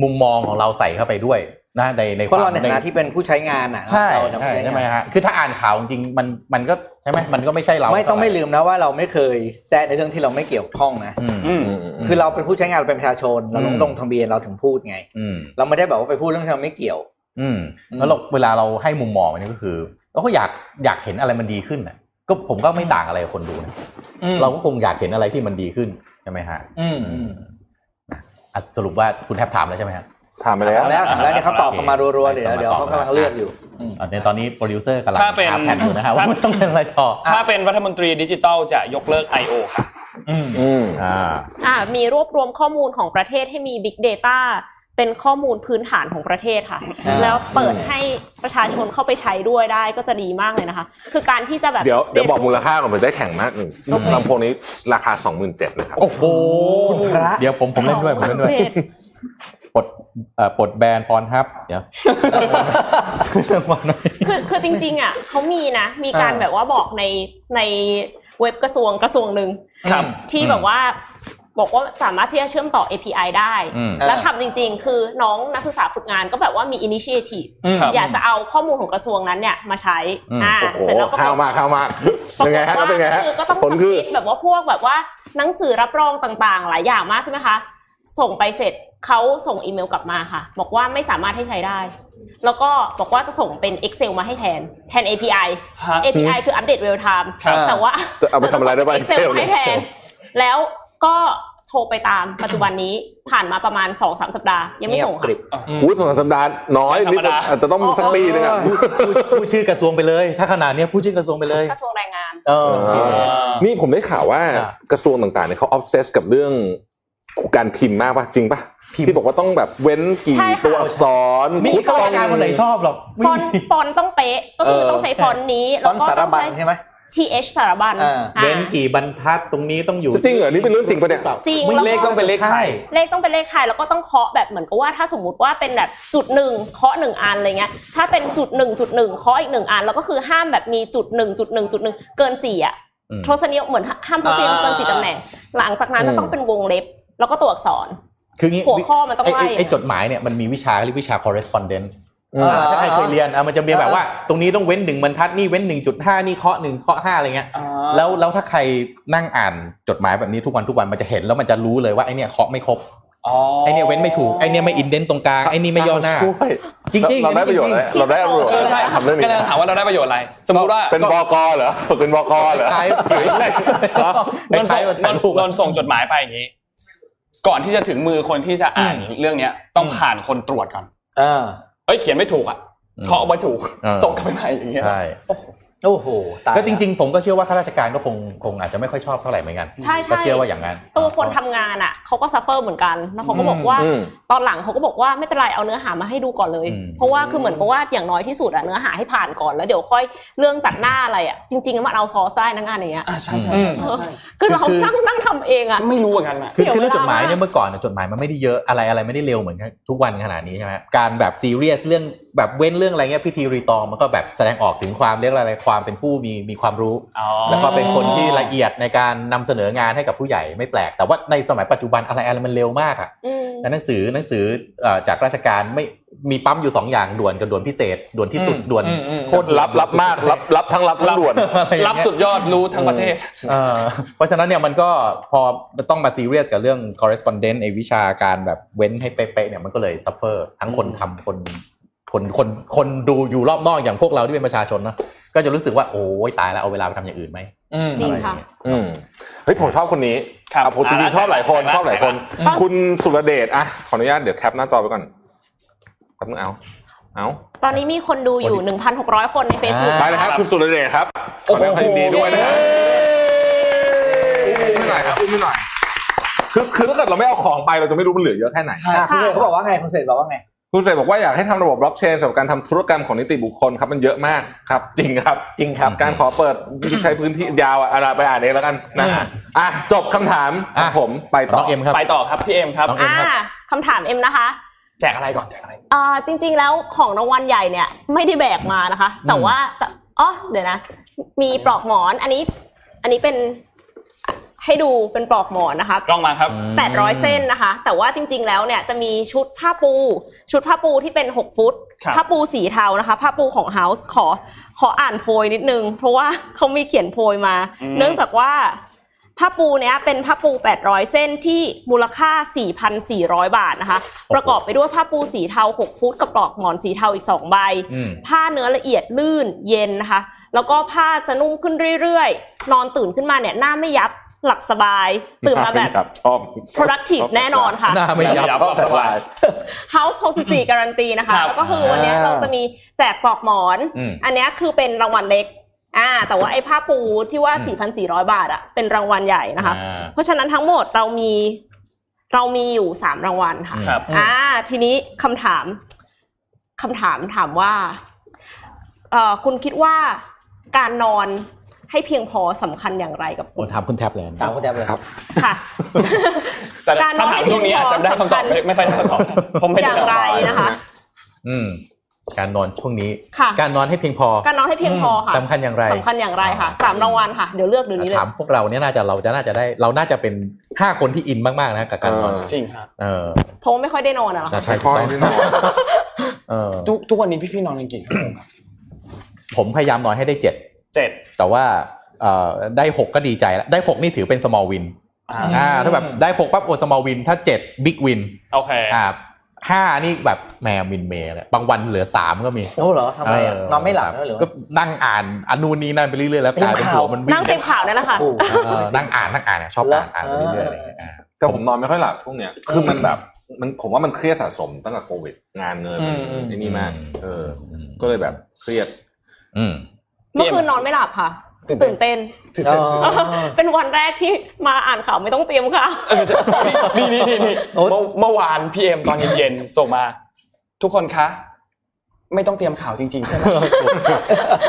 C: มุมมองของเราใส่เข้าไปด้วยนะในใน
D: เพราะเราใน
C: ใน
D: ฐานะที่เป็นผู้ใช้งานอ่ะ
C: ใช่
D: เราจะ
C: ใช่
D: ด้
C: ใช่ไหมฮะคือถ้าอ่านข่าวจริงๆมันมันก็ใช่ไหมมันก็ไม่ใช่เรา
D: ไม่ต้องไม่ลืมนะว่าเราไม่เคยแซะในเรื่องที่เราไม่เกี่ยวข้องนะ
C: อืม
B: อืม
D: คือเราเป็นผู้ใช้งานเราเป็นประชาชนเราลง
C: อืม
D: ลงทะเบียนเราถึงพูดไง
C: อืม
D: เราไม่ได้แบบว่าไปพูดเรื่องที่เราไม่เกี่ยว
C: อืม
D: อืม
C: แล้วเราเวลาเราให้มุมมองมันนี่ก็คือเราก็อยากอยากเห็นอะไรมันดีขึ้นนะก็ผมก็ไม่ต่างอะไรกับคนดูนะเราก็คงอยากเห็นอะไรที่มันดีขึ้นใช่ไหมฮะ
D: อืม
C: อืมอ่ะสรุปว่าคุณแทบถามแล้วใช่ไหมฮะ
E: ถามไปแล้ว
D: ถามแล้วถามแล้วเนี่ยเขาตอบกันมารัวๆเดี๋ยวเดี๋ยวเขากำลังเลือกอยู่
C: อ่ะในตอนนี้โปรดิวเซอร์กำลัง
B: ถ้าเป็น
C: หแผ่นอยู่นะฮะว่า
B: ถ้า
C: มันต้องเป็นอะไรต่อ
B: ถ้าเป็นรัฐมนตรีดิจิตอลจะยกเลิก I.O. ค่ะ
E: อืม
C: อ่า
F: อ่ามีรวบรวมข้อมูลของประเทศให้มี Big Data เป็นข้อมูลพื้นฐานของประเทศค่ะ
C: อ่า
F: แล้วเปิดให้ประชาชนเข้าไปใช้ด้วยได้ก็จะดีมากเลยนะคะ คือการที่จะแบบ
E: เดี๋ยวเดี๋ยวบอกมูลค่าก่อนมันได้แข่งมากหนึ่งลำโพงนี้ราคา 27,000นะครับ
C: โอ้โห
D: คุณพระ
C: เดี๋ยวผมผมเล่นด้วยผมเล่นด้วย
F: เจ็ด
C: ปลดเอ่อปลดแบนปอนฮับเดี๋ยวเรื่องวันนี้
F: คือคือจริงๆอ่ะเขามีนะ มีการแบบว่าบอกในในเว็บกระทรวงกระทรวงหนึ่ง
B: ครับ
F: ที่แบบว่า บอกว่าสามารถที่จะเชื่อมต่อ API ได้
C: อืม
F: แล้วทำจริงๆ คือน้องนักศึกษาฝึกงานก็แบบว่ามี initiative
B: ครับ
F: อยากจะเอาข้อมูลของกระทรวงนั้นเนี่ยมาใช้
C: อืม
F: อ่า
E: โอ้โห
F: เสร็จแล้วก็
E: ข้าวมากข้าวมากเป็นไงฮะแล้วเป็นไงฮะ
F: คือก็ต้อง
E: ผลคือ
F: สำเร็จแบบว่าพวกแบบว่าหนังสือรับรองต่างๆ หลายอย่างมากใช่ไหมคะ ส่งไปเสร็จเขาส่งอีเมลกลับมาค่ะ บอกว่าไม่สามารถให้ใช้ได้ แล้วก็บอกว่าจะส่งเป็น Excel มาให้แทนแทน API
B: ฮะ
F: API คืออัปเดต real time
B: ครับ
F: แต่ว่า
E: จะเอาไปทำอะไรได้บ้าง
F: Excel ให้แทน แล้วก็โทรไปตาม ปัจจุบันนี้ผ่านมาประมาณ2อสสัปดาห์ยังไม่ส่งค่ะ
E: วุฒิสองสัปดาห์น้อย
B: ไม่ธรรมดา
E: นี่อาจจะต้องสักปีหนึงอ่ะ
C: พูดพูดชื่อกระทรวงไปเลย ถ้าขนาดเนี้ยพูดชื่อกระทรวงไปเลย
F: กระทรวงแรงงาน
C: เออ
E: เอ นี่ผมได้ข่าวว่า
C: อ่ะ
E: กระทรวงต่างๆเนี่ยเขาออฟเซสกับเรื่องการพิมพ์มากป่ะจริงป่ะที่บอกว่าต้องแบบเว้นกี่
F: ใช่ค่ะ
E: ตัวอักษร
C: ไม่มีข้าราชการคนไหนชอบหรอก
F: ฟอนต์ฟอนต์ต้องเป๊ะก็คือต้องใช้ฟอนต์นี้
D: ต
F: แล้
D: อ
F: วน ก็
D: สาร
F: ต้อง
D: บัญ
F: ใช้
D: ใช่ไหม
F: th สารบัญ
D: อ่า
F: อ่า
C: เว้นกี่บรรทัดตรงนี้ต้องอยู่
E: จริงเหรอนี่เป็นเรื่องจริงปะเนี่ย
F: จริง
C: ไม่
F: แล้ว
B: เลข
F: ก็
B: ต้องเป็นเลขไทย
F: เลขต้องเป็นเลขไทยแล้วก็ต้องเคาะแบบเหมือนกับว่าถ้าสมมุติว่าเป็นแบบจุดหนึ่งเคาะหนึ่งอันอะไรเงี้ยถ้าเป็นจุดหนึ่งจุดหนึ่งเคาะอีกหนึ่งอันแล้วก็คือห้ามแบบมีจุดหนึ่งจุดหนึ่งจุดหนึ่งเกินสี่อ่ะ
C: อืม
F: โทรเนียเหมือนห้ามโทรเนียเกินสี่ตำแหน่งหลังจากนั้นจะต้องเป็นวงเล็บ แล้วก็ตัวอักษร
C: คืองี้
F: หัวข้อมันต้อง
C: ไอ้
F: ไล่
C: ไอ้ไอ้จดหมายเนี่ยมันมีวิชาเรียกวิชา correspondent
E: อืม
C: อ่าถ้าใครเคยเรียนอ่ะมันจะมีแบบว่า ตรงนี้ต้องเว้นหนึ่งบรรทัดนี่เว้นหนึ่งจุดห้านี่เคาะหนึ่งเคาะห้าอะไรเงี้ย แล้วแล้วถ้าใครนั่งอ่านจดหมายแบบนี้ทุกวันทุกวันมันจะเห็นแล้วมันจะรู้เลยว่าไอเนี่ยเคาะไม่ครบไอเนี่ยเว้นไม่ถูกไอเนี่ยไม่อินเดนตรงกลางไอนี่ไม่ย่อหน้า
E: ช่วย
C: จริงๆจริง
E: เราได้ประโยชน์อะไร
C: ๆ
E: เราได้ประโยชน์
B: เอ
E: อะ
B: อ
E: ไร
B: ใช่
E: ทำเรื่อง
B: ก็
E: นี้
B: เลยถามว่าเราได้ประโยชน์อะไร สมมติว่า
E: เป็นบกเหรอฝึกเป็นบกเหรอ
C: คล้ายๆ
B: นน
C: ค
B: ส่
C: ล้าง ยๆมัน
B: น
C: ถ่าย
B: น
C: รูป
B: น
C: อะ
B: นส่งจดหมายไปอย่างนี้ ก่อนที่จะถึงมือคนที่จะอ่านเรื่องเนี้ย ต้องผ่านคนตรวจก่อน
D: เออ
B: เอ้ยเขียนไม่ถูกอ่ะ
C: อืม
B: เคาะไม่ถูก
C: เออ
B: ส่งกลับไปใหม่อย่างเงี้ย
C: ใช่
D: โอ้โหตาย
C: ก็จริง ๆ ผมก็เชื่อว่าข้าราชการก็คงคงอาจจะไม่ค่อยชอบเท่าไหร่เหมือนกัน
F: ใช่ใช่
C: ก็เชื่อว่าอย่างนั้น
F: ตัวคนทำงานอ่ะเขาก็ซัฟเฟอร์เหมือนกันแล้วเขาก็บอกว่า
E: อืม
F: ตอนหลังเขาก็บอกว่าไม่เป็นไรเอาเนื้อหามาให้ดูก่อนเลย เพราะว่าคือเหมือนกับว่าอย่างน้อยที่สุดอะเนื้อหาให้ผ่านก่อนแล้วเดี๋ยวค่อยเรื่องตัดหน้าอะไรอะจริงๆมันเอาซอสได้นะงานอย่างเงี้ย
B: อ่ะใช่ใช่ใช่ใช่ใช่
F: คือเราตั้งตั้งทำเองอะ
B: ไม่รู้เหมือนกันอะ
C: คือคือ
F: เสียเวลา
C: เรื่องจดหมายเนี่ยเมื่อก่อนน่ะจดหมายมันไม่ได้เยอะอะไรอะไรไม่ได้เร็วเหมือนทุกวันขนาดนี้ใช่ไหมการแบบซีเรียสเรื่องแบบเว้นเรื่องอะไรเงี้ยพิธีรีตองมันก็แบบแสดงออกถึงความเรียกอะไรความเป็นผู้มีมีความรู้ แล้วก็เป็นคนที่ละเอียดในการนำเสนองานให้กับผู้ใหญ่ไม่แปลก แต่ว่าในสมัยปัจจุบันอะไรอะไรมันเร็วมากอะ
F: อืม
C: แล้วหนังสือหนังสือเอ่อจากราชการไม่ มีปั๊มอยู่สองอย่างด่วนกับด่วนพิเศษด่วนที่สุดด่วน
J: อืมอืม
C: โคตรด่วน
E: รับรับมากรับรับทั้งรับทั้งด่วน
C: อะไรอย่างเงี้ย
B: รับสุดยอดรู้ทั้งประเทศ
C: เออเพราะฉะนั้นเนี่ยมันก็พอมันต้องมาซีเรียสกับเรื่อง correspondent ไอวิชาการแบบเว้นให้เป๊ะๆเนี่ยมันก็เลย suffer ทั้งคนทำคนคนคนคนดูอยู่รอบนอกอย่างพวกเราที่เป็นประชาชนเนาะก็จะรู้สึกว่าโอ้ยตายแล้วเอาเวลาไปทำอย่างอื่นไหม
F: จริง
C: อไอย่า
F: ค่ะ
C: เย
E: อืมเฮ้ยผมชอบคนนี้
B: ครับ
E: อ่ะผมจริงๆชอบหลายคน
B: แต่ละ
E: ชอบหลายคน
B: แต่ละ
E: คุณสุรเดชอ่ะขออนุญาตเดี๋ยวแคปหน้าจอไปก่อนแป๊บนึงเอาเอา
F: ตอนนี้มีคนดูอยู่ 1,600 คนใน Facebook
E: ไปเลยครับ คุณสุรเดชครับขอแสดงความยินดีด้วยนะครับอุ้มไม่หน่อยครับอุ้มไม่หน่อยคือคือถ้าเกิดเราไม่เอาของไปเราจะไม่รู้มันเหลือเยอะแค่ไหน
D: อ่ะคุณเสกเขาบอกว่าไงคุณเสกบอกว่าไง
E: คุณเสกบอกว่าอยากให้ทำระบบบล็อกเชนสำหรับการทำธุรกรรมของนิติบุคคลครับมันเยอะมากครับ จริงครับ
D: จริงครับ
E: การขอเปิดใช้พื้นที่ยาวอะอ่ะไปอ่านเองแล้วกันนะอ่ะจบคำถาม
C: อ่ะ
E: ของผมไป
C: น้
E: ต่
C: อ
E: อ
C: งเอ็มครับ
B: ไปต่อครับพี่เอ็มครับ
C: น้องเม
F: อ่าคำถามเอ็มนะคะ
B: แจกอะไรก่อนแจกอะไร
F: อ่าจริงๆแล้วของรางวัลใหญ่เนี่ยไม่ได้แบกมานะคะ แต่ว่าแต่อ๋อเดี๋ยวนะ มีปลอกหมอนอันนี้ อันนี้เป็นให้ดูเป็นปลอกหมอนนะคะ
B: กล้องมาครับ
F: 800 เส้นนะคะ แต่ว่าจริง ๆ แล้วเนี่ยจะมีชุดผ้าปู ชุดผ้าปูที่เป็น 6 ฟุต
B: ครับ
F: ผ้าปูสีเทานะคะ ผ้าปูของ House ขอขออ่านโพยนิดนึง เพราะว่าเขามีเขียนโพยมา เนื่องจากว่า ผ้าปูเนี้ยเป็นผ้าปู 800 เส้นที่มูลค่า 4,400 บาทนะคะ ประกอบไปด้วยผ้าปูสีเทา 6 ฟุตกับปลอกหมอนสีเทาอีก 2 ใบ
C: อืม
F: ผ้าเนื้อละเอียดลื่นเย็นนะคะ แล้วก็ผ้าจะนุ่มขึ้นเรื่อยๆ นอนตื่นขึ้นมาเนี่ยหน้าไม่ยับหลับสบาย ตื่นมาแบบ
E: ครับชอบ
F: productive แน่นอนค่ะ
C: หน้าไม่ยับ
E: ชอบสบาย
F: House 64การันตีนะคะ
B: ครับ
F: แล้วก็คือวันเนี้ยเราจะมีแจกปลอกหมอน
C: อืม
F: อันเนี้ยคือเป็นรางวัลเล็ก อ่า แต่ว่าไอ้ผ้าปูที่ว่า 4,400 บาทอะเป็นรางวัลใหญ่นะคะ
C: อ่า
F: เพราะฉะนั้นทั้งหมดเรามีเรามีอยู่ 3 รางวัลค่ะ
B: ครับ
F: อ่า ทีนี้คำถามคำถามถามว่าเอ่อคุณคิดว่าการนอนให้เพียงพอสำคัญอย่างไรกับ
C: ผ
F: คุ
C: ม
F: ณ
C: ถามคุณแท็บเลย
D: ถามคุณแทบเลย
E: ครับ
F: ค่ะ
B: แต่
F: การนอน
B: คำถามช่วงนี้อาจจะได้คำตอบไม่ไม่ค่อยได้คำตอบผมไม่
F: อ
B: ได้
F: ย่างไรนะคะ
C: อืมการนอนช่วงนี้
F: ค่ะ
C: การนอนให้เพียงพอ
F: การนอนให้เพียงพอค่ะ
C: สำคัญอย่างไร
F: สำคัญอย่างไรค่ะสามรางวัลค่ะ เดี๋ยวเลือกเดี๋ยวนี้เลย
C: ถามพวกเราเนี่ยน่าจะเราจะน่าจะได้เราน่าจะเป็นห้าคนที่อินมากๆนะกับการนอน
E: เออ
B: จริงครับ
C: เออ
F: เพราะว่าไม่ค่อยได้นอนอะเหรอคะ
E: ใช้ข้อนี้หน่อย
C: เออ
B: ทุกทุกวันนี้พี่พี่ๆนอนกันกี่ชั่วโมงครับ
C: ผมพยายามนอนให้ได้เจ็ด
B: เจ็ด
C: แต่ว่าเอ่อได้หกก็ดีใจแล้ว ได้หกนี่ถือเป็น small win
B: อ่า
C: อ่าถ้าแบบได้หกปั๊บโอ้ small win ถ้าเจ็ด big win
B: โอเค
C: อ่าห้านี่แบบแหมมินเมย์เลยบางวันเหลือสามก็มี
D: โอ้เหรอทำไมอ่ะ
C: เ
D: นอนไม่หลับด้วยเหรือ
C: ก็นั่งอ่านอนนูนนี่นั่นไปเรื่อยๆแล้วกลายเป็น
D: เต็มข่า
C: หั
D: ว
C: วมันวิ่ง
F: นั่งเต็มข่าวนั่นแหละค่ะ
D: โอ้โห
C: เออนั่งอ่านนั่งอ่านอะชอบอ่านอ่านไปเรื่อยๆ
D: เอออ
C: อะไรอย่างเงี้ยอ่า
E: แต่ผมนอนไม่ค่อยหลับช่วงเนี้ยคือมันแบบมันผมว่ามันเครียดสะสมตั้งแต่โควิด งานเงิน
B: อืมอืม
E: ไอ้นี่มากเออ ก็เลยแบบเครียด
C: อืม
F: เมื่อคืนนอนไม่หลับค่ะ ตื่นเต้น
D: เออ
F: เป็นวันแรกที่มาอ่านข่าวไม่ต้องเตรียมข่าว
B: เออใช่นี่นี่นี่นี่
D: โอ๊ย
B: เมื่อเมื่อวานพี่เอ็มตอนเย็นๆส่งมา ทุกคนคะ ไม่ต้องเตรียมข่าวจริงๆใช่ไหม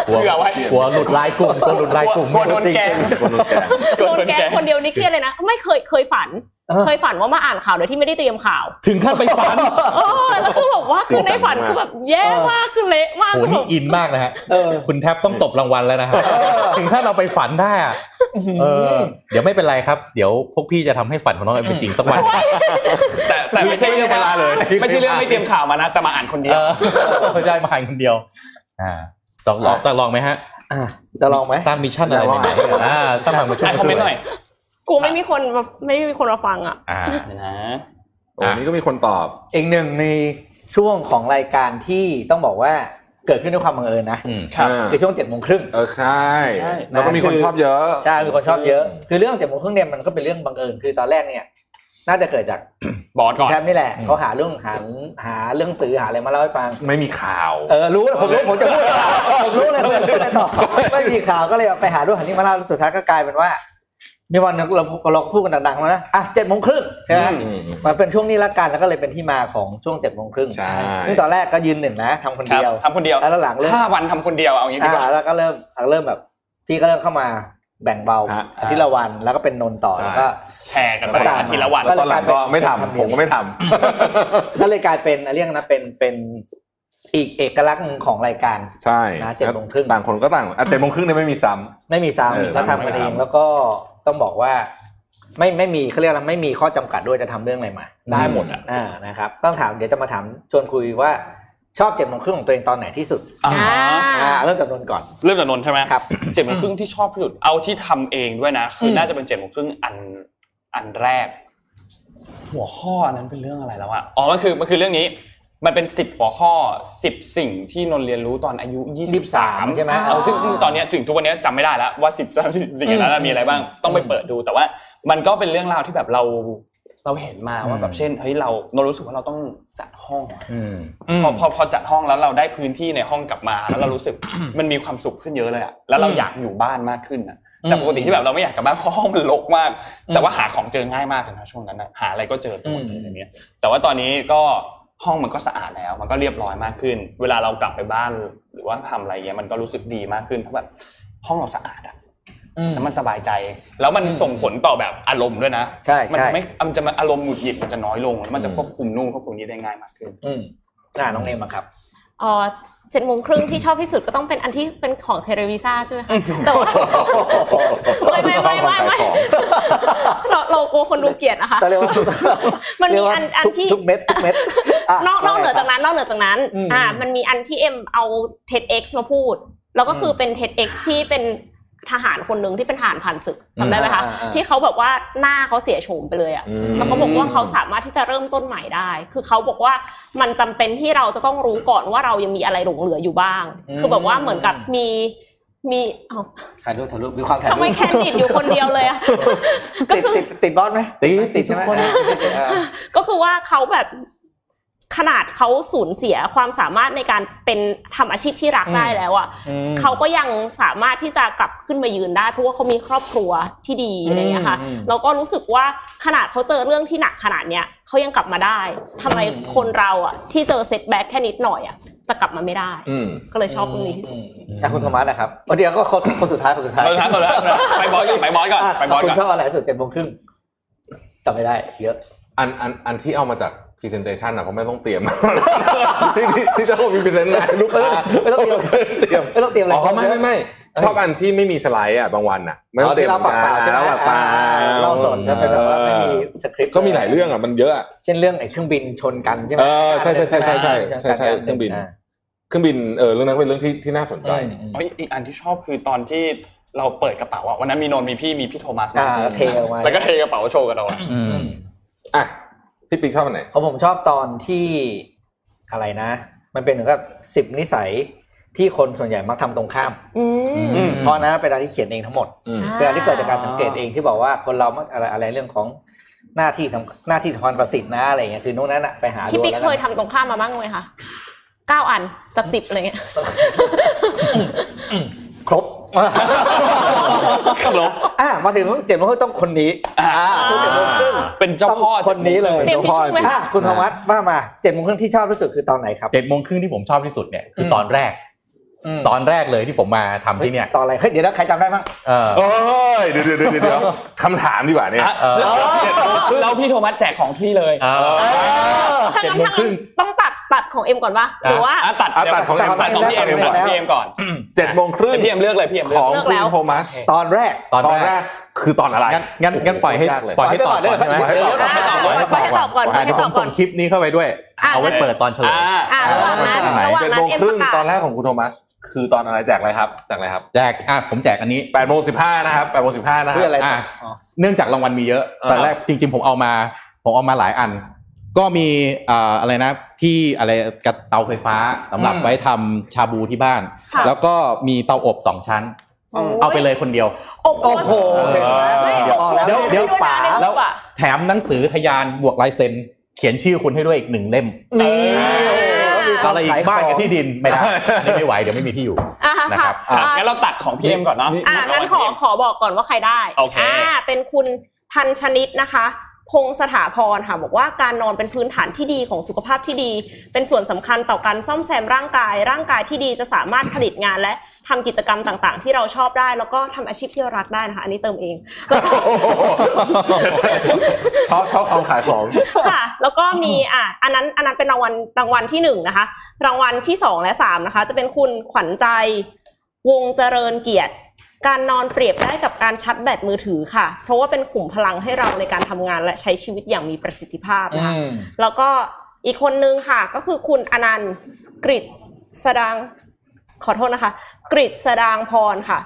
C: กลัว
B: เผื่อไว้
C: กลัวหลุดลายกลุ่มกลัวหลุดลายกลุ่ม
B: กลัวโดนแกล้ง
E: คนนู้นแก่
F: โดนแกล้งคนเดียวนี่เครียดเลยนะ ไม่เคยเคยฝัน
D: เออ
F: เคยฝันว่ามาอ่านข่าวโดยที่ไม่ได้เตรียมข่าว
C: ถึงขั้นไปฟัน
F: เออแล้วคือแบบว่าคือในฝันคือแบบแย่มากคือเละมาก
C: โห
F: คือแบ
C: นี่
F: บ
C: อินมากนะฮะ
D: เออ
C: คุณแทบต้องตบรางวัลแล้วนะครับ ถึงถ้าเราไปฝันได้อะเออ เดี๋ยวไม่เป็นไรครับ เดี๋ยวพวกพี่จะทำให้ฝันของน้องเป็นจริงสักวัน
B: แต่แต่ไม่ใช่เรื่องเวลาเลย ไม่ใช่เรื่องไม่เตรียมข่าวมานะ แต่มาอ่านคนเดี
C: เอ
B: ยว
C: อเขาได้มาหาคนเดียว อ่าต้องลองต้องลองไหมฮะ
D: อ่ะจะลองไหม
C: สร้างมิชชั่นอะไรใหม่ๆอ่าสร้างความมาช่วย
B: ไอ้คอมเมนต์หน่อย
F: กูไม่มีคนมาไม่มีคนมาฟังอ่ะ
C: อ่า
B: เดี๋ยวนะ
E: โอ้นี่ก็มีคนตอบ
D: อีกหนึ่งในช่วงของรายการที่ต้องบอกว่าเกิดขึ้นด้วยความบังเอิญนะ
C: อืม
B: ครับ
D: คือช่วงเจ็ดโมงครึ่ง
E: เออใช่
B: ใช่
E: แล้วก็มีคนชอบเยอะ
D: ใช่มีคนชอบเยอะ คือเรื่องเจ็ดโมงครึ่งเนี่ยมันก็เป็นเรื่องบังเอิญคือตอนแรกเนี่ย น่าจะเกิดจาก
B: บอสก่อน
D: แทบนี่แหละเขาหาเรื่องหาหาเรื่องสื่อหาอะไรมาเล่าให้ฟัง
E: ไม่มีข่าว
D: เออรู้นะผมรู้ผมจะพูดอะไรผมรู้เลยผมจะพูดอะไรต่อไม่มีข่าวก็เลยไปหาเรื่องหันนี้มาเล่าสุดท้ายก็กลายเป็นว่ามีวันหนึ่งเราเราพูดกันดังๆแล้วนะอ่ะเจ็ดโมงครึ่งใช่ไหม
E: ม
D: มันเป็นช่วงนี้ละกันแล้วก็เลยเป็นที่มาของช่วงเจ็ดโมงครึ่ง
E: ใช่
D: ซึ่งตอนแรกก็ยืนหนึ่งนะทำคน
B: ครับ
D: เดียว
B: ทำคนเดียว
D: แล้วหลังเริ่ม
B: ห้าวันทำคนเดียวเอางี้ดีกว่า
D: อ่าแล้วก็เริ่มเริ่มแบบพี่ก็เริ่มเข้ามาแบ่งเบา
E: ฮะ
D: อาทิตย์ละวันแล้วก็เป็นนนท์ต่อแล้วก็
B: แชร์กันไป
D: ตามมา
B: อาทีละวัน
E: แล้วตอนหลังก็ไม่ทำ
D: ก็เลยกลายเป็น
E: ผมก็ไม่ทำ
D: ก็เลยกลายเป็นเรียกนะเป็นเป็นอีกเอกลักษณ์หนึ่งของรายการ
E: ใช่
D: นะ7โมงครึ่ง
E: ต่างคนก็ต่างอ่ะเจ็ดโมงครึ่งเนี่ยไม่มีซ้
D: ไม่มี
E: เออ
D: ซ้ำแล้วทำกันเอง
E: ไม่มีซ้ำ
D: แล้วก็ต้องบอกว่า ไม่ไม่มีเขาเรียกอะไรไม่มีข้อจำกัดด้วยจะทำเรื่องอะไรมา
E: ำได้หมดอ่ะ
D: อ่านะครับ ต้องถามเดี๋ยวจะมาถามชวนคุยว่า ชอบเจ็ดโมงครึ่งของตัวเองตอนไหนที่สุด
B: อ่าฮะ
D: อ่าเริ่มจากนนท์ก่อน
B: เริ่มจากนนท์ใช่ไหม
D: ครับ
B: เจ็ดโมงครึ่งที่ชอบที่สุดเอาที่ทำเองด้วยนะ คืออ
D: ม
B: น่าจะเป็นเจ็ดโมงครึ่งอันอันแรก หัวข้อนั้นเป็นเรื่องอะไรแล้วอะอ๋อมันคือมันคือเรื่องนี้ มันเป็นสิบหัวข้อสิบสิ่งที่นนท์เรียนรู้ตอนอายุยี่สิบสาม
D: ใช่ไหม
B: เออซึ่งซึ่งตอนเนี้ยถึงทุกวันเนี้ยจำไม่ได้แล้วว่าสิบสามสิบสิ่งนั้นนะมีอะไรบ้างต้องไปเปิดดูแต่ว่ามันก็เป็นเรื่องราวที่แบบเราเราเห็นมาว่าแบบเช่นเฮ้ยเรานนท์รู้สึกว่าเราต้องจัดห้องอะ
C: อืม
B: พอพอพอจัดห้องแล้วเราได้พื้นที่ในห้องกลับมา แล้วเรารู้สึก มันมีความสุขขึ้นเยอะเลยอะแล้วเราอยากอยู่บ้านมากขึ้นอะจากปกติที่แบบเราไม่อยากกลับบ้านเพราะห้องมันรกมาก แต่ว่าหาของเจอง่ายมากเลยนะช่วงนั้นนะหาอะไรก็เจอไปหมดเลยอะไรเนี้ยแต่ว่าตอนนี้ก็ห้องมันก็สะอาดแล้ว มันก็เรียบร้อยมากขึ้น เวลาเรากลับไปบ้านหรือว่าทำอะไรเงี้ยมันก็รู้สึกดีมากขึ้นเพราะแบบห้องเราสะอาดอะแล้วมันสบายใจ แล้วมันส่งผลต่อแบบอารมณ์ด้วยนะ
D: ใช่ใช่
B: มันจะไม่มันจะมาอารมณ์หงุดหงิดมันจะน้อยลงแล้วมันจะควบคุมนู่นควบคุมนี้ได้ง่ายมากขึ้น
D: อืมอ่าน้องเนมอะครับ
F: เอ่อเจ็ดโมงครึ่งที่ชอบที่สุดก็ต้องเป็นอันที่เป็นของเทเรวิซ่าใช่ไหมคะแต่ว่าไม่ไม่ไม่ไม่ไม่เราเรากลัวคนดูเกลียดนะคะ
D: ก็เรียกว่า
F: มันมี
D: เรียกว่า
F: อันอัน
D: ทุก
F: ที่
D: ทุกเม็ดทุกเม็ดะ
F: นอกนอกเหนือจากนั้นนอกเหนือจากนั้น
D: อืม
F: อ่า มันมีอันที่เอ็มเอา TEDx มาพูด แล้วก็คือเป็น TEDx ที่เป็นทหารคนหนึ่งที่เป็นทหารผ่านศึกจำได้ไหมคะ
D: อ่าอ่า
F: ที่เขาแบบว่าหน้าเขาเสียโฉมไปเลยอะ
E: อืม
F: แล้วเขาบอกว่าเขาสามารถที่จะเริ่มต้นใหม่ได้ คือเขาบอกว่ามันจำเป็นที่เราจะต้องรู้ก่อนว่าเรายังมีอะไรหลงเหลืออยู่บ้าง คือแบบว่าเหมือนกับมีมีเอ้า
D: ถ่ายรูปถ่ายรูปมีความถ่าย
F: ทำ
D: รูป
F: ไมแคนดิดอยู่คนเดียวเลยอะ
D: ติดติดติดบอสไหม
C: ติด
D: ติดใช่ไหม
C: ทุกคน
D: อ่าอ่า
F: ก็คือว่าเขาแบบขนาดเขาสูญเสียความสามารถในการเป็นทำอาชีพที่รักได้แล้วอ่ะเขาก็ยังสามารถที่จะกลับขึ้นมายืนได้เพราะว่าเขามีครอบครัวที่ดีอะไรอย่างเงี้ยค่ะแล้วก็รู้สึกว่าขนาดเขาเจอเรื่องที่หนักขนาดเนี้ยเขายังกลับมาได้ทำไมคนเราอ่ะ ที่เจอเซตแบ็คแค่นิดหน่อยอ่ะจะกลับมาไม่ได้
E: อืม
F: ก็เลยชอบเรื่องนี้ที่สุด
D: อ่ะคุณโทมัสนะครับเดี๋ยวก็คนคนสุดท้ายคนสุดท้าย
B: เอาละเอาละเอาละไปบอสก่อนไปบอสก่อน
D: อ่ะ
B: ไปบอส
D: คุ
B: ก่
D: ณ
B: อน
D: ชอบอะไรสุดเจ็ดโมงครึ่งจำไม่ได้เยอะ
E: อันอันอันที่เอามาจาก presentation อ่ะเพราะไม่ต้องเตรียม ที่ที่ที่จะต้องมี present งานลูกค้า
D: ไม่ต้องเตรียม
E: เตรียม
D: ไม่ต้องเตรียมอะไร
E: อ๋อไม่ไม่ไม่ชอบอันที่ไม่มีสไลด์อ่ะบางวันอ่ะไม่ต้องเตรียม
D: เราปากเปล่าใช่ไหม
E: แล้วแบบเปล่า
D: เราสดแล้วเป็นแบบว่าไม่มีสคริปต์
E: ก็มีหลายเรื่องอ่ะมันเยอะอ่ะ
D: เช่นเรื่องไอ้เครื่องบินชนกันใช่ไหม
E: เออใช่ใช่ใช่ใช่ใช่ใช่ใช่เครื่องบิน
D: า
E: เครื่องบินเออเรื่องนั้นเป็นเรื่องที่ที่น่าสนใจ
B: เอ้ยอีกอันที่ชอบคือตอนที่เราเปิดกระเป๋าอะวันนั้นมีนนท์มีพี่มีพี่โทมัสมา
D: อ่าแล้วเทออกมา
B: แล้วก็เทกระเป๋าโชว์กับเราอะ
C: อืม
E: อ่ะพี่ปิ๊กชอบอันไหน
D: เพราะผมชอบตอนที่อะไรนะ มันเป็นเหมือนกับสิบนิสัยที่คนส่วนใหญ่มักทำตรงข้าม
F: อืม
C: อืม
D: เพราะนะเป็นอะไรที่เขียนเองทั้งหมด
E: อืม
D: เป็นอะไรที่เกิดจากการสังเกตเองที่บอกว่าคนเรามักอะไรอะไรเรื่องของหน้าที่สำคัญหน้าที่สำคัญประสิทธิ์นะอะไรอย่างเงี้ยคือนู่นนั่นอะไปหาดู
F: พี่ปิ๊ก
D: แล้ว
F: เคย
D: กัน
F: ทำตรงข้ามมาบ้างไหมคะเก้าอันจากสิบอะไรเงี้ย
D: ครบ
B: ครบ
D: อ่ะมาถึงเจ็ดโมงครึ่งต้องคนนี้
B: อ่า
D: คือเจ็ดโมงครึ่ง
B: เป็นเจ้า
D: ต้อง
B: พ่อ
D: คนนี้เลย
F: เตรียมทิชชู่ไหม
D: อ่ะ
F: คะ
D: คุณธวัฒน์ว่ามาเจ็ดโมงครึ่งที่ชอบที่สุดคือตอนไหนครับ
C: เจ็ดโมงครึ่งที่ผมชอบที่สุดเนี่ยคืออ
D: ม
C: ตอนแรก
D: ม
C: ตอนแรกเลยที่ผมมาทำที่เนี่ย
D: ตอนอะไรเฮ้ยเดี๋ยวนะใครจำได้บ้าง
C: เออ
E: โอ้ยเดี๋ยวเดี๋ยวเดี๋ยวเดี๋ยวคำถามดีกว่าเนี่ย
B: อ่ะ
C: เออ
B: เราพี่โทมัสแจกของพี่เลย
C: เออ
F: ถ้างั้นถ้างั้นต้องตัดตัดของเอ็มก่อนปะหรือว่า
B: อ่ะตัด
E: อ่ะตัดของเอ็ม
B: ตัดของพี่เอ็มก่อนพี่เอ็มก่อน
E: เจ็ดโมงครึ่ง
B: เดี๋ยวพี่เอ็มเลือกเลยพี่เอ็ม
E: ข
B: เลื
E: อ
B: อก
E: ง
F: เลื
E: คุ
F: อกแล้
E: ณ
F: ว
E: โทมัส
D: ตอนแรก
C: ตอน
E: ตอน
C: แร
E: แร
C: ก
E: กคือตอนอะไร
C: งั้นงั้นงั้นปล่อยให้
E: ยากเลย
C: ปล่อยให้ตอบก่อนใช่ไหม
D: ปล่อยให้ตอบ
F: ปล่อยให้ตอบก่อนปล่อยให้ตอบก่อนปล่อยให้
C: เดี๋ยว
F: ต
C: ผ
F: อบ
C: ม
F: ก่อน
C: ส่งคลิปนี้เข้าไปด้วย
F: อ่ะ
C: เอาไว้เปิดตอนเฉลย
B: อ่า
F: อ่าระหว่างนั้น
C: ตอนไหน
F: ระหว่าง
E: เจ็ด
F: นั้
E: โม
F: น
E: ง
F: เอ็ม
E: ค
F: ป
E: รึ่ง
F: ระกาศ
E: ตอนแรกของคุณโทมัส คือตอนอะไรแจกอะไรครับแจกอะไรครับ
C: แจกอ่ะผมแจกอันนี้
E: แปดโมงสิบห้านะครับแปดโมงสิบห้านะค
D: เพื่
E: รั
D: อบ อะไร
C: อ่ะ
D: อ๋อ
C: เนื่องจากรางวัลมีเยอะ
E: อ่า
C: ตอนแรกจริง ๆ ผมเอามา ผมเอามาหลายอัน ก็มีอ่าอะไรนะ ที่อะไรกระเตาไฟฟ้าสำหรับ
D: อืม
C: ไว้ทำชาบูที่บ้าน
F: ค่ะ
C: แล้วก็มีเตาอบสองชั้น
F: โย
C: เอาไปเลยคนเดียว
F: โอ้โห
D: โอ้โหเห็นไหมบอกแล้ว
C: เดี๋ยวเดี๋ยว
F: ป๋าแล้วอ่ะ
C: แถมหนังสือทะยานบวกลายเซ็น เขียนชื่อคุณให้ด้วยอีกหนึ่งเล่ม
D: นี่
C: เอาอะไรอีกบ้านกับที่ดินไม่ได้อันนี้ไม่ไหวเดี๋ยวไม่มีที่อยู่
F: อ่า
C: นะครับ
F: ค่ะอ่ะ
B: งั้นเราตัดของพี่เอ็มก่อนเนาะ
F: อ่างั้นขอขอบอกก่อนว่าใครได้
B: โอเค
F: เป็นคุณทันชนิดนะคะ พงสถาพรค่ะบอกว่าการนอนเป็นพื้นฐานที่ดีของสุขภาพที่ดี เป็นส่วนสำคัญต่อการซ่อมแซมร่างกาย ร่างกายที่ดีจะสามารถผลิตงานและทำกิจกรรมต่างๆ ที่เราชอบได้ แล้วก็ทำอาชีพที่เรารักได้นะคะ อันนี้เติมเองแล้วก็
E: ชอบชอบเอาขายของ
F: ค่ะแล้วก็มีอ่ะอันนั้นอันนั้นเป็นรางวัลรางวัลที่หนึ่งนะคะ รางวัลที่สองและสามนะคะ จะเป็นคุณขวัญใจ วงเจริญเกียรติ การนอนเปรียบได้กับการชาร์จแบตมือถือค่ะ เพราะว่าเป็นขุมพลังให้เราในการทำงานและใช้ชีวิตอย่างมีประสิทธิภาพนะคะ แล้วก็อีกคนนึงค่ะก็คือคุณอนันต์ กริดสดางขอโทษนะคะ กริดสดางพรค่ะ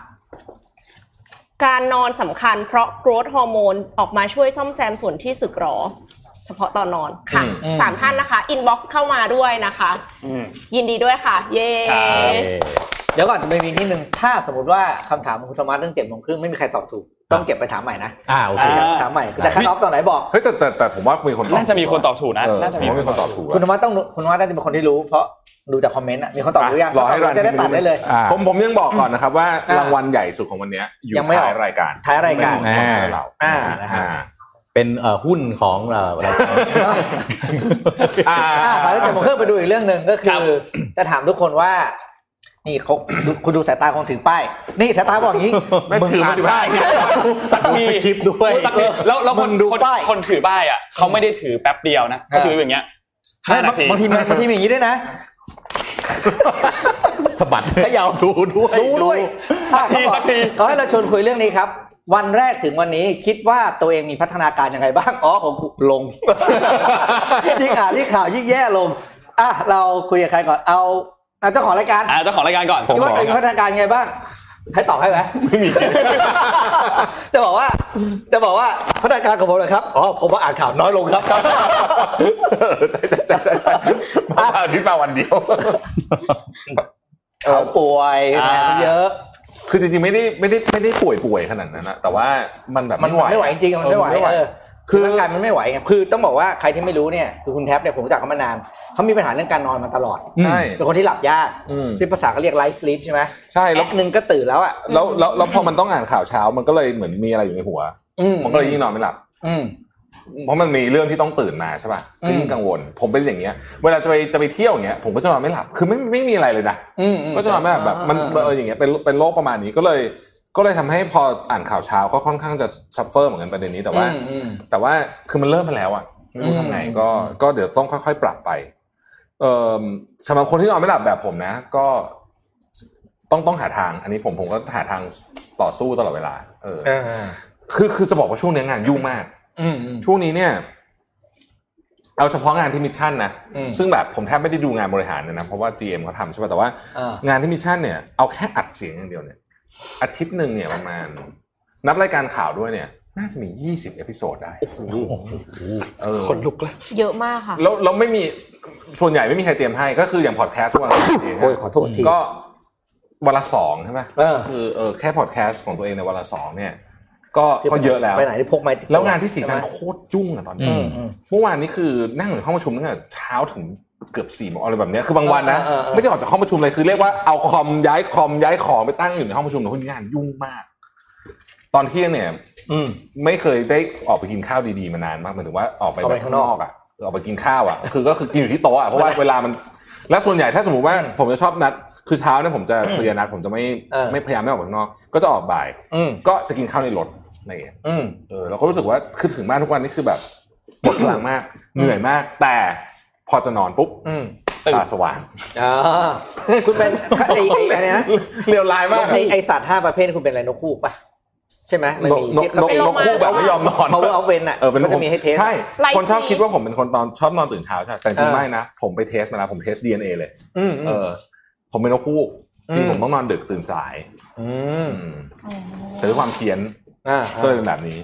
F: การนอนสำคัญเพราะโกรทฮอร์โมนออกมาช่วยซ่อมแซมส่วนที่สึกหรอ เฉพาะตอนนอนค่ะ
E: อืม
F: สามท่านนะคะ อินบ็อกซ์เข้ามาด้วยนะคะ
B: อืม
F: ยินดีด้วยค่ะ เย้
B: ครับ
D: เดี๋ยวก่อนจะไปมีนิดนึง ถ้าสมมติว่าคำถามของคุณธรรมะเรื่องเจ็ดโมงครึ่งไม่มีใครตอบถูก ต้องเก็บไปถามใหม่นะ
C: อ่าโอเค
B: อ่
D: ถามใหม่แต่คัดออฟตอนไหนบอก
E: เฮ้ยแต่แต่แต่ผมว่ามีคนตอบ
B: น่าจะมีคนตอบถูกนะ
E: เออ
B: น่าจะ
E: ผม
B: มี
E: ว่ามี
B: ค
E: คน น
B: ต
E: ต
B: อ
E: อบ บถูก
D: คุณธร
E: อะ
D: รมะต้องคุณธรรมะน่าจะเป็นคนที่รู้เพราะดูจากคอมเมนต์อะมีคนตอบหรือยัง
E: รอให้
D: ถ้าตบ
E: รัน
D: จะได้ตัดได้เลย
C: อ่า
E: ผมผมยังบอกก่อนนะครับว่า
D: อ่าร
E: รางวัลใหญ่สุดของวันเนี้ยอยู่
D: ยังไม่ออก
E: ท้ายรายการ
D: ท้ายรายการ
E: ไม่ได้อยู่ในสปอนเซอร์เรา
D: อ่า
E: อ่า
C: เป็นเอ่อหุ้นของเอ่อรายการ
E: อ่า
D: อ่าไปแล้วแต่ผมเพิ่มไปดูอีกเรื่องหนึ่งก็คือ จะถามทุกคนว่า นี่เขาดูคุณดูสายตาคนถือป้าย นี่สายตาบอกอย่างนี้
E: ไม่ถือมาถือได้
B: สักที
C: คลิปด้วย
B: สักทีแล้วแล้วคน
D: มึงดู
B: คน
D: ป้าย
B: คนถือป้ายอ่ะเขาไม่ได้ถือแป๊บเดียวนะเขาถืออย่างเงี้ยห้านาที
D: บางทีมันบางทีมีอย่างนี้ด้วยนะ
C: สะบัดขยาวดูด้วย
D: ดูด้วยอ่ะเขาบอกเขาให้เราชวนคุยเรื่องนี้ครับ วันแรกถึงวันนี้คิดว่าตัวเองมีพัฒนาการยังไงบ้าง อ๋อของกูลง ยิ่งอ่านยิ่งข่าวยิ่งแย่ลง อ่ะเราคุยกับใครก่อน เอาเอาเจ้าของรายการ
B: อ่าเจ้าของรายการก่อน
D: คิดว่าตัวเองมีพัฒนาการยังไงบ้าง ให้ตอบให้ไหม
E: ไม่มี
D: จะบอกว่า จะบอกว่าพัฒนาการของผมเลยครับ อ๋อผมว่าอ่านข่าวน้อยลงครับ
E: ใช่ใช่ใช่ใช่ใช่มาวันนี้มาวันเดียว
D: เขาป่วยงานเยอะ
E: คือจริงๆไม่ได้ไม่ได้ไม่ได้ป่วยป่วยขนาดนั้นนะแต่ว่ามันแบบ
D: มันไม่ไหวจริงๆมันไม่ไหว
E: เออ
D: เออ
E: คื
D: คือ
E: อ
D: ร่างกายมันไม่ไหวไงคือต้องบอกว่าใครที่ไม่รู้เนี่ยคือคุณแท็บเนี่ยผมรู้จักเขามานานเขามีปัญหาเรื่องการนอนมาตลอด
E: ใช่
D: เป็นคนที่หลับยาก
E: อืม
D: ที่ภาษาเขาเรียกไลฟ์สลีปใช่ไหม
E: ใช่แล้
D: แล้ววหนึ่งก็ตื่นแล้วอ่ะ
E: แล้วแล้วแล้วพอมันต้องอ่านข่าวเช้ามันก็เลยเหมือนมีอะไรอยู่ในหัว มันก็เลยยิ่งนอนไม่หลับ
D: อืม
E: เพราะมันมีเรื่องที่ต้องตื่นมาใช่ป่ะก็ยิ่งกังวล ผมเป็นอย่างเงี้ย เวลาจะไปจะไปเที่ยวอย่างเงี้ยผมก็จะนอนไม่หลับ คือไม่ไม่มีอะไรเลยนะ
D: อืม
E: ก็จะนอนไม่หลับแบบมันเอออย่างเงี้ยเป็นเป็นโรคประมาณนี้ก็เลย ก็เลยทำให้พออ่านข่าวเช้าก็ค่อนข้างจะซัฟเฟอร์เหมือนกันประเด็นนี้แต่ว่า
D: อืมอืม
E: แต่ว่าคือมันเริ่มมาแล้วอ่ะไม่รู้
D: อืม
E: ทำไงก็ก็เดี๋ยวต้องค่อยๆ ปรับไป เอ่อสำหรับคนที่นอนไม่หลับแบบผมนะ ก็ต้องต้องหาทาง อันนี้ผมผมก็หาทางต่อสู้ตลอดเวลา เออ คือคือจะบอกว่าช่วงเนี้ยงานยุ่งมาก
D: อืมอืม
E: ช่วงนี้เนี่ย เอาเฉพาะงานที่มิชชั่นนะ
D: อืม
E: ซึ่งแบบผมแทบไม่ได้ดูงานบริหารเลยนะเพราะว่า GM เขาทำใช่ป่ะแต่ว่า
D: อ่าง
E: านที่มิชชั่นเนี่ยเอาแค่อัดเสียงอย่างเดียวเนี่ยอาทิตย์หนึ่งเนี่ยประมาณ นับรายการข่าวด้วยเนี่ย น่าจะมี 20 เอพิโซดได้เออ
B: คนลุกแล้ว
F: เยอะมากค่ะ
E: แล้วแล้วไม่มีส่วนใหญ่ไม่มีใครเตรียมให้ ก็คืออย่างพอดแคสต์ทุกวันเอง
D: โอ้ยขอโทษที
E: ก็วันละสองใช่ไหม
D: เออ
E: คือเออแค่พอดแคสต์ของตัวเองในวันละสองเนี่ย ก็ก็เยอะแล้ว
D: ไปไหนที่พกไม้ติดตั
E: แล้วงานที่สีจันทร์
D: ใช่ไหม
E: โคตรจุ้งอะตอนนี้
D: อืมอืม
E: เมื่อวานนี้คือนั่งอยู่ในห้องประชุมตั้งแต่เช้าถึงเกือบสี่โมงอะไรแบบเนี้ยคือบางวันนะ
D: เออเออเออ
E: ไม่ได้ออกจากห้องประชุมเลยคือเรียกว่าเอาคอมย้ายคอมย้ายของไปตั้งอยู่ในห้องประชุมแต่คนงานยุ่งมาก ตอนเที่ยงเนี่ย
D: อืม
E: ไม่เคยได้ออกไปกินข้าวดีๆมานานมากหมายถึงว่าออกไป
D: ออก
E: แบ
D: ไป
E: บ
D: ข้า
E: ข้าง ง
D: น
E: น
D: อ
E: อก กอ่ะออกไปกินข้าวอ่ะ คือก็คือกินอยู่ที่โต๊ะอ่ะเพราะว่าเวลามันและส่วนใหญ่ถ้าสมมติว่าผมจะชอบนัด คือเช้าเนี่ยผมจะเคลียร์นัดผมจะไม่
D: เออ
E: ไม่พยายามไม่ออกไปข้างนอก ก็จะออกบ่าย
D: อืม
E: ก็จะกินข้าวในรถอะไรอย่างเงี้ย
D: อืม
E: เออเราก็รู้สึกว่าคือถึงบ้านทุกวันนี่คือแบบหมดพลังมาก เหนื่อยมาก แต่พอจะนอนปุ๊บ
D: อืม
E: ตาสว่าง
D: อ่า คุณเป็นไอ้ไอ้ อะไรนะ
E: เรียวลายมาก
D: ไอ้ไอ้สัตว์ห้าประเภทคุณเป็นอะไรนกคู่ปะใช่ไหมมัน
E: นก
D: มี
E: นก
D: เทส
E: นกนกคู่แบบไม่ยอมนอน
D: พาวเวอร์ออฟเวนอ่ะ
E: เออเป็น
D: ก็จะมีให้เทส
E: ใช่
F: ไลฟ์
E: คนชอบ
F: ฟรี
E: คิดว่าผมเป็นคนตอนชอบนอนตื่นเช้าใช่แต่จริง
D: เออ
E: ไม่นะ ผมไปเทสมาแล้วผมเทส DNA เลย
D: อืม
E: เอ
D: อืม
E: อ ผมเป็นนกคู่จริง
D: อืม
E: ผมต้องนอนดึกตื่นสาย
D: อืม
E: อืมแต่ด้วยความเพี้ยน
D: อ่า
E: ก็เลยเป็นแบบนี้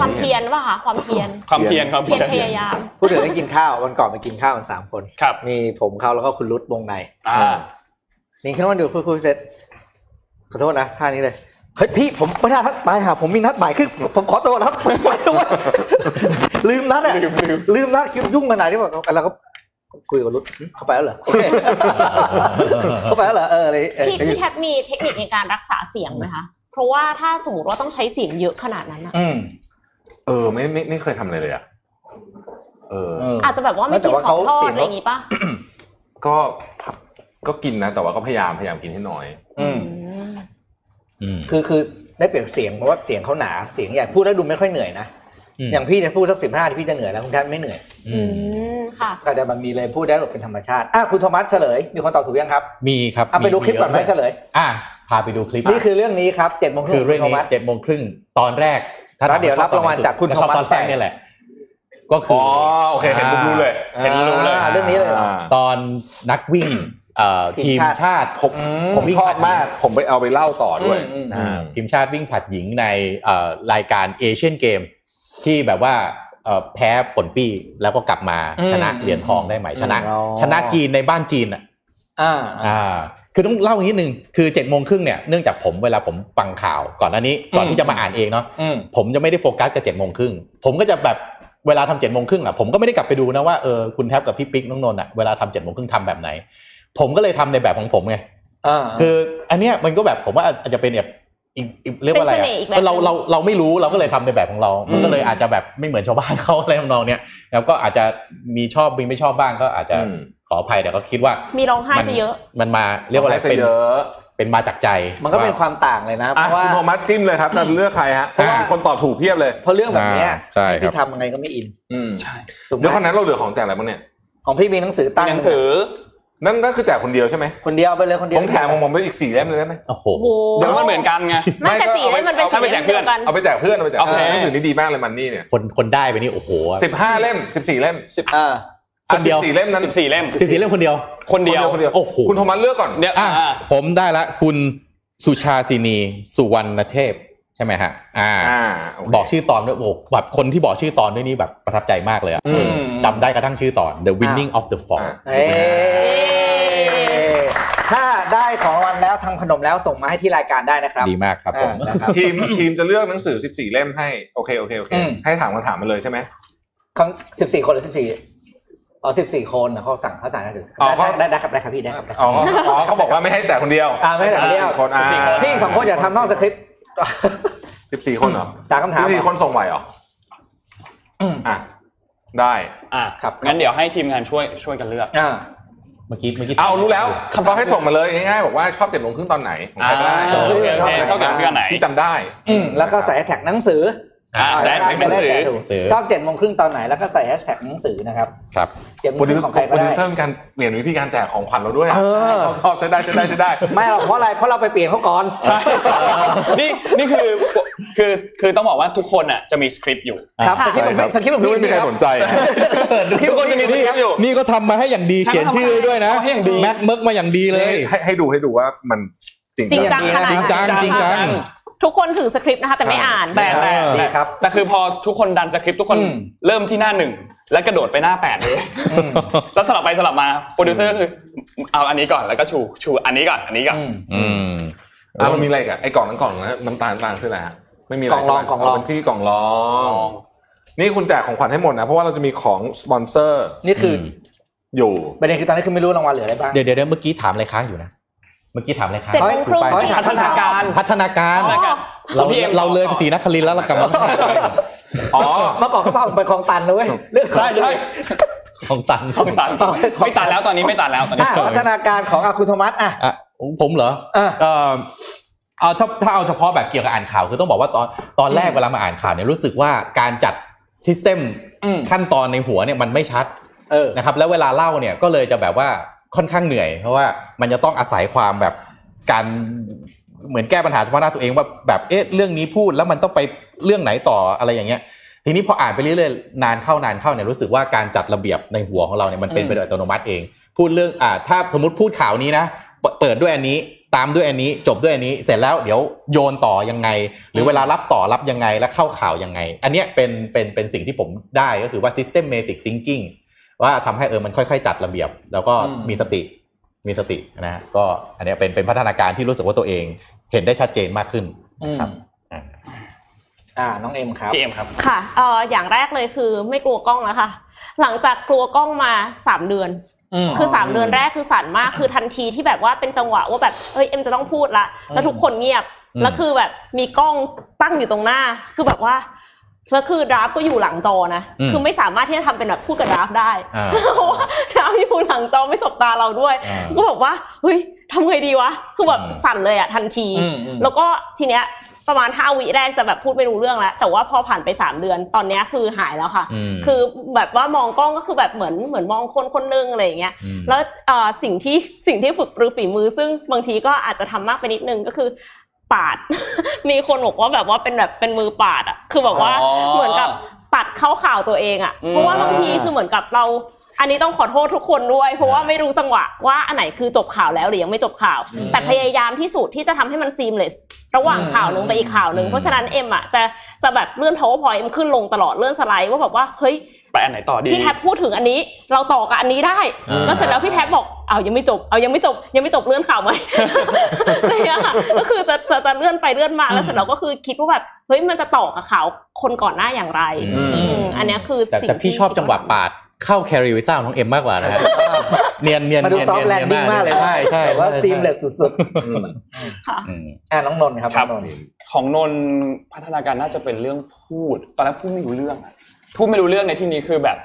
F: ความเพียรป่ะคะความเพียร
B: ความเพียรความ
F: เพี
B: เพียร
F: ยรพยายาม
D: พูดถึงเรื่องกินข้าววันก่อนไปกินข้าวกันสามคน
B: ครับ
D: มีผมเขาแล้วก็คุณรุดวงใน
B: อ่า
D: นี่แค่วันเดียวคุยคุยเสร็จขอโทษนะท่านี้เลยเฮ้ยพี่ผมไม่ได้ครับตายหาผมมีนัดบ่ายคือผมขอตัวแล้ว ครับไปด้วยลืมนัดอ่ะลืมลืมลืมนัดคิวยุ่งขนาดที่แบบเราก็คุยกับรุดเข้าไปแล้วเหรอโอเคเข้าไปแล้วเหรอเอออะไรเออ
F: พี่พี่แท็บมีเทคนิคในการรักษาเสียงไหมคะ เพราะว่าถ้าสมมติว่าต้องใช้เสียงเยอะขนาดนั้นอะ
D: อืม
E: เออไม่ไม่ไม่เคยทำอะไรเลยอ่ะเออ
F: อาจจะแบบว่าไม่
D: แต่
F: กิน
D: ว่า
F: ของทอ
D: เขาเสี
F: ด
D: ยง
F: อะไรอย่างงี้ป่ะ
E: ก็ก็กินนะ แต่ว่าก็พยายามพยายามกินให้น้อย
D: อืม
F: อืม
C: อืม
D: คือคือได้เปลี่ยนเสียงเพราะว่าเสียงเขาหนาเสียงใหญ่พูดแล้วดูไม่ค่อยเหนื่อยนะ
C: อืม
D: อย่างพี่เนี่ยพูดสักสิบห้าที่พี่จะเหนื่อยแล้วคุณท่านไม่เหนื่อย
C: อืม
F: อืมค่ะ
D: ก็จะมันมีเลยพูดได้แบบเป็นธรรมชาติอ่ะคุณโทมัสเฉลย มีคนตอบถูกยังครับ
C: มีครับ
D: เอาไปดูคลิปก่อนไหม
C: เยะ
D: เฉลย
C: อ่ะพาไปดูคลิป
D: นี่คือเรื่องนี้ครับเจ็ดโมงครึ่
C: คื
D: ง
C: อเรื่อง
D: โท
C: นี้
D: มัส
C: เจ็ดโมงครึ่งตอนแรก
D: แล้วเดี๋ยวรับรางวัลจากคุณ
C: ชอบตอน
D: โทมัส
C: แรก
D: ไป
C: เนี่ยแหละ ก็คื
E: อ๋อโอเคเห็นผมรู้เลย
C: เห็นรู้เลย
D: อ่าเรื่องนี้เลยเหรอ
E: อ่า
C: ตอนนักวิ่ง เอ่อทีมชาติ
E: ผมผมชอบมาก ผมไปเอาไปเล่าต่อด้วย
B: อืม
C: อ่าทีมชาติวิ่งผลัดหญิงในเอ่อรายการเอเชียนเกม ที่แบบว่าเอ่อแพ้ปนปี้แล้วก็กลับมา
B: อืม
C: ชนะเหรียญทองได้ไหมชนะ
G: อ๋อ
C: ชนะจีนในบ้านจีนอ่ะ
D: อ่า
C: อ่าคือต้องเล่าอย่างนี้หนึ่งคือเจ็ดโมงครึ่งเนี่ยเนื่องจากผมเวลาผมฟังข่าวก่อนหน้านี้ก่อนที่จะมาอ่านเองเนาะ
B: อืม
C: ผมจะไม่ได้โฟกัสกับเจ็ดโมงครึ่งผมก็จะแบบเวลาทำเจ็ดโมงครึ่งอ่ะผมก็ไม่ได้กลับไปดูนะว่าเออคุณแทบกับพี่ปิ๊กน้องนนท์อ่ะเวลาทำเจ็ดโมงครึ่งทำแบบไหน ผมก็เลยทำในแบบของผมไง
D: อ่า
C: คืออันเนี้ยมันก็แบบผมว่าอาจจะเป็นแบบอีกอีกเรียกว่าอะไร
F: เป็น
C: อะ
F: เสน่ห์อีกแบบ
C: เออเราเราเราไม่รู้เราก็เลยทำในแบบของเรา มันก็เลยอาจจะแบบไม่เหมือนชาวบ้านเขาอะไรท ำนองเนี้ยแล้วก็อาจจะมีชอบมีไม่ชอบบ้างก็อาจจะ
E: อืม
C: ขออภัยแต่ก็คิดว่า
F: มีร้องไห้
C: มัน
F: จะเยอะ
C: มันมาเรียกว่าอะไร
E: ให้ซ
C: เป็น
E: เยอะ
C: เป็นมาจากใจ
D: มันก็เป็น
C: ว่
D: ความต่างเลยนะ เพ
E: อ่ะ
D: ราะว่า
E: คุณโทมัสจิ้มเลยครับจะเลือกใครฮะ
D: เพราะว่า
E: คนตอบถูกเพียบเลย
D: เพราะเรื่องแบบเนี้ย
C: อ่าใช่ครับ
D: พี่ทำยังไงก็ไม่อิน
E: อืม
D: ถูกไห
E: เดี๋ยวค
D: ม
E: นนั้นเราเหลือของแจกอะไรบ้างเนี่ย
D: ของพี่มีหนังสือตั้ง
B: หนังสือ
E: นั่นก็คือแจกคนเดียวใช่ไหม
D: คนเดียวเอาไปเลยคนเดีย
E: ผ
D: ว
E: มแถมของผมไปอีกสี่เล่มเลยได้ไหม
C: โอ้โห
F: โอ้โห
B: เดี๋ยวมันเหมือนกันไง
F: ไม่แต่สีเล่มมันเป็นสี
B: เอาไปแจกเพื่
F: เดี
B: อย น
F: วกัน
E: เอาไปแจกเพื่อนเอาไปแจก
B: โอเค
E: หนังสือนี่ดีมากเลยมันนี่เนี่ย
C: คนคนได้ไปนี่โอ้โห
E: สิบห้าเล่มสิบสี่เล่มสิบ
D: อ่า
C: คนเดียว
E: สี่เล่มนั้น
B: สิบสี่เล่ม
C: สิบสี่เรื่องคนเดียว
B: คนเดียว
E: คนเดียว
C: โอ้โห
E: คุณโทมัสเลือกก่อน
B: เดี๋ยว
C: อ่ะ
B: อ่ะ
C: ผมได้ละคุณสุชาสินีสุวรรณเทพ ใช่ไหมฮะ อ่า
E: อ่าโเค
C: บอกชื่อตอนด้วยโอ้โหแบบคนที่บอกชื่อตอนด้วยนี่แบบประทับใจมากเลยอะ
E: อืม
C: จำได้กระทั่งชื่อตอน The Winning of the Fall
E: อ่ะ
D: เอ้ถ้าได้ของรางวัลแล้วทำขนมแล้วส่งมาให้ที่รายการได้นะครับ
C: ดีมากครับผม
D: อ่านะครับ
E: ทีมทีมจะเลือกหนังสือ 14 เล่มให้ โอเค โอเค โอเค ให้ถามคำถามมาเลยใช่ไหม
D: ของสิบสี่คนหรือสิบสี่อ๋อสิบสี่คนนะเขาสั่งเขาสั่งได้ถึง
E: อ๋อเขา
D: ได้ได้ครับได้ครับพี่ได้ครับได้ครับ
E: อ๋ออ๋อเขาบอกว่าไม่ให้แจกคนเดียว
D: อ่าไม่แต่เดียว
E: คนอ่า
D: พี่สองคนอย่าทำนอกสคริปต์
E: 14 คนเหรอ
D: ตามคำถาม
E: 14คนส่งไหวเหรออ่ะ ได้
B: อ่ะ
D: ครับ
B: งั้นเดี๋ยวให้ทีมงานช่วยช่วยกันเลือก
D: อ่า
C: เมื่อกี้เมื่อกี้
E: เอารู้แล้วเขาให้ส่งมาเลยง่ายๆบอกว่าชอบเจ็ดโมงครึ่งตอนไหนของใครก็ได้
B: อ่าโอเคโอเคชอบเจ็ดโมงครึ่งตอนไหน
E: ที่จำได้
D: อืมแล้วก็ใส่แฮชแท็กหนังสือ
B: อ่ะ
D: อ่า
B: แซนหนังสือ
D: จะได้แจกถูกชอบเจ็ดโมงครึ่งตอนไหนแล้วก็ใส่แฮชแท็กหนังสือนะครับ
C: ครับ
D: เจ็ดโม
E: โป
D: ง
E: ร
D: ค
E: ดิว
D: รึ่งของ
E: เซอร์
D: ใคร
E: โป
D: ก็
E: รดิว
D: ได้
E: เซอร์มีการเปลี่ยนวิธีการแจกของขวัญเราด้วย
D: เออ
E: ใช่ชอบชอบใช้ได้ใช้ได้ใช้ได้
D: ไม่หรอกเพราะอะไรเพราะเราไปเปลี่ยนเขาก่อน
B: ใช่นี่นี่คือคือคือต้องบอกว่าทุกคนอ่ะจะมีสคริปต์อยู่
D: ครับ
F: ค่ะ
D: สคริปต์ผมไม่สคริปต์ผม
E: ซึ่งไม่มีใครสนใจ
B: ทุกคนจะมีสคริปต์อยู่
C: นี่ก็ทำมาให้อย่างดีเขียนชื่อด้วยนะ
B: ให้อย่างดี
C: แม็กเมิกมาอย่างดีเลย
E: ให้ให้ดูให้ดูว่ามันจริง
F: จริง
E: จัง
F: จังขนาด
C: จริงจัง
F: นั้น
C: จริงจัง
F: ทุกคนถือสคริปต์นะคะแต่ไม่อ่าน
B: แต่แต่
D: ดี
B: แต่
D: ครับ
B: แต่คือพอทุกคนดันสคริปต์ทุกคนเริ่มที่หน้าหนึ่งแล้วกระโดดไปหน้าแปดเลยแล้วสลับไปสลับมาโปรดิวเซอร์ก็คือ เอาอันนี้ก่อนแล้วก็ชูชูอันนี้ก่อนอันนี้ก่อน
C: อืม
E: อ่ะมันมีอะไรอีกันไอ้กล่องนั้นกล่องนะน้ำตาลน้ำตาลคืออะไรฮะไม่มีะไร
D: กล่องรอง
E: ใช่ไหม
D: กล่องรอง
E: เป็นที่กล่องรอง นี่คุณแจกของขวัญให้หมดนะ เพราะว่าเราจะมีของสปอนเซอร์
D: นี่คืออ
E: อยู่
D: ประเด็นคือตอนนี้คือไม่รู้รางวัลเหลืออะไรบ้าง
C: เดี๋ยวเดี๋ยวเดี๋ยวเมื่อกี้ถามอะไรค้างอยู่นะ เมื่อกี้ถามอะไรค้าง
F: เจ็ดโมงครึ่
C: ถู
F: ง
C: กไป
D: เฮ้ย
B: พัฒนาการ
C: พัฒนาการ
B: พัฒนาการ
C: เรา
B: ของพี่อ็ม
C: เราเลยไปสีนักคลินทร์แล้วเรากลับมา
E: อ๋อ
D: เมื่อก่อนเขาพาผมไปคลองตันนะเว้ยเรื่อง
B: ใช่ใช่
C: ของตัน
B: ต้องตัดไม่ตัดแล้วตอนนี้ไม่ตัดแล้วตอนนี้
D: อ่ะพัฒนาการของอาคุณโทมัสอ่ะ
C: อ่ะผมเหรอ
D: อ่ะ
C: เอ่อเอาเฉพาะถ้าเอาเฉพาะแบบเกี่ยวกับอ่านข่าวคือต้องบอกว่าตอนตอนแรกเวลามาอ่านข่าวเนี่ยรู้สึกว่าการจัดซิสเต็มขั้นตอนในหัวเนี่ยมันไม่ชัด
D: เออ
C: นะครับแล้วเวลาเล่าเนี่ยก็เลยจะแบบว่าค่อนข้างเหนื่อย เพราะว่ามันจะต้องอาศัยความแบบการเหมือนแก้ปัญหาเฉพาะหน้าตัวเองว่าแบบเอ๊ะเรื่องนี้พูดแล้วมันต้องไปเรื่องไหนต่ออะไรอย่างเงี้ย ทีนี้พออ่านไปเรื่อยๆนานเข้านานเข้าเนี่ยรู้สึกว่าการจัดระเบียบในหัวของเราเนี่ยมันเป็นไปโดยอัตโนมัติเอง พูดเรื่องอ่าถ้าสมมติพูดข่าวนี้นะเปิดเปิดด้วยอันนี้ตามด้วยอันนี้จบด้วยอันนี้ เสร็จแล้วเดี๋ยวโยนต่อยังไง หรือเวลารับต่อรับยังไงและเข้าข่าวยังไง อันเนี้ยเป็นเป็นเป็นสิ่งที่ผมได้ก็คือว่า systematic thinking ว่าทำให้เออมันค่อย ๆ จัดระเบียบ แล้วก็
D: อืม
C: มีสติมีสตินะฮะก็อันเนี้ยเป็นเป็นพัฒนาการที่รู้สึกว่าตัวเองเห็นได้ชัดเจนมากขึ้นนะครับ
D: อืมอ่าน้องเอ็มครับ
B: พี่เอ็มครับ
F: ค่ะเอ่ออย่างแรกเลยคือไม่กลัวกล้องแล้วค่ะ หลังจากกลัวกล้องมาสามเดือน คือสามเดือนแรกคือสั่นมากคือทันทีที่แบบว่าเป็นจังหวะว่าแบบเอ้ยเอ็มจะต้องพูดละแล้วทุกคนเงียบ
C: อืม
F: แล้ว คือแบบมีกล้องตั้งอยู่ตรงหน้า คือแบบว่าแล้วคือดราฟก็อยู่หลังจอนะคือไม่สามารถที่จะทำเป็นแบบพูดกับดราฟได้
C: อ่า
F: เพราะว่าดราฟอยู่หลังจอไม่สบตาเราด้วย
C: อ่า
F: ก็บอกว่าเฮ้ยทำไงดีวะคือแบบ
C: อืม
F: สั่นเลยอะทันที แล้วก็ทีเนี้ยประมาณห้าวิแรกจะแบบพูดไม่รู้เรื่องแล้วแต่ว่าพอผ่านไปสามเดือนตอนเนี้ยคือหายแล้วค่ะ
C: อืม
F: คือแบบว่ามองกล้องก็คือแบบเหมือนเหมือนมองคนคนนึงอะไรอย่างเงี้ย
C: ม
F: แล้วเอ่อสิ่งที่สิ่งที่ฝึกปรือฝีมือ ซึ่งบางทีก็อาจจะทำมากไปนิดนึงก็คือ ปาด มีคนบอกว่าแบบว่าเป็นแบบเป็นมือปาดอ่ะคือแบบว่า
B: อ๋อ
F: เหมือนกับ
G: ปัดเข้าข่าวตัวเองอะ
B: อืม
G: เพราะว่าบางทีคือเหมือนกับเรา อันนี้ต้องขอโทษทุกคนด้วย เพราะว่าไม่รู้จังหวะว่าอันไหนคือจบข่าวแล้วหรือยังไม่จบข่าว แต่พยายามที่สุดที่จะทำให้มัน seamless ระหว่างข่าวหนึ่งไปอีกข่าวหนึ่งเพราะฉะนั้นเอ็มอะจะจะแบบเลื่อน powerpoint เอ็มขึ้นลงตลอดเลื่อนสไลด์ว่าแบบว่าเฮ้ย
B: ไปอันไหนต่อดี
G: พี่แท็บพูดถึงอันนี้เราต่อกับอันนี้ได้
C: อ่า
G: แล้วเสร็จแล้วพี่แท็บบอกเอายังไม่จบเอายังไม่จบยังไม่จบเลื่อนข่าว ไหม อะไรอย่างเงี้ยค่ะก็คือจะจะจะเลื่อนไปเลื่อนมาแล้วเสร็จแล้วก็คือคิดว่าแบบเฮ้ยมันจะต่อกับข่าวคนก่อนหน้าอย่างไร
C: อืม
G: อืมอันเนี้ยคือ
C: แต่
G: สิ่ง
C: แต่พี่ชอบจังหวะปาดเข้าแคริวิซ่าของน้องเอ็มมากกว่า นะฮะเนียนเนียน
D: มาดู
C: เนียน
D: ซอฟต์แลนดิ้งมากเลย
C: ใช่ใช่
D: แบบว่า
C: ใช่
D: ซีมเลสสุด
G: ค่ะ
C: อืม
D: ๆอ่าน้องนนท์ครับ
B: ครับ
D: น้องนนท์
B: ของนนท์พัฒนาการน่าจะเป็นเรื่องพูด ตอนแรกพูดไม่รู้เรื่องอะพูดไม่รู้เรื่องในที่นี้คือแบบ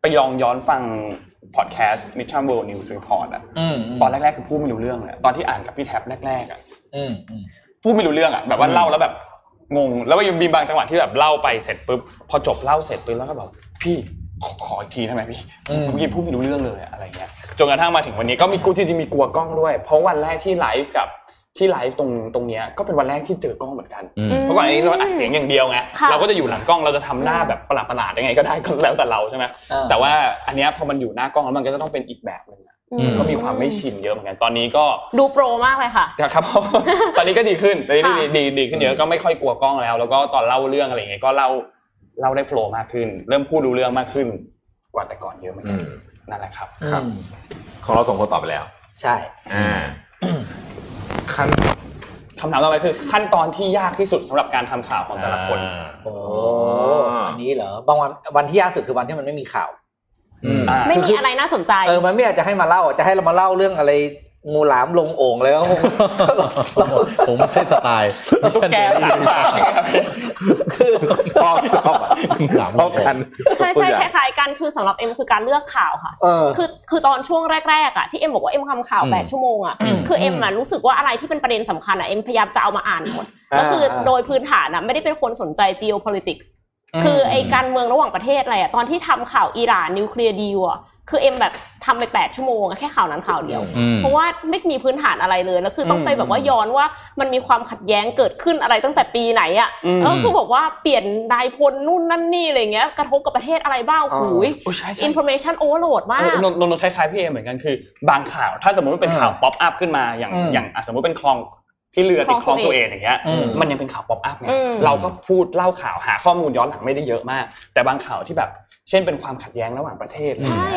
B: ไปยองย้อนฟังพอดแคสต์ Mission World News Report อะตอนแรกๆคือพูดไม่รู้เรื่องเลยอะตอนที่อ่านกับพี่แท็บแรกๆอะพูดไม่รู้เรื่องอะแบบว่าเล่าแล้วแบบงง แล้วยังมีบางจังหวะที่แบบเล่าไปเสร็จปุ๊บพอจบเล่าเสร็จปุ๊บแล้วก็แบบพี่ขอขออีกทีได้ไหมพี่เมื่อกี้พูดไม่รู้เรื่องเลยอะอะไรเงี้ยจนกระทั่งมาถึงวันนี้ก็มีกูจริงๆมีกลัวกล้องด้วย เพราะวันแรกที่ไลฟ์กับที่ไลฟ์ตรงตรงเนี้ยก็เป็นวันแรกที่เจอกล้องเหมือนกัน
C: อืม
B: เมื่อก่อนอันนี้เราอัดเสียงอย่างเดียวไง
G: ค่ะ
B: เราก็จะอยู่หลังกล้องเราจะทำหน้าแบบประหลาดๆยังไงก็ได้ก็แล้วแต่เราใช่ไหม
D: เออ
B: แต่ว่าอันเนี้ยพอมันอยู่หน้ากล้องแล้วมันก็จะต้องเป็นอีกแบบหนึ่งอะ
G: อื
B: ก็มีความไม่ชินเยอะเหมือนกันตอนนี้ก็
G: ดูโปรมากเลยค่ะ
B: ครับ ตอนนี้ก็ดีขึ้นตอนนี้ดี
G: ค่ะ
B: ดีดีขึ้นเยอะก็ไม่ค่อยกลัวกล้องแล้ว แล้วก็ตอนเล่าเรื่องอะไรอย่างเงี้ยก็เล่าเล่าได้โฟล์มากขึ้น เริ่มพูดรู้เรื่องมากขึ้น กว่าแต่ก่อนเยอะเหมือน
E: อื
B: กัน
E: ม
B: นั่นแหละครับ
E: ครับของเราสองคนตอบไปแล้ว
D: ใช่
E: อ่าขั้น
B: คำถามต่อไปคือขั้นตอนที่ยากที่สุดสำหรับการทำข่าวของแต่ละคน
E: อ่า
D: โอ้
E: อ่า
D: อันนี้เหรอบางวันวันที่ยากสุดคือวันที่มันไม่มีข่าว
E: อืม
B: อ่า
G: ไม่มีอะไรน่าสนใจ
D: เออมันไม่อยากจะให้มาเล่าจะให้เรามาเล่าเรื่องอะไรงูหลามลงโอ่งแล้วคง
C: ผมไม่ใช่สไตล์ไม่ใช่
B: แกสามปากเนี่ยครับ
E: ชอบชอบอะ
C: ถาม
E: ชอบกัน
G: ใช่
E: ตัว
G: ใช่
E: อย่า
G: ค
E: ง
G: ล้ายๆกันคือสำหรับเอ็มคือการเลือกข่าวค่ะ
D: เออ
G: คือคือตอนช่วงแรกๆอ่ะที่เอ็มบอกว่าเอ็มทำข่าว
C: อืม
G: แปดชั่วโมงอ่ะคือเอ็มอ่ะรู้สึกว่าอะไรที่เป็นประเด็นสำคัญอ่ะเอ็มพยายามจะเอามาอ่านหมด
D: อ่า
G: ก็คืออา โดยพื้นฐานอ่ะไม่ได้เป็นคนสนใจ geopolitics คือไอการเมืองระหว่างประเทศอะไรอ่ะตอนที่ทำข่าวอิหร่านนิวเคลียร์ดีลอ่ะคือเอ็มแบบทำไปแปดชั่วโมงอะแค่ข่าวนั้นข่าวเดียว
C: อืม
G: เพราะว่าไม่มีพื้นฐานอะไรเลยแล้วคือต้องไปแบบว่าย้อนว่ามันมีความขัดแย้งเกิดขึ้นอะไรตั้งแต่ปีไหนอ่ะ
B: อืม
G: แล้วก็คือบอกว่าเปลี่ยนนายพลนู่นนั่นนี่อะไรเงี้ยกระทบกับประเทศอะไรบ้างโอ้โห
B: โยใช่ใช่
G: information overload มาก
B: เออนนท์นนท์คล้ายๆพี่เอเหมือนกันคือบางข่าวถ้าสมมติว่าเป็นข่าวป๊อปอัพขึ้นมาอย่าง
D: อืม
B: อย่างอ่ะสมมติเป็นคลองที่เรือติดค
G: ค
B: ล
G: ล
B: อ
G: อง ง
B: สุ
G: สุ
B: เอ
G: เอ
B: ต
G: ต
B: อย่างเงี้ย
D: อืม
B: มันยังเป็นข่าวป๊อปอัพไง
G: อืม
B: เราก็พูดเล่าข่าวหาข้อมูลย้อนหลังไม่ได้เยอะมาก แต่บางข่าวที่แบบเช่นเป็นความขัดแย้งระหว่างประเทศ
G: ใช่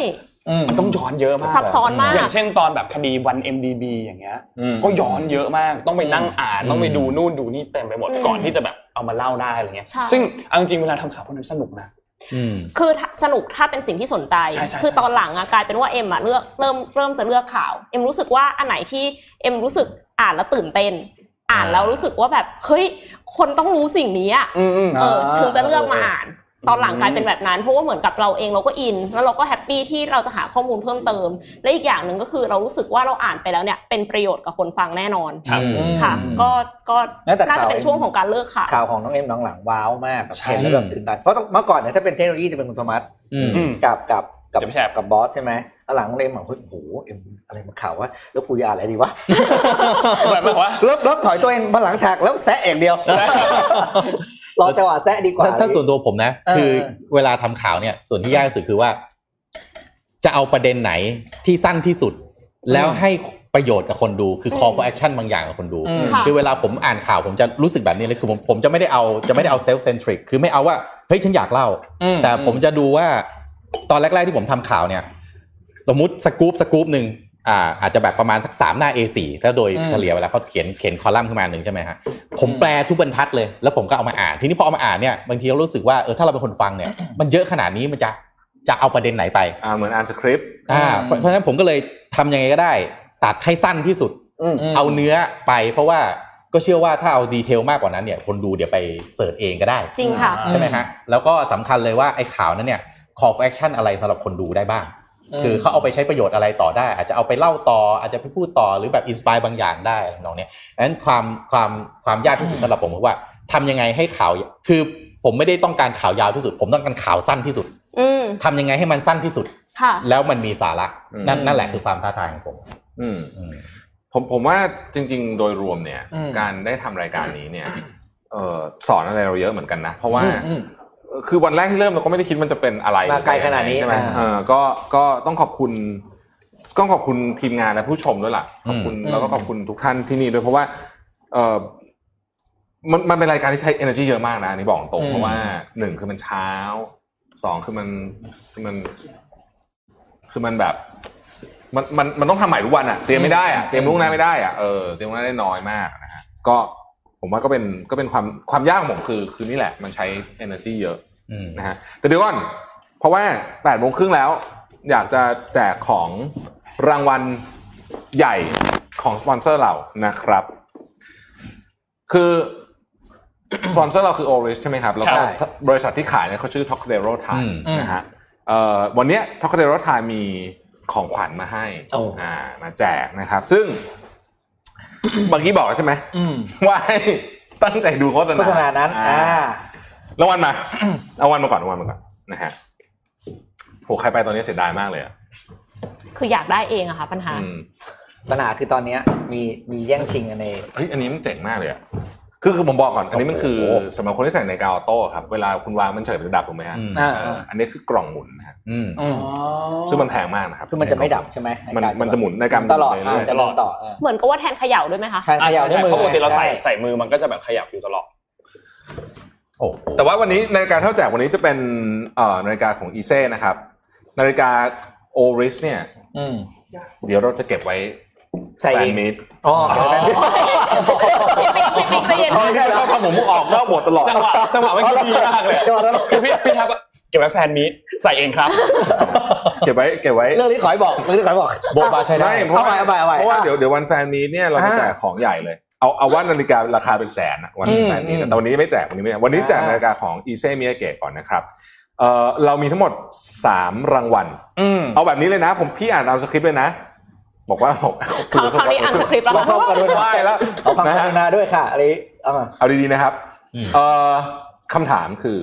B: มันต้องย้อนเยอะมาก
G: ซับซ้อนมาก
B: อย่างเช่นตอนแบบคดีวัน MDB อย่างเงี้ยก็ย้อนเยอะมากต้องไปนั่งอ่านต้องไปดูนู่นดูนี่เต็มไปหมด
G: อืม
B: ก่อนที่จะแบบเอามาเล่าได้อะไรเงี้ย
G: ใช่
B: ซึ่งเอาจริงๆเวลาทำข่าวพวกนั้นสนุกนะ
C: อืม
G: คือถ้าสนุกถ้าเป็นสิ่งที่สนใจ
B: ใช่ใช่
G: คือ
B: ใช่
G: ตอนหลังอะกลายเป็นว่าเอ็มอะเลือกเริ่มเริ่มจะเลือกข่าว เอ็มรู้สึกว่าอันไหนที่เอ็มรู้สึกอ่านแล้วตื่นเต้น อ่านแล้วรู้สึกว่าแบบเฮ้ยคนต้องรู้สิ่งนี้อะ
B: อืมอืม
G: เออถึงจะเลือกมาอ่าน ตอนหลังกลายเป็นแบบนั้นเพราะว่าเหมือนกับเราเองเราก็อิน แล้วเราก็แฮปปี้ที่เราจะหาข้อมูลเพิ่มเติม และอีกอย่างหนึ่งก็คือเรารู้สึกว่าเราอ่านไปแล้วเนี่ยเป็นประโยชน์กับคนฟังแน่นอน
B: ครับ
G: ค่ะ ก็ก็
D: แล้วแต่
G: น่า
D: ข่าว
G: จะเป็นช่วงของการเลือกข่าว
D: ข่าวของน้องเอ็มน้องหลังว้าวมากแบบ
B: ใช่
D: เห็นแล้วแบบตื่นตาเพราะต้องเมื่อก่อนเนี่ยถ้าเป็นเทคโนโลยีจะเป็นคุณโทมัส
C: อืม
B: อืม
D: กับกับกับ
B: จะไปแชร์
D: กับบอสใช่ไหมแล้วหลังน้องเอ็มบอกว่าโอ้โหเอ็มอะไรมาข่าวว่าแล้วกูจะอ่านอะไรดีวะ
B: แบบว่า
D: ลบลบถอยตัวเองมาหลังฉากแล้วแซะเอย่างเดียว รอจังหวะแซะดีกว่า
C: ถ้าถ้าส่วนตัวผมนะ
D: เออ
C: คือ
D: เออ
C: เวลาทำข่าวเนี่ย ส่วนที่ยากที่สุดคือว่า จะเอาประเด็นไหนที่สั้นที่สุด แล้วให้ประโยชน์กับคนดูคือ call for action บางอย่างกับคนดู
G: ค่ะ
C: คือเวลาผมอ่านข่าวผมจะรู้สึกแบบนี้เลยคือผมผมจะไม่ได้เอาจะไม่ได้เอา self centric คือไม่เอาว่าเฮ้ยฉันอยากเล่า แต่ผมจะดูว่าตอนแรก ๆที่ผมทำข่าวเนี่ย สมมติสกู๊ปสกู๊ปหนึ่งอ่าอาจจะแบบประมาณสักสามหน้า A4 ถ้าโดยเฉลี่ยเวลาเขาเขียนเขียนคอลัมน์ขึ้นมาหนึ่งใช่ไหมฮะ ผมแปลทุกบรรทัดเลย แล้วผมก็เอามาอ่าน ทีนี้พอเอามาอ่านเนี่ยบางทีเรารู้สึกว่าเออถ้าเราเป็นคนฟังเนี่ย มันเยอะขนาดนี้มันจะจะเอาประเด็นไหนไป
E: อ่าเหมือนอ่านสคริปต์
C: อ่าเพราะเพราะฉะนั้นผมก็เลยทำยังไงก็ได้ ตัดให้สั้นที่สุด เอาเนื้อไป เพราะว่าก็เชื่อว่าถ้าเอาดีเทลมากกว่านั้นเนี่ย คนดูเดี๋ยวไปเสิร์ชเองก็ได้
G: จริงค่ะ
C: ใช่ไหมฮะ แล้วก็สำคัญเลยว่าไอ้ข่าวนั้นเนี่ย call for action อะไรสำหรับคนดูได้บ้าง คือเขาเอาไปใช้ประโยชน์อะไรต่อได้ อาจจะเอาไปเล่าต่อ อาจจะไปพูดต่อหรือแบบอินสปายบางอย่างได้อะไรน้องเนี้ยนั้นความความความยากที่สุดสำหรับผมคือว่าทำยังไงให้ข่าว คือผมไม่ได้ต้องการข่าวยาวที่สุด ผมต้องการข่าวสั้นที่สุด
G: อืม
C: ทำยังไงให้มันสั้นที่สุด
G: ค่ะ
C: แล้วมันมีสาระ
E: อืม
C: นั่นนั่นแหละคือความท้าทายของผม
E: อืม
C: อืม
E: ผมผมว่าจริง ๆ โดยรวมเนี่ย การได้ทำรายการนี้เนี่ย เออสอนอะไรเราเยอะเหมือนกันนะ เพราะว่า คือวันแรกที่เริ่มเราก็ไม่ได้คิดมันจะเป็นอะไร
D: มาไกลขนาดนี้
E: ใช่ไหม
D: อ่า
E: เออก็ก็ต้องขอบคุณต้องขอบคุณทีมงานและผู้ชมด้วยล่ะขอบคุณแล้วก็ขอบคุณทุกท่านที่นี่ด้วยเพราะว่า เออมันมันเป็นรายการที่ใช้ energy เยอะมากนะอันนี่บอกตรงเพราะว่าหนึ่งคือมันเช้าสองคือมันคือมัน คือมันแบบ มันมันมันต้องทำใหม่ทุกวันอ่ะเตรียมไม่ได้อ่ะเตรียมล่วงหน้าไม่ได้อ่ะเออเตรียมล่วงหน้าได้น้อยมากนะฮะก็ผมว่าก็เป็นก็เป็นความความยากของผมคือ คือนี่แหละมันใช้ energy เยอะ
C: อืม
E: นะฮะแต่เดี๋ยวก่อนเพราะว่า8ปดโมงครึ่งแล้ว อยากจะแจกของรางวัลใหญ่ของสปอนเซอร์เรานะครับ คือ สปอนเซอร์เราคือ o r i s ใช่ไหมครับ แล้วก็
B: ใช่
E: บริษัทที่ขายเนี่ยเขาชื่อ t o c a d e r o Time
C: อืม
E: นะฮะเอ่อวันเนี้ย t o c a d e r o Time มีของขวัญมาให้
D: โอ้
E: อ่ามาแจกนะครับ ซึ่ง เมื่อกี้บอกแล้วใช่ไหม
B: อืม
E: ว่าให้ตั้งใจดูโฆษณา
D: โฆษณานั้น
E: อ่า
D: อ่า
E: รางวัลมา เอาวันมาก่อนเอาวันมาก่อนนะฮะโหใครไปตอนนี้เสียดายมากเลยอะ
F: คืออยากได้เองอะค่ะปัญหา
E: อืม
D: ปัญหาคือตอนเนี้ยมีมีแย่งชิงกันเอง
E: เฮ้ยอันนี้มันเจ๋งมากเลยอะคือคือผมบอกก่อน อันนี้มันคือ
C: โอ้โห
E: สำหรับคนที่ใส่ในาฬิกาออโต้ครับ เวลาคุณวางมันเฉยเป็นระดับถูกไหมฮะ
C: อืม
D: อ่า
E: เอออันนี้คือกล่องหมุนนะฮะ
C: อืม
E: ซึ่งมันแพงมากนะครับ
D: คือมันจะไม่ดับใช่ไหม
E: มันมันจะหมุนในาฬิกามัน
D: ตลอด
E: หมุน
D: อ่า
E: ไปเรื่อย
D: จะลองต่อ
F: เหมือนกับว่าแทนเขย่าด้วยไหมคะ
D: ใช่
B: อ่า
D: ขยั
B: ใช่ใช่
D: บด้วยมือ
B: เพราะปกติเราใส่
D: ได้
B: ใส่มือมันก็จะแบบขยับอยู่ตลอด
C: โอ้โห
E: แต่ว่าวันนี้นาฬิกาเท่าแจกวันนี้จะเป็นเอ่อนาฬิกาของอีเซ่นะครับ นาฬิกาโอริสเนี่ย
D: อืม
E: เดี๋ยวเราจะเก็บไว้
D: ใส่
E: แฟ
D: เอน ง
E: มิตร
D: อ๋อ
F: ใจเย็น
E: ไม่ใช่เราทำผมออกนอกบทตลอด
B: จังหวะจังหวะไม่คือดีมากเลย
D: จังหวะนั้น
B: คือพี่พี่ทับอะเก็บไว้แฟนมีตใส่เองครับ
E: เก็บไว้เก็บไว้
D: เรื่องนี้ขอให้บอกเรื่องนี้ขอให้บอก
C: โบะบาใช้ได้
E: ไม่เพราะว่า
D: เอาไปเอาไปเอาไป
E: เพราะว่าเดี๋ยวเดี๋ยววันแฟนมีตเนี่ยเราจะ
D: อ่า
E: แจกของใหญ่เลย เอาเอาว่านาฬิการาคาเป็นแสนอะวันแฟนมีต
D: อืม
E: แต่วันนี้ไม่แจกวันนี้ไม่แจกวันนี้แจก
D: อ่า
E: นาฬิกาของอีเซมิยาเกะก่อนนะครับเอ่อเรามีทั้งหมด 3 รางวัล
B: อืม
E: เอาแบบนี้เลยนะ ผมพี่อ่านเอาสคริปต์เลยนะ บอกว่า ผม
F: เขาคราวนี้อ่านสคริปต์แล้ว
D: เรา
F: ค่ะ
D: เข้ากันด้วยนะ
E: ได้แล้ว
D: เอาฟัง
E: นะ
D: ก
E: ฮะ
D: รุณาด้วยค่ะอะไรเอามา
E: เอาดีๆนะครับ
C: อืม
E: เอ่อคำถามคือ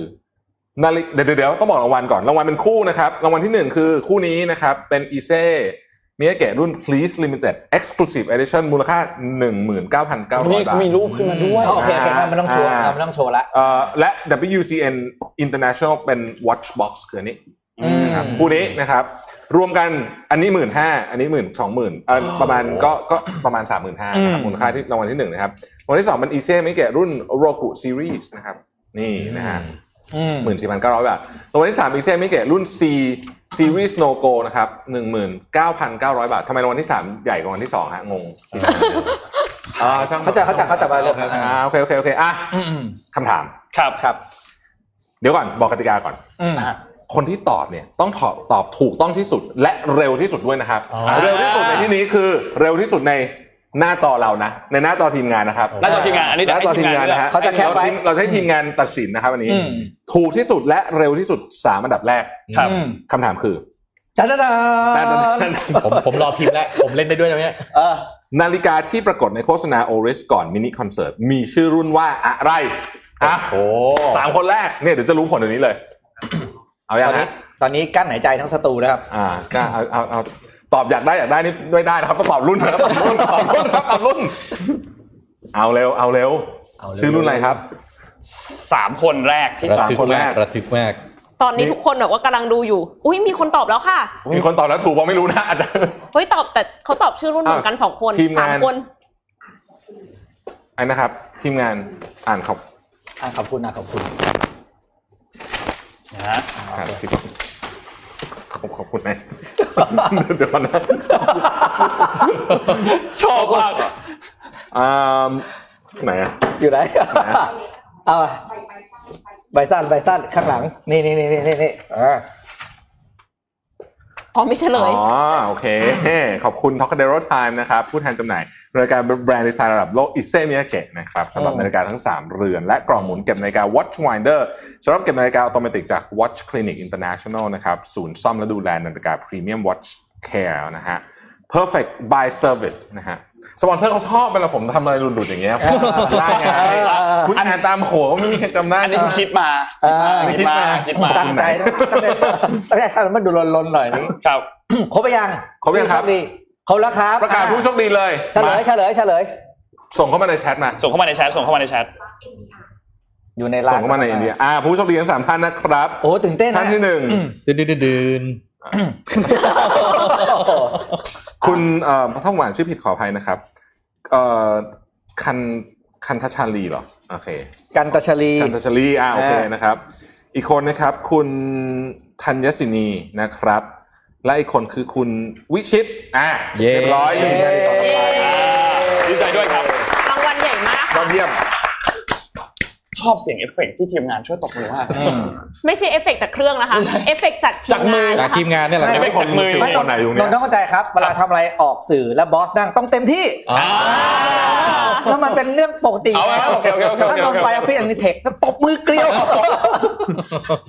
E: นาฬิกเดี๋ยวเดี๋ยวต้องบอกรางวัลก่อนรางวัลเป็นคู่นะครับรางวัลที่หนึ่งคือคู่นี้นะครับเป็นอีเซ มิยาเกะรุ่น Please Limited Exclusive Edition มูลค่า
B: นี่
E: 19,900 บาท
B: มีรูปขึ้นมาด้วย
D: โอเคโอเค
E: อ่า
D: มันต้องโชว์
E: อ่า
D: อ่ามันต้องโชว์ละ
E: เอ่อและ WCN International เป็น Watch Box คืออันนี้นะครับคู่นี้นะครับ รวมกันอันนี้หมื่นห้าอันนี้หมื่นสองหมื่นเออประมาณก็ก็ประมาณสามหมื่นห้านะครั
B: อื
E: บ
B: ม
E: มูลค่าที่รางวัลที่หนึ่งนะครับรางวัลที่สองเป็นอีเซ่มิยาเกะรุ่น Roku Series นะครับ นี่นะฮะ หมื่นสี่พันเก้าร้อยบาทรางวัลที่สามอีเซ่มิเกะรุ่น C Series No Go นะครับหนึ่งหมื่นเก้าพันเก้าร้อยบาททำไมรางวัลที่สามใหญ่กว่ารางวัลที่สองฮะ ง งอ่าช่าง
D: เข้าใจเข้าใจเข้าใจมาเลย
E: อ่าโอเค โอเค โอเค อ่ะคำถาม
B: ครับครับ
E: เดี๋ยวก่อน บอกกติกาก่อน คนที่ตอบเนี่ยต้องตอบตอบถูกต้องที่สุดและเร็วที่สุดด้วยนะครับ
C: อ๋อ
E: เร็วที่สุดในที่นี้คือเร็วที่สุดในหน้าจอเรานะ ในหน้าจอทีมงานนะครับ
B: หน้าจอทีมงานอันนี้เดี๋
E: ห
B: ยว
E: น้าจอทีมงานนะฮะ
D: เขาจะแคปไว้
E: เราจะให้ทีมงานตัดสินนะครับวันนี้ ถูกที่สุดและเร็วที่สุดสามอันดับแรก
B: ครับ
E: คำถามคือ
D: จ้าดาดา
C: ผมผมรอพิมพ์แล้ว ผมเล่นได้ด้วยตรงเนี้ย
D: เออ
E: นาฬิกาที่ปรากฏในโฆษณาโอริสก่อนมินิคอนเสิร์ต มีชื่อรุ่นว่าอะไรอ่ะ
C: โอ้
E: สามคนแรกเนี่ยเดี๋ยวจะรู้ผลเดี๋ยวนี้เลย เอา
D: ต
E: อย่าง
D: อนนี้
E: นะ
D: ตอนนี้กั้นหายใจทั้งสตูนะครับ
E: อ่าก็เอาเอาเอาตอบอยากได้อยากได้นี่ไม่ได้นะครับต้องตอบรุ่นนะครับตอบรุ่นตอบรุ่นครับตอบรุ่น เอาเร็ว เอาเร็ว ชื่อรุ่นอะไรครับ
B: สามคนแรกที่
C: ระ
B: สาม
C: ทึก
E: คนแร
C: มาก
E: ก
C: ระทึกมาก
F: ตอนนี้ทุกคนแบบว่ากำลังดูอยู่ อุ้ยมีคนตอบแล้วค่ะ
E: มีคนตอบแล้วถูกว่าไม่รู้นะอาจจะ
F: เฮ้ยตอบแต่เขาตอบชื่อรุ่นเหมือนกันสองคน
E: ทีมงาน
F: สามคน
E: อันนะครับ ทีมงานอ่านขอบ
D: อ่ะขอบคุณนะขอบคุณ
B: นะฮะ
E: อ่านที่ขอบขอบคุณนะ เดี๋ยวก่อนนะ
B: ชอบมาก
E: อ่าไหนอะ
D: อยู่ไหน เอามาใบสั้นใบสั้นข้างหลัง นี่นี่นี่นี่นี่นี่อ่า
F: อ๋อไม่เฉลย
E: อ๋อ โอเค ขอบคุณ t o c a d e r o Time นะครับ ผู้แทนจำหน่ายนาฬิกาแบรนด์ดีไซน์ระดับโลกอิเซมิยาเกะนะครับสำหรับนาฬิกาทั้ง 3 เรือน และกล่องหมุนเก็บนาฬิกา Watch Winder สำหรับเก็บนาฬิกาอัตโนมัติจาก Watch Clinic International นะครับ ศูนย์ซ่อมและดูแลนาฬิกา Premium Watch Care นะฮะ Perfect by Service นะฮะ สปอนเซอร์เขาชอบเวลาผมทำอะไรหลุดๆอย่างเงี้ยคุณได้ไงคุณอ่านตามโหไม่มีใครจำได้
B: อันนี้คือคิดมาคิดมาคิดมา
D: ตั้งใจนะตั้งใจตั้งใจทำให้มันดูลนๆหน่อยนี่
B: ครับ
D: ครบไปยัง
E: ครบยังครับ
D: ดีครบแล้วครับ
E: ประกาศผู้โชคดีเลย
D: เฉลย
E: มา
D: เฉลยเฉลย
E: ส่งเข้ามาในแชทมา
B: ส่งเข้ามาในแชทส่งเข้ามาในแชท
D: อยู่ในร้าน
E: ส่งเข้ามาในอินเดียอ่าผู้โชคดีทั้งสามท่านนะครับ
D: โอ้ตื่นเต้น
E: ท่านที่หนึ่ง
C: ดืนดืนดืน
E: คุณเอ่อท่องหวานชื่อผิดขออภัยนะครับเอ่อคันคันทชาลีเหรอโอเค
D: กันตชลี
E: จันทชลีอ่าโอเค
D: อ่าน
E: นะครับ อีกคนนะครับ คุณธัญศินีนะครับ และอีกคนคือคุณวิชิตอ่า
C: เย้
E: เรียบร้อยหนึ่งในสองราย
B: ดีใจด้วยครับ
F: รางวัลใหญ่มาก
E: ยอดเยี่ยม
B: ชอบเสียงเอฟเฟกต์ที่ทีมงานช่วยตบมือมาก
F: ไม่ใช่เอฟเฟกต์จากเครื่องนะคะ เอฟเฟกต์จากที
B: จาก
F: ม
B: มือ
F: งาน
C: จากทีมงานเนี่ยแหละ
B: ไม่จับมือ
E: ไม่คนไหนอยู่
D: น
E: เนี่
D: น
E: ย
D: ท์ต้องเข้าใจครับ เวลาทำอะไรออกสื่อแล้วบอสนั่งต้องเต็มที่
C: อ่า
D: แล้วมันเป็นเรื่องปกติ
B: เอาไว้โอเคโอเคโอเคโอเค
D: ถ้าลงไปอภิอันนิเทคแล้วตบมือเกลียว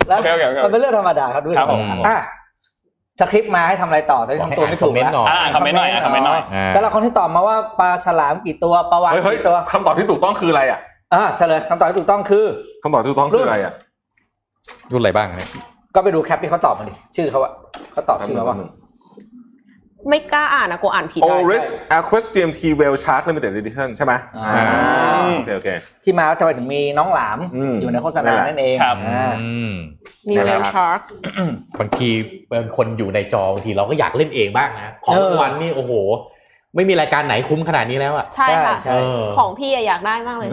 D: แล้ว
B: โอเคโอเคโอเค
D: มันเป็นเรื่องธรรมดาครับด้วย
B: ครับผม
D: อ่ะสคริปต์มาให้ทำอะไรต่อตอนนี้ทำตัวไม่ถู
C: ค
D: ก
C: อเมนต์หน่
D: แล้
C: อ
D: วย
B: อ่านคอมเมนต์หน่อยอ่านคอมเมนต์หน่อย
C: อ่า
D: สำหรับคนที่ตอบมาว่าปลาฉลามกี่ตัวปลาวาฬ
E: เฮ้ยเฮ้ย
D: กี่ตัว
E: คำตอบที่ถูกต้องคืออะไรอ่ะ
D: อ่ะเฉลยคำตอบที่ถูกต้องคือ
E: คำตอบที่ถูกต้องคืออะไรอ่ะ
C: รุ่นอะไรบ้างเนี่ย
D: ก็ไปดูแคปที่เขาตอบมาดิชื่อเขาอะเขาตอบชื่อแล้วว่า
F: ไม่กล้าอ่านนะกลัวอ่านผิด
E: โอริสแอคเวสเตียมทีเวลชาร์คลิมิเต็ดเอดิชั่นใช่ไหม
D: อ่า
E: อ่าโอเคโอเค
D: ที่มาทำไมถึงมีน้องหลาม
E: อืม
D: อยู่ในโฆษณานั่นเอง
B: ครับ
D: อ่า
C: อืม
F: มี
E: นั่น
F: เว
E: แหละ
F: ล
E: ครับ
F: ชาร์ก
C: บางทีเป็นคนอยู่ในจอบางทีเราก็อยากเล่นเองบ้างนะ ของรางวันนี่โอ้โห ไม่มีรายการไหนคุ้มขนาดนี้แล้วอ่ะ
F: ใช่ค่ะ
D: ใช่
C: เออ
F: ของพี่อะอยากได้มากเลย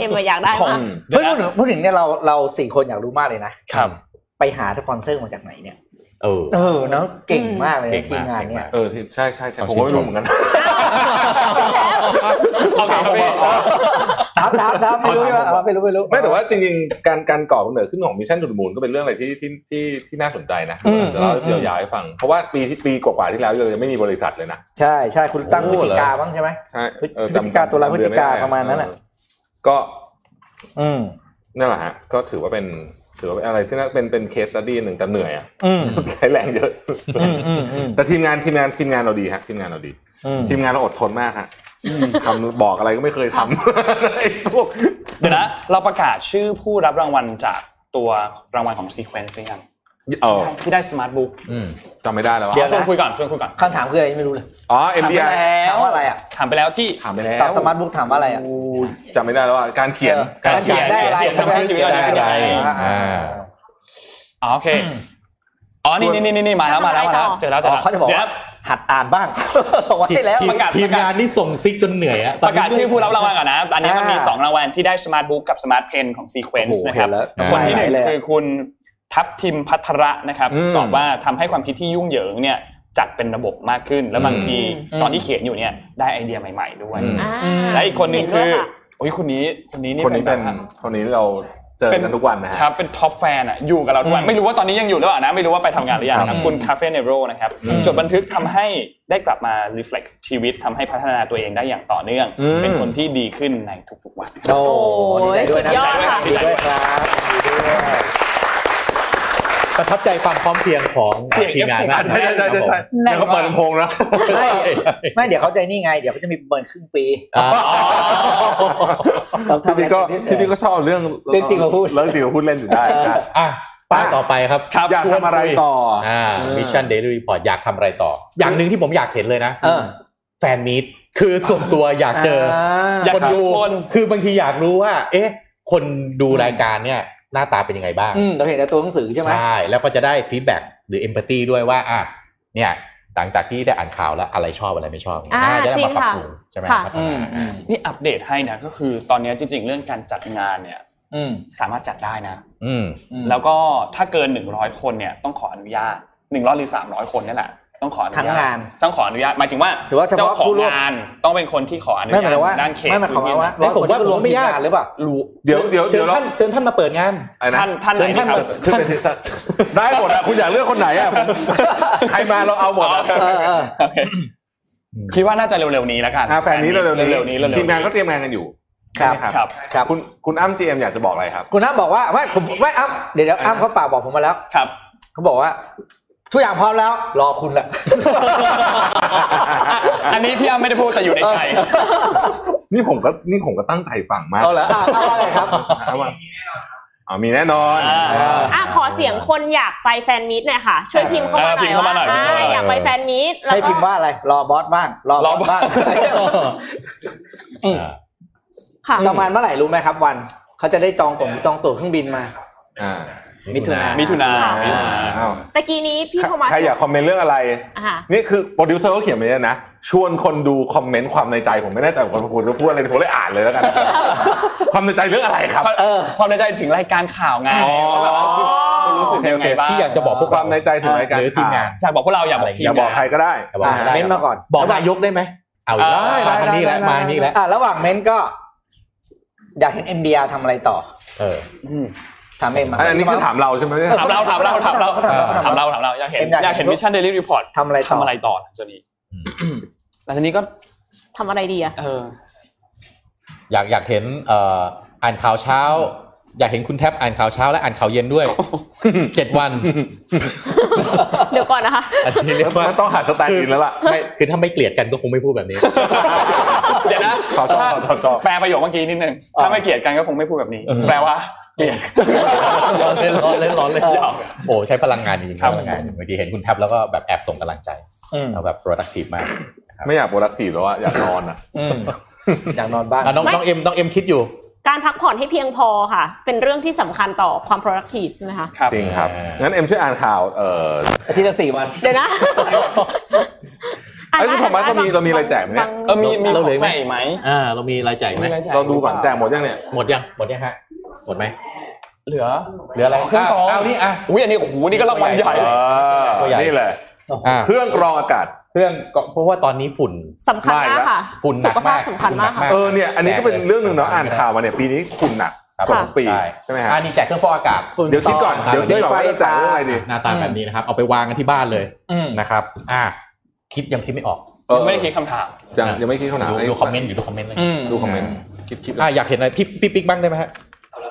F: เอ็มอะอยากได้
B: ของ
F: มาก
B: เดี๋ย
D: เฮ้
B: วย
D: พู
B: นะ
D: ดถึงพูดถึงเนี่ยเราเราสี่คนอยากรู้มากเลยนะครับ ไปหาสปอนเซอร์มาจากไหนเนี่ย
C: เออ
D: เออเนาะเก่งมากเลย
C: เก่
D: นะ
C: ง
D: ที
C: มาก
D: มงานเนี่
C: เก่ง
D: ย
C: มาก
E: เออที่ใช่ใช่ใช่ผมก็ไม่รู้เหมือนกัน
B: เอาถามผมว่า
D: ครับครับครับไม่รู้ไม่รู้ไม่รู้ไม่รู้
E: ไม่แต่ว่าจริงๆ การการก่อกำเนิดขึ้นของมิชชั่น o ู the มู n ก็เป็นเรื่องอะไรที่ที่ที่ที่น่าสนใจนะ
D: อืม
E: เดี๋ยวเราเดี๋ยวยาวให้ฟัง เพราะว่าปีที่ปีกว่าๆที่แล้วเรายังไม่มีบริษัทเลยนะ
D: ใช่ใช่คุณตั้งพฤติการบ้างใช่ไหม
E: ใช่เออ
D: พฤศจิกาตุลาพฤศจิกา
E: จำเดือนไได้
D: ประมาณนั้นน่ะ
E: เออก็
D: อืม
E: นั่นแหละฮะก็ถือว่าเป็นถือว่าเป็นอะไรที่น่าเป็นเป็นเคสสตี้หนึ่งแต่เหนื่อยอ่ะ
D: อืม
E: ใช้แรงเยอะ
D: อืมอืมอืม
E: แต่ทีมงานทีมงานทีมงานเราดีฮะทีมงานเราดี
D: อืม
E: ทีมงานเราอดทนมากฮะทำบอกอะไรก็ไม่เคยทำ ไอ้พวก
B: เดี๋ยวนะ เราประกาศชื่อผู้รับรางวัลจากตัวรางวัลของ Sequence หรือยัง
E: เออ
B: ที่ได้สมาร์ทบุ๊ก
C: อืม
E: จำไม่ได้แล้วอะ
B: เดี๋ยวชวนคุยก่อนชวนคุยก่อน
D: คำถามคืออะไรไม่รู้เลย
E: อ๋อ
D: ถามไป
E: MBI
D: แล้วถามว่าอะไรอ่ะ
B: ถามไปแล้วที่
E: ถามไปแล้ว
D: ตอบสมาร์ทบุ๊กถามว่าอะไรอ่ะ
E: จำไม่ได้แล้วอะการเขียน
D: ออการเขียนได้อะไร
B: การเขียนทำให้ชีวิตเราดีขึ้น
D: ด้อะไร
C: อ่า
B: อ๋อโอเคอ๋อนี่นี่นี่นี่มาแล้วมาแล้วมาแล้วเจอแล้วเจ
D: อ๋
B: อแล้
D: อ
B: ว
D: เขาจะบอก
B: เดี๋ยว
D: ว่า
B: นะ
D: หัดอ่านบ้าง บอกไว้แล้ว
C: ทีม
B: ประกาศ
C: ทีมงานนี่ส่งซิกจนเหนื่อยอะต
B: ป
C: อ
B: ระ
C: นนี้
B: กาศชื่อผู้รับรางวัลก่อนนะ อันนี้มันมี
D: อ่า
B: 2 รางวัลที่ได้สมาร์ทบุ๊กกับสมาร์ทเพนของ
D: โอ้
B: Sequence
D: โห
B: นะครับ
D: เห็นแล้ว
B: คนที่หนึ่ง
D: หลายเลยอะ
B: คือคุณทัพทิมพัทระนะครับ
E: อืม
B: ตอบว่าทำให้ความคิดที่ยุ่งเหยิงเนี่ยจัดเป็นระบบมากขึ้น แล้วบางทีตอนที่เขียนอยู่เนี่ยได้ไอเดียใหม่ ๆ ด้วย
E: อืม
F: อ่า
B: และอีกคนหนึงคือ
F: เด้วยะ
B: โอ้ยคนนี้คนนี้นี่
E: คนนี้เป็น
B: แบบ
E: คนนี้เราเจอกันทุกวันนะฮะ
B: ครับเป็นท็อปแฟนอ่ะอยู่กับเราทุกวันไม่รู้ว่าตอนนี้ยังอยู่หรือเปล่านะ ไม่รู้ว่าไปทำงานหรือยังนะครับคุณคาเฟ่เนโรนะครับ
E: อืม
B: จดบันทึกทำให้ได้กลับมา reflect ชีวิตทำให้พัฒนาตัวเองได้อย่างต่อเนื่อง
E: อืม
B: เป็นคนที่ดีขึ้นในทุกๆวัน
D: โอ้
F: โอ้ย
D: ดีใจด้วยนะ
F: สุดยอดค่ะ
D: ดีใจด้วยครับดีใจด้วย
C: ประทับใจความพร้อมเพรียงของ
B: เสียง
C: ทีมงาน
B: เอฟเฟกต์
C: มาก
E: ใช่ใช่ใช่
C: ครับผม
E: ใช่เดี๋ยวเขาเปิดลำโพงแล้ว
D: ไม่ ไม่เดี๋ยวเขาใจนี่ไง เดี๋ยวเขาจะมีประเมินครึ่งปี
C: อ่า
D: ต้องทำอะไร
E: พี่พี่ก็พี่พี่ก็ชอบเรื่อง
D: เรื่องจริงมาพูด
E: เรื่องจริงมาพูดเล่นอยู่ได้นะ
C: อ่ะป้ายต่อไปครับ
E: อยาก
C: ชวน
E: ทำอะไร
C: คุย
E: ต่อ
C: อ่ามิชชั่นเดลี่รีพอร์ตอยากทำอะไรต่อ อย่างหนึ่งที่ผมอยากเห็นเลยนะ
D: เออ
C: แฟนมีตคือส่วนตัวอยากเจอ
B: อยาก
C: คน
B: เจอ
C: ดู
B: คน
C: คือบางทีอยากรู้ว่า เอ๊ะ คนดูรายการเนี่ย หน้าตาเป็นยังไงบ้าง
D: อืมเราเห็นแต่ตัวหนังสือใช่ไหม
C: ใช่แล้วก็จะได้ฟีดแบ็กหรือเอมพัตตีด้วยว่าอ่ะเนี่ยหลังจากที่ได้อ่านข่าวแล้วอะไรชอบอะไรไม่ชอบ
F: อ่า
C: ะจะได้มา
F: จริง
C: ปรับ
F: ค่ะ
C: ปรุงใช่ไหม
F: ค่ะ
C: พัฒนา
D: อืม
B: นี่อัปเดตให้นะก็คือตอนนี้จริงๆ เรื่องการจัดงานเนี่ย
D: อืม
B: สามารถจัดได้นะ
C: อืม
D: อืม
B: แล้วก็ถ้าเกิน 100 คนเนี่ยต้องขออนุญาต100หรือ300 คนนี่แหละต้องขออนุ
D: ทั้ง
B: ญาต
D: งาน
B: ต้องขออนุญาตหมายถึงว่า
D: หรือว่าเฉพาะ
B: เจ้าขอ
D: ผู้
B: ง
D: ร่วม
B: งานต้องเป็นคนที่ขออนุ
D: ไม่
B: ญา
D: หมายความว่า
B: ตด้านเขต
D: ไม่หมายความว่า
C: แล้วผมว่า
D: ร้อยคนที่
C: ผมไม่ยาก
D: รวมทีมงานหรือเปล่า
C: รู้
E: เดี๋ยวเดี๋ยว
C: ชิญ
E: เดี๋ยวเรา
C: ท่านเชิญท่านมาเปิดงาน
E: อะไรนะ
B: ท่านท่านไห
C: เชิ
B: นดี
C: ญท่าน
B: ครับ
C: มา
E: ขึ้นไปที่ได้หมดอ่ะคุณอยากเลือกคนไหน อ่ะผมใครมาเราเอาหมดอะ
D: เออเออ
B: โอเคคิดว่าน่าจะเร็วๆนี้แล้วกัน
E: อ่ะแฟนนี้เร็วๆนี้
B: เร็วๆนี้เร็วๆ
E: ทีมงานก็เตรียมงานกันอยู่
D: ครับ
E: ใช่ไหม
B: ครับ
D: ครับ
E: คุณคุณอ้ำจีเอ็มอยากจะบอกอะไรครับ
D: คุณน้าบอกว่าไม่ผมไม่อ้ำเดี๋ยวเดี๋ยวอ้ำเขาปากบอกผมมาแล้ว
B: ครับ
D: เขาบอกว่า ทุกอย่างพร้อมแล้ว รอคุณแหละ
B: อันนี้พี่อ้ำไม่ได้พูดแต่อยู่ในใจ
E: นี่ผมก็นี่ผมก็ตั้งใจฟังมาก
D: เอาเหรออ่ะเอาอะไรครับ
E: อ่ะมีแน่นอน
B: อ่า
E: อ่า
F: อ่ะขอเสียงคนอยากไปแฟนมีตหน่อยค่ะ ช่วยพิมพ์เข้ามาห
B: เออพิมพ์เข้ามาหน่
F: น่
B: อ
F: อย ยว่าอ่ะอยากไปแฟนมีตแล้ว
D: ให้
F: ก็
D: พิมพ์ว่าอะไร รอบอสบ้าง รอบอสบ้าง
C: อ่า
F: ค่ะ
D: ประมาณเมื่อไหร่รู้ไหมครับ วันค เขาจะได้จองผมจองตั๋วเครื่องบินมา
E: อ่า
D: มิถุนา
B: มิถุนา
F: ค่ะ
B: มิถุนา
E: อ้าว
F: ตะกี้นี้พี่โทมัส
E: ใครอยากคอมเมนต์เรื่องอะไร
F: อ่า
E: นี่คือโปรดิวเซอร์เขาเขียนมาเนี่ยนะ ชวนคนดูคอมเมนต์ความในใจผมไม่แน่ใจว่าคุณจะพูดอะไรผมเลยอ่านเลยแล้วกัน ความในใจเรื่องอะไรครับ
B: ความในใจถึงรายการข่าวไง
E: อ๋อ
B: ว่าแบบคุณรู้สึกยังไงบ้าง
C: ที่อยากจะบอกพวก
E: ค
C: เรา
E: วามในใจถึงรายการ
C: หรือทีมงาน
B: อยากบอกพวกเราอยากบอก
C: อะไร
B: ที
E: อ
B: ม
E: ย่าบอก
B: งาน
E: ใครก็ได้
C: บอกไม่ได้
D: เม้นต์มาก่อน
C: บอกนายกได้ไหมเอาอีก
B: ได้
C: มาทางนี้แล้วมาทางนี้แล้ว
D: อ่ะระหว่างเม้นก็ อยากเห็น MDR ทำอะไรต่อ
C: เออ
D: อืมถามเอ็มมา
E: อันนี้คือถามเราใช่ไหมเนี่ย
B: ถามเราถามเราถามเรา
C: เออ
B: ถามเราถามเราอยากเห็น
D: เอ็มอยาก
B: อยากเห็น
D: เห็น
B: มิชชั่นเดลี่รีพอร์ต
D: ทำอะไรต่อ
B: ทำอะไรต่อหลังจากนี้หลังจากนี้ก็
F: ทำอะไรดีอะ
B: เออ
C: อยากอยากเห็นเอ่ออ่านข่าวเช้า อยากเห็นคุณแทบอ่านข่าวเช้าและอ่านข่าวเย็นด้วยเจ็ดวัน
F: เดี๋ยวก่อนนะคะ
C: อันนี้เรียกว่า
E: มันต้องหาสแตนด์อินแล้วล่ะ
C: ไม่คือถ้าไม่เกลียดกันก็คงไม่พูดแบบนี้
B: เดี๋ยวนะ
E: ขอจอขอจอ
B: แปลประโยคเมื่อกี้นิดนึง ถ้าไม่เกลียดกันก็คงไม่พูดแบบนี้ แปลว่าเกลียด
C: ร้อนเลยร้อนเลยร้อนเลยโอ้ใช้พลังงานจริงๆ
B: ครับ
C: พลังงานจริงบางทีเห็นคุณแทบแล้วก็แบบแอบส่งกำลังใจเราแบบ productive มาก
E: ไม่อยากโปรดักทีฟแล้วอะอยากนอนอะ
D: อยากนอนบ้าน
C: อ่ะน้อง
F: ไม่
C: น้องเอ็มน้องเอ็มคิดอยู่
F: การพักผ่อนให้เพียงพอค่ะ เป็นเรื่องที่สำคัญต่อความ productive ใช่ไหมคะ
B: ครับ
E: จริงครับ งั้นเอ็มช่วยอ่านข่าว เอ่อ
D: อาทิตย์ละสี่วัน
F: เดี๋ยวนะ
E: ไอ้ยคุณโทมัสเรามีเรามีอะไรแจกไหมเนี่ย
B: เออมีมีของใส่ไหม
C: อ่าเรามีรายจ่ายไหม
B: มียจ่ย
E: เราดูก่อนแจกหมดยังเนี่ย
C: หมดยังหมดยังฮะหมดไหม
B: เหลือ
C: เหลืออะไร
B: เครื่องกรอง
C: าวนี่อ่ะ
B: อุ้ยอันนี้โอ้โหนี่ก็รางวัลใหญ่
E: เออ
C: ตัวใหญ่
E: นี่แหละ
C: อ่ะ
E: เครื่องกรองอากาศ
C: เครื่องก็เพราะว่าตอนนี้ฝุ่น
F: สำคัญมากค่ะ
C: ฝุ่นหนั
F: สุขภาม
C: กาก
F: พสำคัญมากค่ะ
C: ฝุ่ห
E: เออเนี่ย อันนี้ก็เป็นเรื่องหนึ่งเนาะอ่านข่าวมาเนี่ยปีนี้คุณหนักกว่า
F: ค่ะ
E: ทุกปี
C: ได้
E: ใช่ไหมฮะ
C: อ่านี่แจกเครื่องฟอกอากาศ
E: เดี๋ยวคิดก่อน
C: ต่อ
E: เดี๋ยวคิดก่อนว่าจะแจกเรื่องอะไรดี
C: หน้าตาแบบนี้นะครับ เอาไปวางกันที่บ้านเลย
B: อืม
C: นะครับ อ่าคิดยังคิดไม่ออก
B: ยังไม่ได้คิดคำถาม
E: ยังยังไม่คิดข้าหนา
C: ดูดูคอมเมนต์อยู่ดูคอมเมนต์เลย
E: ดูคอมเมนต์คิดคิด
C: อ่ะอยากเห็นอะไรพี่พี่ปิ๊กบ้างได้ไหมฮะ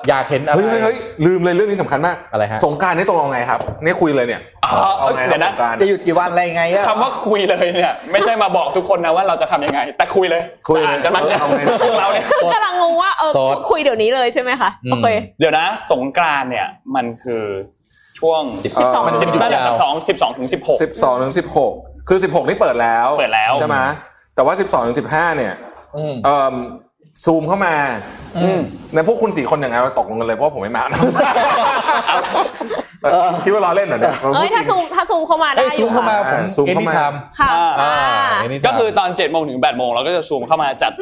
C: อยากเห็นอะไร
E: เฮ้ยเฮ้ยเฮ้ยลืมเลยเรื่องนี้สำคัญมาก
C: อะไรฮะ
E: สงกรารนี่ตกลงไงครับเนี่ยคุยเลยเนี่ย
B: อ๋อ
E: อาไง
B: เดี๋ยวนะ
E: สงกรานต์
D: จะหยุดกี่วันอะไรไงอะ
B: คำว่าคุยเลยเนี่ย ไม่ใช่มาบอกทุกคนนะว่าเราจะทำยังไง แต่คุยเลย
E: คุยเลย
B: อ่านกันมาเนี่ย
E: เอาไง
B: พวกเราเนี่ย
F: คือกำลังงงว่าเออ
C: ซอส
F: คุยเดี๋ยวนี้เลยใช่ไหมคะ
C: อืม
F: โอเค
B: เดี๋ยวนะสงกรานต์เนี่ยมันคือช่วง
E: เอ่อ
C: มันจะหยุด
B: ตั้งแต่
C: ยาว
B: สิบสองสิบสองถึงสิบหก
E: สิบสองถึงสิบหกคือสิบหกนี่เปิดแล้ว
B: เปิดแล้ว
E: ใช่ไหมแต่ว่าสิบสองถึงสิบห้าเนี่ย
D: อืม
E: เอ่อซูมเข้ามา
D: อืม
E: ในพวกคุณสี่คนอย่างไงเราตกลงกันเลยเพราะว่าผมไม่มานะเออคิดว่าล้อเล่นเหรอเนี่ย
F: เอ้ยถ้าซูมถ้าซูมเข้ามาได้
C: เอ้ย
F: อ
C: ซูม
F: ยู่
C: เข้ามาผ
F: ค่ะ
C: ม
E: ซูม
C: เอ็น
E: เข้า
C: ดี้
E: มา
C: ทาม
F: ค่ะ
B: อ่า
C: อ่า anytime
B: ก็คือตอนเจ็ดโมงถึงแปดโมงเราก็จะซูมเข้ามาจัด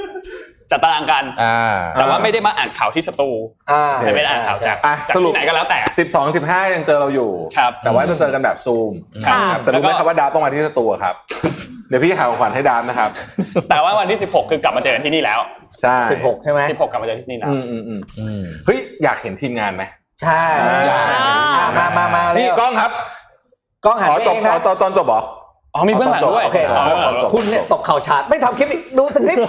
B: จัดตารางกัน
C: อ่า
B: แต่ว่าไม่ได้มาอ่านข่าวที่สตู
D: อ่า
B: แต่ไม่ได้อ่านข่าวจาก
E: อ่ะ
B: จาก
E: สรุป
B: ที่ไหนก็แล้วแต่
E: สิบสองสิบห้ายังเจอเราอยู่
B: ครับ
E: แต่ว่าจะเจอกันแบบซูม
B: ครับ
E: ครับแต่รู้ไหม
B: แล้วก็
E: ครับว่าดาวต้องมาที่สตูอะครับ เดี๋ยวพี่หาของขวัญให้ดามนะครับ
B: แต่ว่าวันที่ 16 คือกลับมาเจอกันที่นี่แล้ว
E: ใช่
D: สิบหกใช่ไหม
B: 16 กลับมาเจอที่นี่แล้ว
E: อืมอืมอืมเฮ้ยอยากเห็นทีมงานไหม
D: ใช่
C: อ่า
D: อ่ะมามามา
E: นี่
D: เร็ว
E: กล้องครับ
D: กล้องหัน
E: อ๋อ
D: ไป
E: จ
D: เอบ ง
E: อ๋
D: นะ
E: อตอนตอนจบเหรอ
B: อ๋อมีเบื้องหลังด้วย
E: โอเค
B: เออ
E: ตอนจบ
D: คุณเนี่ยตกเข่าวชาร์จไม่ทำคลิปอีกดูสคริปต์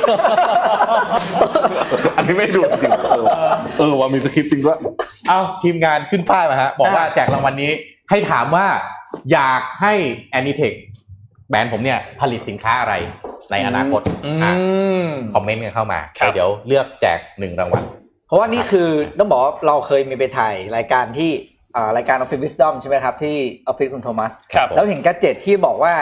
E: อันนี้ไม่ดูจริงๆเออเออว่ามีสคริปต์จริงด้วย
C: เอาทีมงานขึ้นป้ายมาฮะ บอกว่าแจกรางวัลนี้ให้ถามว่าอยากให้ Anitech แบรนด์ผมเนี่ย ผลิตสินค้าอะไรในอนาคตอ่ะคอมเมนต์กันเข้ามา
B: ครับ
C: แล้วเดี๋ยวเลือกแจกหนึ่งรางวัล
D: เพราะว่านี่คือต้องบอกว่าเราเคยมีไปถ่ายรายการที่อ่ารายการออฟฟิศวิสตอมใช่ไหมครับ ที่ออฟฟิศคุณโทมัส
B: ครับ
D: แล้วเห็นแกดเจ็ตที่บอกว่า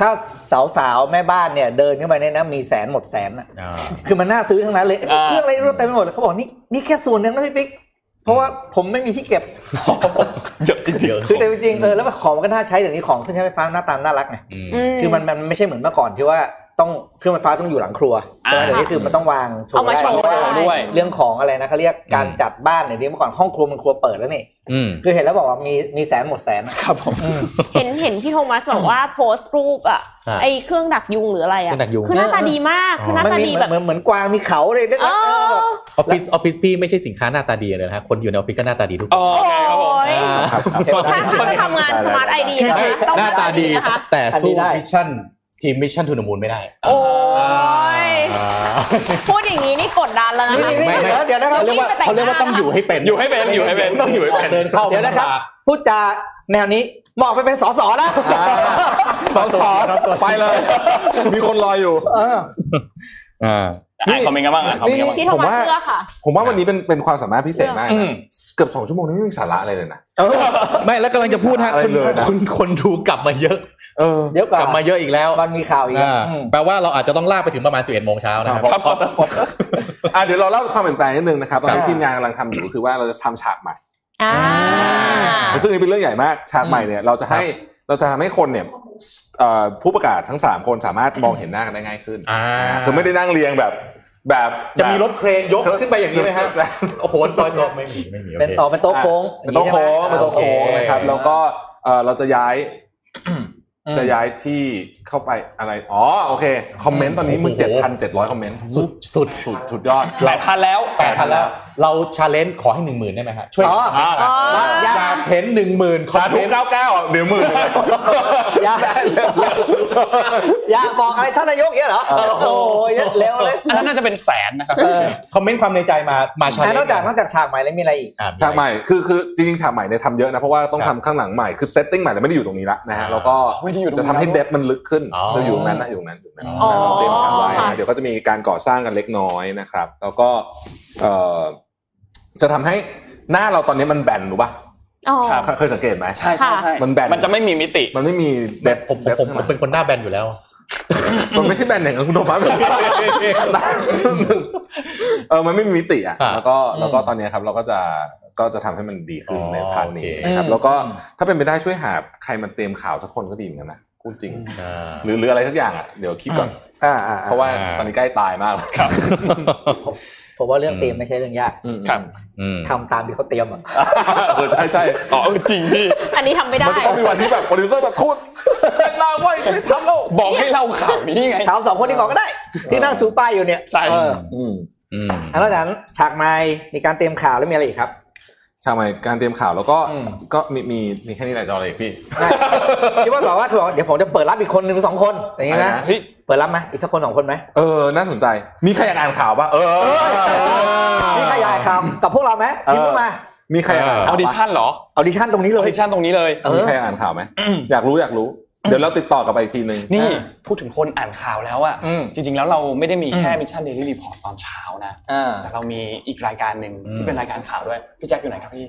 D: ถ้าสาวๆ แม่บ้านเนี่ย เดินเข้าไปเนี่ยนะมีแสนหมดแสนอ่ะ
C: อ่า
D: คือมันน่าซื้อทั้งนั้นเลย
B: อ่า
D: เครื่องอะไรรู้เต็มไปหมดเลยเขาบอกนี่นี่แค่ส่วนหนึ่งนะพี่ปิ๊กเพราะว่าผมไม่มีที่เก็บ
C: เยอะจริงๆ
D: คือแต่จริงๆเออแล้วของมันก็น่าใช้เดี๋ยวนี้ของเครื่องใช้ไฟฟ้าหน้าตาน่ารักไง
C: ม
D: คือมันมันไม่ใช่เหมือนเมื่อก่อนที่ว่าต้องเครื่องไฟฟ้าต้องอยู่หลังครัว
B: อ่า
D: แต่ว่าเดี๋ยวนี้คือมันต้องวางโช
F: เอา
D: ว์
F: มา
D: ได้
F: โชว์ได้
B: ด้วย
D: เรื่องของอะไรนะเขาเรียกการ
C: อืม
D: จัดบ้านเดี๋ยวนี้เมื่อก่อนห้องครัวมันครัวเปิดแล้วนี่
C: อืม
D: คือเห็นแล้วบอกว่ามีมีแสนหมดแสนอะ
B: ครับผม
F: เห็นเห็นพี่โทมัสบอกว่าโพสต์รูปอะ
C: อ่า
F: ไอเครื่องดักยุงหรืออะไร
C: เค
F: อะ
C: รื่องดักยุง
F: คือหน้าตาดีมาก
C: อ๋อ
F: คือหน้า
D: มัน
F: ตา
D: มี
F: ดี
D: เหมือนเห
F: แบบ
D: มือนเหมือนกวางมีเขาเลยนะ
F: เออ
C: ออฟฟิศออฟฟิศพี่ไม่ใช่สินค้าหน้าตาดีเลยนะฮะคนอยู่ในออฟฟิศก็หน้าตาดีทุกคน
B: โอเคครับผม
F: โอ้ย
C: อ่าครับ
F: ถ้าคุณจะทำงานสมาร์ทไอดีนะคะต้อง
C: หน้าตาดี
F: นะคะ
C: แต่สู้มิชชั่นทีมมิชชั่นทูนมูลไม่ได้
F: โอ้ย
C: อ่า
F: พูดอย่างนี้นี่กดดันแล้วนะ
D: นี่
F: คะ
D: นี่
C: ไม่ไม่
D: เดี๋ยวเดี๋ยวนะครับ
C: เขาเรียกว่าเขาเรียกว่าต้องอยู่ให้เป็น
B: อยู่ให้เป็นอยู่ให้เป็น
C: ต้องอยู่ให้เป็นเดินเข้า
D: เดี๋ยวนะครับพูดจาแนวนี้เหมาะไปเป็นสสนะ
E: สอสอไปเลย มีคนรออยู่
D: เออ
B: อ่านคอมเมนต์กันบ้างอ่านคอมเมนต์กันบ้าง
F: พี่โทมัสเชื่อค่ะ
E: ผมว่าวันนี้เป็นเป็นความสามารถพิเศษมาก
B: อื
E: นะ
B: ม
E: เกือบสองชั่วโมงนี้ไม่มีสาระอะไรเลยนะ
C: ไม่แล้วกำลังจะพูดฮะ
E: อะไร
C: คน
E: เลยนะ
C: คนคนดูกลับมาเยอะ
E: เออ
D: เดี๋ยว
C: กลับมาเยอะอีกแล้ว
D: มันมีข่าวอีก
C: อ่าแปลว่าเราอาจจะต้องลากไปถึงประมาณ 11โมงเช้านะครับ
E: ครับผมอ่ะเดี๋ยวเราเล่าความเปลี่ยนแปลงนิดนึงนะครับตอนนี้ทีมงานกำลังทำอยู่ก็คือว่าเราจะทำฉากใหม่
F: อ่า
E: ซึ่งนี่เป็นเรื่องใหญ่มากฉากใหม่เนี่ยเราจะให้เราจะทำให้คนเนี่ยเอ่อผู้ประกาศทั้งสามคนสามารถมองเห็นหน้ากันได้ง่ายขึ้น
C: อ่า
E: คือไม่ได้นั่งเรียงแบบแบบ
C: จะมีรถเครนยกขึ้นไปอย่างนี้ไหมฮะ
E: แบบ
C: โอ้โหตอนนี้ไม่มีไม่มีโอ
D: เป็น
C: เค
D: ต่อเป็นโต๊ะโค้ง
E: เป็นโต๊ะโค้งเป็นโต๊ะโค้ง
C: โอเค
E: นะครับแล้วก็เอ่อเราจะย้ายจะย้ายที่เข้าไปอะไรอ๋อโอเคคอมเมนต์ตอนนี้มึงเจ็ดพันเจ็ดร้อยคอมเมนต์
C: สุดสุด
E: สุดสุดยอด
B: แปดพันแล้ว
C: แปดพันแล้ว เราชาเลนจ์ขอให้หนึ่งหมื่นได้ไหมฮะช่วย
D: อ๋อ
C: อยากเห็นหนึ่งหมื่นคอ
E: สามธุ
C: เมนต์
E: เก้าเก้าเดี๋ยวหมื่น หนึ่งเลย
D: อย่าอย่าบอกอะไรท่านนายกเงี้ยเหรอโอ้ยเร็วเลย
B: อันนั้นน่าจะเป็นแสนนะครับ
D: เออ
C: คอมเมนต์ความในใจมามาชาเลน
D: อ่ะนอกจากนอกจากฉากใหม่แล้วมีอะไรอีก
E: ฉากใหม่คือคือจริงๆฉากใหม่เนี่ยทำเยอะนะ เพราะว่าต้อง
C: ครั
E: ทำ
C: บ
E: ข้างหลังใหม่คือเซตติ้งใหม่แต่ไม่ได้อยู่ตรงนี้ละนะฮะแล้วก็
B: ไม่ได้อยู่ตรงนี้
E: จะทำให้เดฟมันลึกขึ้น
C: อ๋อ
E: จะอยู่ตรงนั้นนะอยู่ตรงนั้นอยู่ตรงนั้น
C: อ๋อ
E: นะเราเตรียมฉากไว้
F: ค่ะ
E: นะเดี๋ยวก็จะมีการก่อสร้างกันเล็กน้อยนะครับ แล้วก็เอ่อจะทำให้หน้าเราตอนนี้มันแบนรู้ป่ะ
F: อ๋อ
B: ครับ
E: เคยสังเกตไหม
B: ใช่ใช่ใช่
E: มันแบน
B: มันจะไม่มีมิติ
E: มันไม่มีเดฟ
C: ผม
E: เดฟ
C: ผมผ
E: ข้างหลั
C: ม
E: ง
C: เป็นคนหน้าแบนอยู่แล้ว
E: มันไม่ใช่แบนอย่างนั้นคุณโนมัส เออมันไม่มีมิติอ่ะ
C: อ่ะ
E: แล้วก็
C: อืม
E: แล้วก็ตอนเนี้ยครับ เราก็จะก็จะทำให้มันดีขึ้น
C: อ๋อ
E: ในพาร์ทนี้
C: โอเค
E: นะครับ
D: อืม
E: แล้วก็ถ้าเป็นไปได้ช่วยหาใครมาเตรียมข่าวสักคนก็ดีเหมือนกันนะพูดจริง
C: อ่า
E: หรือหรืออะไรสักอย่างอ่ะเดี๋ยวคิดก่อน
D: อ่าอ่า
E: เพราะว่า
C: อ่า
E: ตอนนี้ใกล้ตายมากแล้วครับ
D: ผมว่าเรื่องเตรียมไม่ใช่เรื่องยาก
B: ครับ
C: อืม
D: ทำตามที่เขาเตรียมอ่ะ
E: เออใช่ใช่
B: อ๋อเออจริงพี่
F: อันนี้ทำไม่ได้
E: มันจะต้องมีวันที่แบบโปรดิวเซอร์แบบโทษเล่าไว้ยไม่ทำแล้ว
B: บอกให้เล่าข่าวนี้ไง
D: ถามสองคนนี้ก่อนก็ได้ ที่นั่งชูป้ายอยู่เนี่ย
B: ใช่
D: เออ
E: อืม
C: อืม
D: อันนอกจากนั้นฉากใหม่มีการเตรียมข่าวแล้วมีอะไรอีกครับ
E: ใช่ไหมการเตรียมข่าวแล้วก็
D: อืม
E: ก็มีมีมีแค่นี้แหละจอเลยพี่
D: คิดว่าบอกว่าคือบอกเดี๋ยวผมจะเปิดรับอีกคนหนึ่งหรือสองคนอย่างงี้ไหม
E: อะไรนะ
B: เฮ้ย
D: เปิดรับไหมอีกสักคนสองคนไหม
E: เออน่าสนใจมีใครอยากอ่านข่าวป่ะเออ
D: นี่ขยายข่าวกับพวกเราไหม
E: เออ
D: พิมพ์เข้ามา
E: มีใครอยาก
B: อ
E: อ่านข่าว
B: อดิ
E: ปะ
B: ชั่นเหรอ
D: ออดิชั่นตรงนี้
B: อ
D: เล
B: อย ดิชั่นตรงนี้เลย
D: เออ
E: มีใครอ่านข่าวไหมอยากรู้อยากรู้ เดี๋ยวเราติดต่อกลับไปอีกทีหนึ่ง
B: นี่พูดถึงคนอ่านข่าวแล้วอะ
D: อืม
B: จริง ๆ แล้วเราไม่ได้มีแค่มิชชั่นเดลี่รีพอร์ตตอนเช้านะ
D: อ่า
B: แต่เรามีอีกรายการหนึ่ง
C: อืม
B: ที่เป็นรายการข่าวด้วย พี่แจ็คอยู่ไหนครับพี่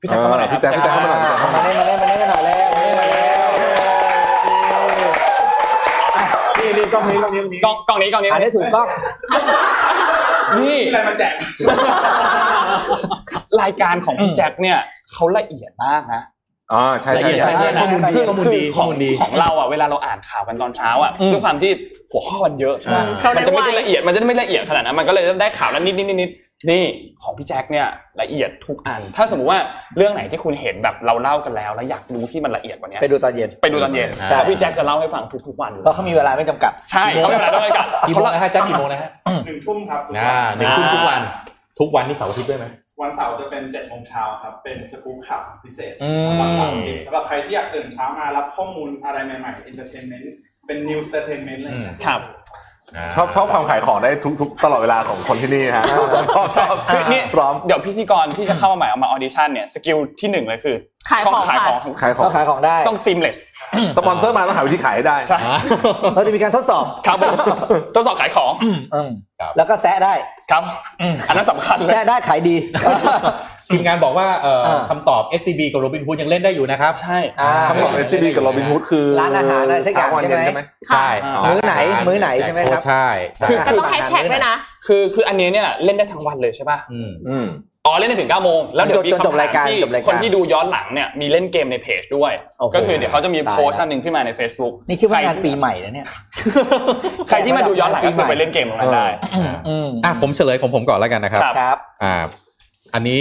B: พี่
E: พี่
B: แจ็
E: แจ็
B: ค
E: ค
B: เข้า
E: เข้า
B: มา
E: มา
B: ห
E: ห
B: น่
E: น่
B: อ
E: อย
B: ค
E: ย
B: รับ
D: มา
E: พี่แจ็คพี่แจ็คเข้ามาหน่อยพี่แจ็คเข้ามาหน่อย
D: เล่นมาเล่นมาเล่นกันหน่อยแล้ว
G: นี่นี่กล้องนี้กล้องนี้กล้
B: กล้
G: องนี้
B: องกล้องนี้กล้องนี้
D: อันนี้ถูกต้อง
B: นี่
G: อะไรมาแจก
B: รายการของพี่แจ็คเนี่ยเขาละเอียดมากนะ
E: อ๋อใช่
C: ละเอี
E: ใช่
C: ยด
E: ใช่
C: ใช่ใช่ข้อมูลดีข้อมูลดี
B: ข
C: ข้อ
B: องขอ
C: มูลดี
B: งเราอ่ะเวลาเราอ่านข่าวกันตอนเช้าอ่ะด้วยความที่หัวข้อมันเยอะใช่ไหม
F: เราได้
B: มันจะไม่ได้
F: ไว
B: ละเอียดมันจะไม่ละเอียดขนาดนั้นมันก็เลยได้ข่าวนั้นนิดนิดนิดนิดนี่ของพี่แจ็คเนี่ยละเอียดทุกอัน ถ้าสมมติว่าเรื่องไหนที่คุณเห็นแบบเราเล่ากันแล้ว แล้วอยากรู้ที่มันละเอียดกว่านี้
D: ไปดูตอนเย็น
B: ไปดูตอนเย็นเพ
C: ใช่
B: ราะพี่แจ็คจะเล่าให้ฟังทุกๆวันอยู่
D: เพราะเขามีเวลาไม่จำกัด
B: ใช่เขาไม่เป็นไรด้วยกัน
C: กี่โมงนะฮะแจ็คกี่โมงนะฮะ
G: หนึ่งทุ่มครับ
C: อ่าหนึ่งทุ่มทุกวัน ทุกวันนี่เสาร์อาทิตย์ด้วยไหม
G: วันเสาร์จะเป็นเจ็ดโมงเช้าครับ เป็นสกู๊ปข่าวพิเศษ
C: อืม
G: สำหรับเสาร์อาทิตย์สำหรับใครที่อยากตื่นเช้ามารับข้อมูลอะไรใหม่ๆ entertainment เป็น news entertainment อะไรอย่างเงี้ย
B: ครับ
E: ชอบชอบความขายของได้ทุกทุกตลอดเวลาของคนที่นี่ฮะชอบชอบ
B: คือเนี่ย
E: พร้อม
B: เดี๋ยวพิธีกรที่จะเข้ามาใหม่เอามาออดิชั่นเนี่ยสกิลที่หนึ่งเลยคือ
F: ขายขอ
B: ต้อ
F: ง
B: งขายของ
E: ขายขอ
D: ก็
E: ง
D: ขายของได้
B: ต้อง seamless
E: สปอนเซอร์มาต้องหาวิธีขายให้ได้
B: ใช่
D: เราจะมีการทดสอบ
B: ครับผมทดสอบขายของ
D: อืม
C: ครับ
D: แล้วก็แซะได้
B: ครับอันนั้นสำคัญเลย
D: แซะได้ขายดี
C: ทีมงานบอกว่าเอ่อ
D: เออ
C: คำตอบ SCB กับโรบินฮูดยังเล่นได้อยู่นะครับ
B: ใช่
D: อ่า
E: คำตอบ SCB กับ Robin Hood คือ
D: ร้านอาหารอะไรสักอย่าง
E: เช้วัน
D: ใช่ไหม
E: เนใช่ไหม
F: ค่ะ
B: อ่า
D: มื้อไหนมื้อไหนใช่ไหมครับ
C: โอ้ใช่ใช่
B: คือ
F: แต่ต้องแฮชแท็กด้วยนะ
B: คือคืออันนี้เนี่ยเล่นได้ทั้งวันเลยใช่ป่ะ
C: อืม
E: อืม
B: อ๋อเล่นได้ถึง9โมงแล้วเดี๋ยวมี
D: จนจ
B: คำ
D: บราย
B: ถา
D: การ
B: มที่
D: จบรายกา
B: คน
D: ร
B: ที่ดูย้อนหลังเนี่ยมีเล่นเกมในเพจด้วย
D: โอ้โห
B: ก็คือเดี๋ยวเขาจะมี
D: ตายละ
B: โพสต์อันหนึ่งขึ้นมาใน Facebook
D: นี่คิดว่างาน
B: ใร
D: ปีใหม่นะเนี่ย
B: ใครที่มาดูย้อนหลังก็คือไปเล่นเกมตรงนั้นได้
C: อ่า
D: อืม
C: อ่ะผมเฉลยของผมก่อนแล้วกันนะครับ
B: ครับ
D: ครับ
C: อ่า อันนี้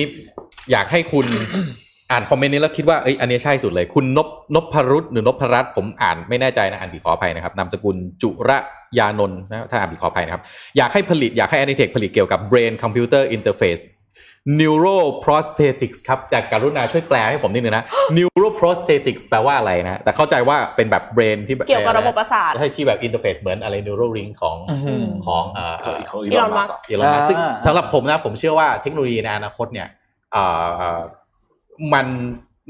C: อยากให้คุณ อ่านคอมเมนต์นี้แล้วคิดว่าเอ้ยอันนี้ใช่สุดเลย คุณนบนพรุษหรือนพรัตน์ผมอ่านไม่แน่ใจนะอ่านผิดขออภัยนะครับนามสกุลจุระยานนท์นะถ้าอ่านผิดขออภัยนะครับ อยากให้ผลิตอยากให้ Anitech ผลิตเกี่ยวกับ Brain Computer Interface Neuroprosthetics ครับแต่กรุณาช่วยแปลให้ผมนิดนึงนะ Neuroprosthetics แปลว่าอะไรนะแต่เข้าใจว่าเป็นแบบ brain ที่แบบ
F: เกี่ยวกับระบบประสาท
C: ให้ที่แบบ interface เหมือนอะไร neural ring ของของเอ่อ
E: ของ
F: อีลอนมัสก์
C: อีลอนมัสก์ซึ่ง
D: อ่า
C: สำหรับผมนะผมเชื่อว่าเทคโนโลยีในอนาคตเนี่ยเอ่อเอ่อมัน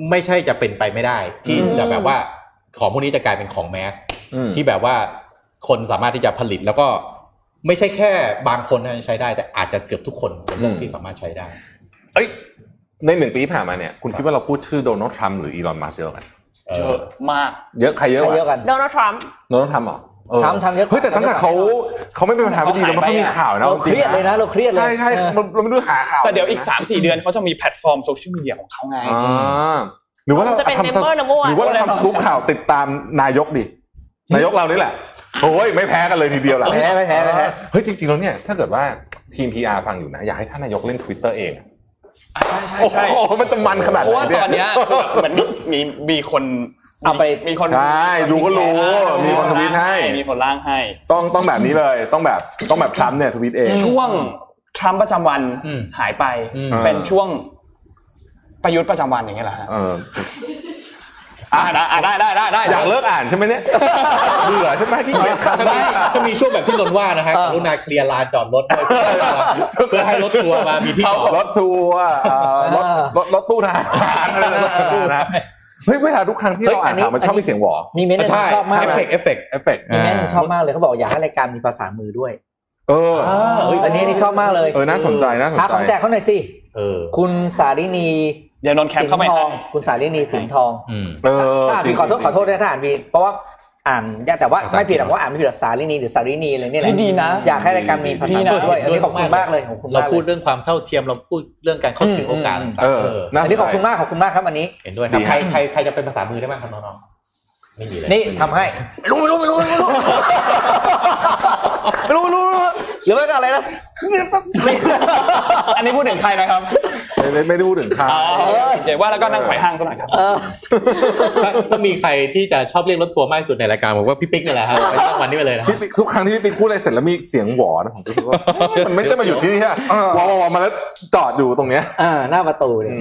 C: ไม่ใช่จะเป็นไปไม่ได้ ที่
F: อืม
C: จะแบบว่าของพวกนี้จะกลายเป็นของแมส
E: อืม
C: ที่แบบว่าคนสามารถที่จะผลิตแล้วก็ ไม่ใช่แค่บางคนนะใช้ได้ แต่อาจจะเกือบทุกคนเป็นเรื่องที่สามารถใช้ได้
E: เอ้ยในหนึ่งปีที่ผ่านมาเนี่ยคุณคิดว่าเราพูดชื่อโดนัลด์ทรัมป์หรืออีลอนมัสก์เยอะกัน
C: เอ
B: เย
C: อ
B: อะมาก
E: เยอะใครเยอะ
D: ใช้
E: กว่า
D: เยอะกัน
F: โดนัลด์ทรัมป์
E: โดนัลด์ทรัมป์เหรอเออ
D: ทรัมป์ทำเยอะกว่า
E: เฮ้ยแต่ตั้งแต่เขาเขาไม่เป็นประธานาธิบดีแล้วมันก็มีข่าวนะ
D: เรา
E: จ
D: เค
E: งๆ
D: รียดเลยนะเราเครียดเลย
E: ใช่ใช่
D: เออ
E: เราเราไม่รู้หาข่าว
B: แต่เดี๋ยวอีก 3 4 เดือนเขาจะมีแพลตฟอร์มโซเชียลมีเดียของเขาไง
E: อ่าหรือว่าเรา
F: จะเป็นเมม
E: ทำส
F: เบอร์นัมเบอร์
E: หรือว่าเราทำสกู๊ปข่าวติดตามนายกดินายกเรานี่แหละโอ้ยไม่แพ้กันเลยทีเดียวล่ะ
D: แพ้ไม่แพ้ไม่แพ้
E: เฮ้ยจริงๆแล้วเนี่ยถ้าเกิดว่าทีม PR ฟังอยู่นะ อยากให้ท่านนายกเล่น Twitter เอง
B: ใช่ใช่
E: โอ้โหมันจะมันขนาด
B: เพราะว่า
E: ไหน
B: ตอน
E: เนี่ย
B: เนี้ยคือแบบเหมือนมีมีมีคน
D: เอาไป
B: มีคน
E: ใช่รู้ก็รู้มีคนทวีตให้
B: มีคนล่างให้
E: ต้องต้องแบบนี้เลยต้องแบบต้องแบบทรัมป์เนี่ยทวิตเอง
B: ช่วงทรัมป์ประจำวัน
C: อืม
B: หายไป
C: อืม
B: เป็นช่วงประยุทธ์ประจำวันอย่างเงี้ยเหรอฮะ
E: เออ
B: อ่าได้อ่ะได้ได้ได้ได้
E: อยากเลิกอ่านใช่ไหมเนี่ยเบื่อใช่ไหมที่เกียจอ่าน
C: ได้ถ้ามีช่วงแบบที่นนท์ว่านะฮะกรุณาเคลียร์ลานจอดรถด้วยเพื่อให้รถทัวร์มามีที่จอด
E: รถทัว ร์เอ่อรถรถรถตู้ทหารอะไรนะรถตู้นะเฮ้ยเวลาทุกครั้งที่เราอ่านข่าวมันชอบมีเสียงหวอ
D: มีเมนท์
C: ใช่
D: ชอบมาก
C: เอฟเฟกต์เอฟเฟกต์
E: เอฟเฟกต์
D: มีเมนท์ชอบมากเลยเขาบอกอยากให้รายการมีภาษามือด้วย
E: เออ
C: เฮ้ย
D: อันนี้อันนี่ชอบมากเลย
E: เออน่าสนใจน่าสน
D: พาของแจ
E: ใจ
D: กเขาหน่อยสิ
C: เออ
D: คุณสารินี
B: เดี๋ยวนนท์แคป
D: สิ
B: เข้าไป
D: นท
B: ให้
D: อง คุณสารินีสินทอง
C: อืม
E: เออ
D: ถ้าอ่าน
E: จริ
D: ผิ
E: ง
D: ดขอโทษขอโทษด้วยถ้าอ่านผิดเพราะว่าอ่านยากแต่ว่า
C: ภาษา
D: ไม่ผิดหรอ
C: อั
D: ก
C: งกฤษ
D: ว่าอ่านไม่ผิดหรอกสารินีหรือสารินีอะไรเนี่ยแหละ
B: ที่ดีนะ
D: อยากให้รายการมีภาษามือด้วยอันนี้ขอบคุณมากเลยขอบคุณมาก
C: เราพูด
D: เลย
C: เรื่องความเท่าเทียมเราพูดเรื่องการเข้าถึงโอกาสต่างๆ
E: เออ
C: เออ
E: น่าส
D: อัน
E: น
D: นี้ข
E: ใจ
D: อบคุณมากขอบคุณมากครับอันนี้
C: เห็นด้วยครับ
E: ดี
C: ใคร
E: ฮะ
C: ใครใครจะเป็นภาษามือได้บ้างครับน้องๆไม่มีเลย
D: นี่ทำให้รู้ไม่รู้ไม่รู้ไม่รู้ไม่รู้ไม่รู้ไม่รู้หรือว่าอะไรนะ
B: อันนี้พูดถึงใครนะครับ
E: ไม่ไม่ไม่ได้พูดถึงข่าว
B: อ๋อเจ๋ว่าแล้วก็นั่งไขว่ห้างซะหน่อยครับ
C: ถ้าถ้ามีใครที่จะชอบเรียกรถทัวร์มากที่สุดในรายการผมว่าพี่ปิ๊กนี่แหละครับไปตั้งวันนี้ไปเลยนะ
E: พี่ปิ๊กทุกครั้งที่พี่ปิ๊กพูดอะไรเสร็จแล้วมีเสียงหวอนะผมรู้สึกว่า มันไม่ได้มาอยู่ที่นี่ฮะวอวอวอมาแล้วจอดอยู่ตรงเนี้ย
D: อ่าหน้าประตูเนี่ย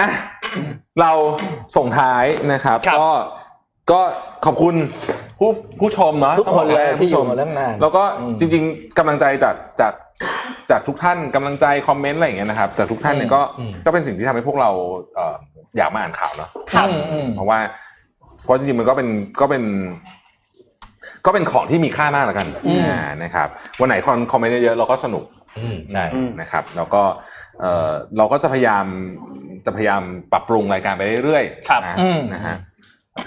E: อ่ะเราส่งท้ายนะครับ
B: ครับ
E: ก็ก็ขอบคุณผู้ผู้ชมเนาะ
D: ทุกคนเลย
E: ต้องบว่า
D: ที่อยู่
E: ผู้ช
D: มาเรื่องนาน
E: แล้วก็จริง ๆกำลังใจจากจากจากทุกท่านกำลังใจคอมเมนต์อะไรอย่างเงี้ยนะครับจากทุกท่านเนี่ยก็
C: อืม
E: ก็เป็นสิ่งที่ทำให้พวกเราเอ่ออยากมาอ่านข่าวเนาะ
F: ครับ
E: เพราะว่าเพราะจริงๆมันก็เป็นก็เป็น ก็เป็นของที่มีค่ามากแล้วกันอ่านะครับ วันไหนคนคอมเมนต์เยอะๆเราก็สนุก
C: อืมใช่
E: นะครับ แล้วก็เออเราก็จะพยายามจะพยายามปรับปรุงรายการไปเรื่อย
B: ครับ
E: นะ
D: อืม
E: นะฮะ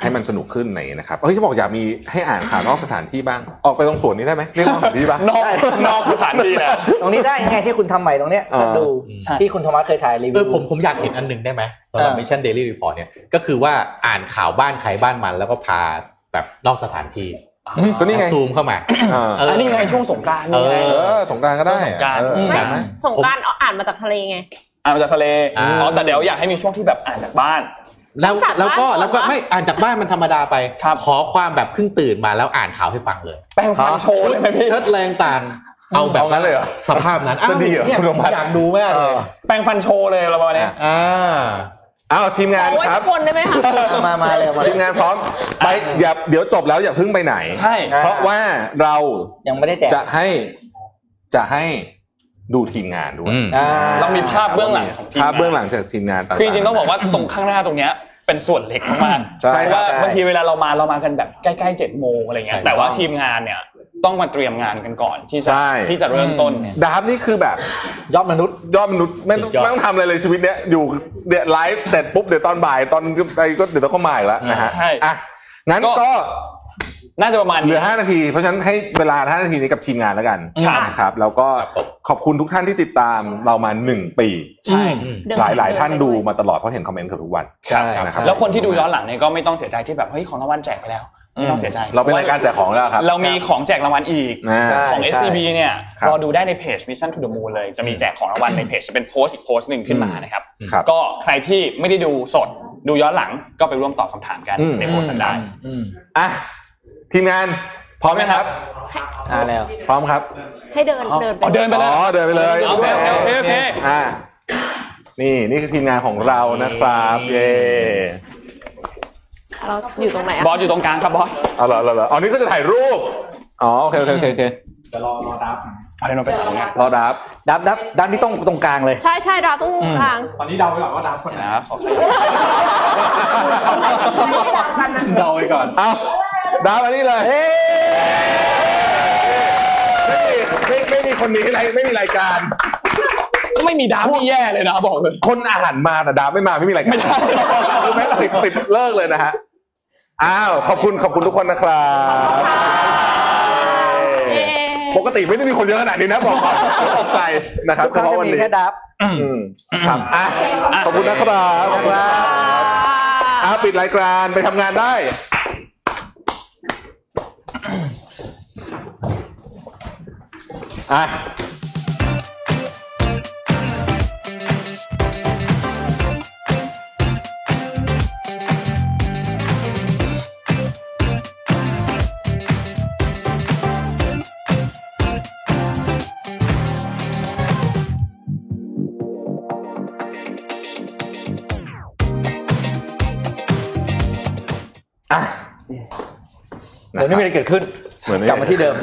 E: ให้มันสนุกขึ้นอะไรอย่างนี้นะครับเฮ้ยที่บอกอยากมีให้อ่านข่าวนอกสถานที่บ้าง ออกไปตรงสวนนี้ได้ไหมเรียกว่าสถานที่บ้าง
B: นอกนอกสถานที่แหละ
D: ตรงนี้ได้ไงที่คุณทำใหม่ตรงเนี้ย
E: อ่า
D: ดู
B: ใช่
D: ที่คุณโทมัสเคยถ่ายรีวิว
C: เออผมผมอยากเห็นอันหนึ่งได้ไหมสำหรับ
D: เออ
C: มิชชั่นเดลี่รีพอร์ตเนี่ยก็คือว่าอ่านข่าวบ้านใครบ้านมันแล้วก็พาแบบนอกสถานที่
E: ก็นี่ไง
C: ซูมเข้ามา
E: อ่า
C: เอออั
B: อันนี้ไงช่วงสงกรานต์นี่ไง
E: เออสงกรารก็ได้
B: ช่วงสงกรานต์
E: เออ
F: ไม่
E: ได้ไหม
F: สงกรารอ่านมาจากทะเลไง
B: อ่านมาจากทะเล
C: อ่า
B: อ๋อแต่เดี๋ยวอยากให้มีช่วงที่แบบอ่านจากบ้าน
C: แล้ว
F: จาก
C: แล้วก็
F: บ้าน
C: แล้วก็
F: ก่อนวะ
C: ไม่อ่านจากบ้านมันธรรมดาไป
B: ครับ
C: ขอความแบบเพิ่งตื่นมาแล้วอ่านข่าวให้ฟังเลย
B: แปลงฟันโชว์
C: ชุด
B: ได้ไหมพี่
C: เชิดแรงต่างๆเอาแบบ
E: เอางั้นเลยเหรอ
C: สภาพนั้นอ้าว
E: จะดีเหรอ
C: เนี่ย
E: คุณอนุมัติ
C: อยากดูมากเลย
B: แปลงฟันโชว์เลยเราบอกเนี่ย
C: อ่า
E: อ้าวทีมงาน
F: โอ้ย
E: ค
F: ทุ
E: รับ
F: กคนได้ไหมคะ
D: เอามามาเลยเอามาเล
E: ที
D: ย
E: มงานพร้อมไปอย่าเดี๋ยวจบแล้วอย่าเพึ่งไปไหน
B: ใช่
E: เพราะว่าเรา
D: ยังไม่ได้แตะ
E: จะให้จะให้ดูทีมงานด้วย
C: อืม
D: อ่า
B: เรามีภาพเบื้องหลังของทีม
E: ภาพเบื้อง
B: น
E: หลังจากทีมงานต่างๆ
B: คือจริงๆต้องบอกว่าตรงข้างหน้าตรงเนี้ยเป็นส่วนเล็กมากๆ
E: ใช่
B: เพราะว่า
E: ใช่
B: บางทีเวลาเรามาเรามากันแบบใกล้ๆเจ็ดโมงอะไรเงี้ย
C: ใช่
B: แต่ว่าทีมงานเนี่ยต้องมาเตรียมงานกันก่อนที่จะ
E: ใช่
B: ที่จะเริ่มต้นเนี่ย
E: ดาบนี่คือแบบ
D: ยอดมนุษย์
E: ยอดมนุษย์ไม่ต้
C: สุ
E: อง
C: ดยอด
E: ไม่ต้องทำอะไรเลยชีวิตเนี้ยอยู่เดี๋ยวไลฟ์เสร็จปุ๊บเดี๋ยวตอนบ่ายตอนอะไรก็เดี๋ยวต้องก็มาอีกแล้วนะฮะ
B: ใช่
E: อ่ะงั้น
B: ก็
E: ก็
B: น่าจะประมาณ
E: เหลื
B: นี้
E: อ 5 นาที เพราะฉะนั้นให้เวลา 5 นาทีนี้กับทีมงานแล้วกัน
B: ครับ
E: นะครับ แล้วก็ขอบคุณทุกท่านที่ติดตามเรามา 1 ปี
B: ใช่
C: อืม
E: หลายหลายๆท่านดูมาตลอดเพราะเห็นคอมเมนต์เกือบทุกวัน
D: ใช่
E: นะครับ
B: แล้วคนที่ดูย้อนหลังเนี่ยก็ไม่ต้องเสียใจที่แบบเฮ้ยของรางวัลแจกไปแล้วไม่ต้องเสียใจ
E: เราเป็นรายการแจกของแล้วครับ
B: เรามีของแจกรางวัลอีก
E: นะ
D: ใช่
B: ของ SCB เนี่ย
E: ครับ
B: รอดูได้ในเพจ Mission to the Moon เลย จะมีแจกของรางวัลในเพจจะเป็นโพสต์อีกโพสต์หนึ่งขึ้นมานะครับ
E: ครับ
B: ก็ใครที่ไม่ได้ดูสดดูย้อนหลังก็ไปร่วมตอบคำถามกัน
E: อืม
B: ในโพสต์นั้นได้
E: อ่ะทีมงานพร้อมไหมครับ
D: อ่าแล้ว
E: พร้อมครับ
F: ให้เดินเดินไป
B: เดินไปเลย
E: อ๋อเดินไปเลย
B: โอเคโอเคโอเคโอเค
E: อ่ะนี่นี่คือทีมงานของเรานะครับเย่
F: เราอยู่ตรงไหนอะ
B: บอสอยู่ตรงกลางครับบอส
E: เอาเหรอเอาเหรออ๋อนี่ก็จะถ่ายรูปอ๋อโอเคโอเคโอเคโอเค
G: จะรอรอดับนะ
B: เอาเดี๋ยวเราไปถามงาน
E: รอดับ
D: ดับดับดับที่ตรงตรงกลางเลย
F: ใช่ใช่เราต้องทาง
G: ตอนนี้เดาไว้ก่อนว่าดับคนไหน
B: นะโอเค
G: เดาไว้ก่อน
E: เอาดับอันนี้เลย ไม่ไม่มีคนนี้อะไรไม่มีรายการ
B: ไม่มีดราม่าแย่เลยนะบอกเลย
E: คนอาหารมาแต่ดาไม่มาไม่มีรายการ
B: ไม่ได้
E: คือแม่งติดติดเลิกเลยนะฮะอ้าวขอบคุณขอบคุณทุกคนนะครับ
F: เย้
E: ปกติไม่ได้มีคนเยอะขนาดนี้นะบอกก่อนตกใจนะครับเฉ
D: เขา
E: พาะ
D: จะ
E: วัน
D: มี
E: นี้
D: แค่ดับ
E: อืมครับอ่ะขอบคุณนะครับขอบคุณครับอ้าวปิดรายการไปทำงานได้ อ่ะ อ่ะ
D: เดี๋ยวนี้มีอะไรเกิดขึ้น
E: เหมือน
D: กลับมาที่เดิม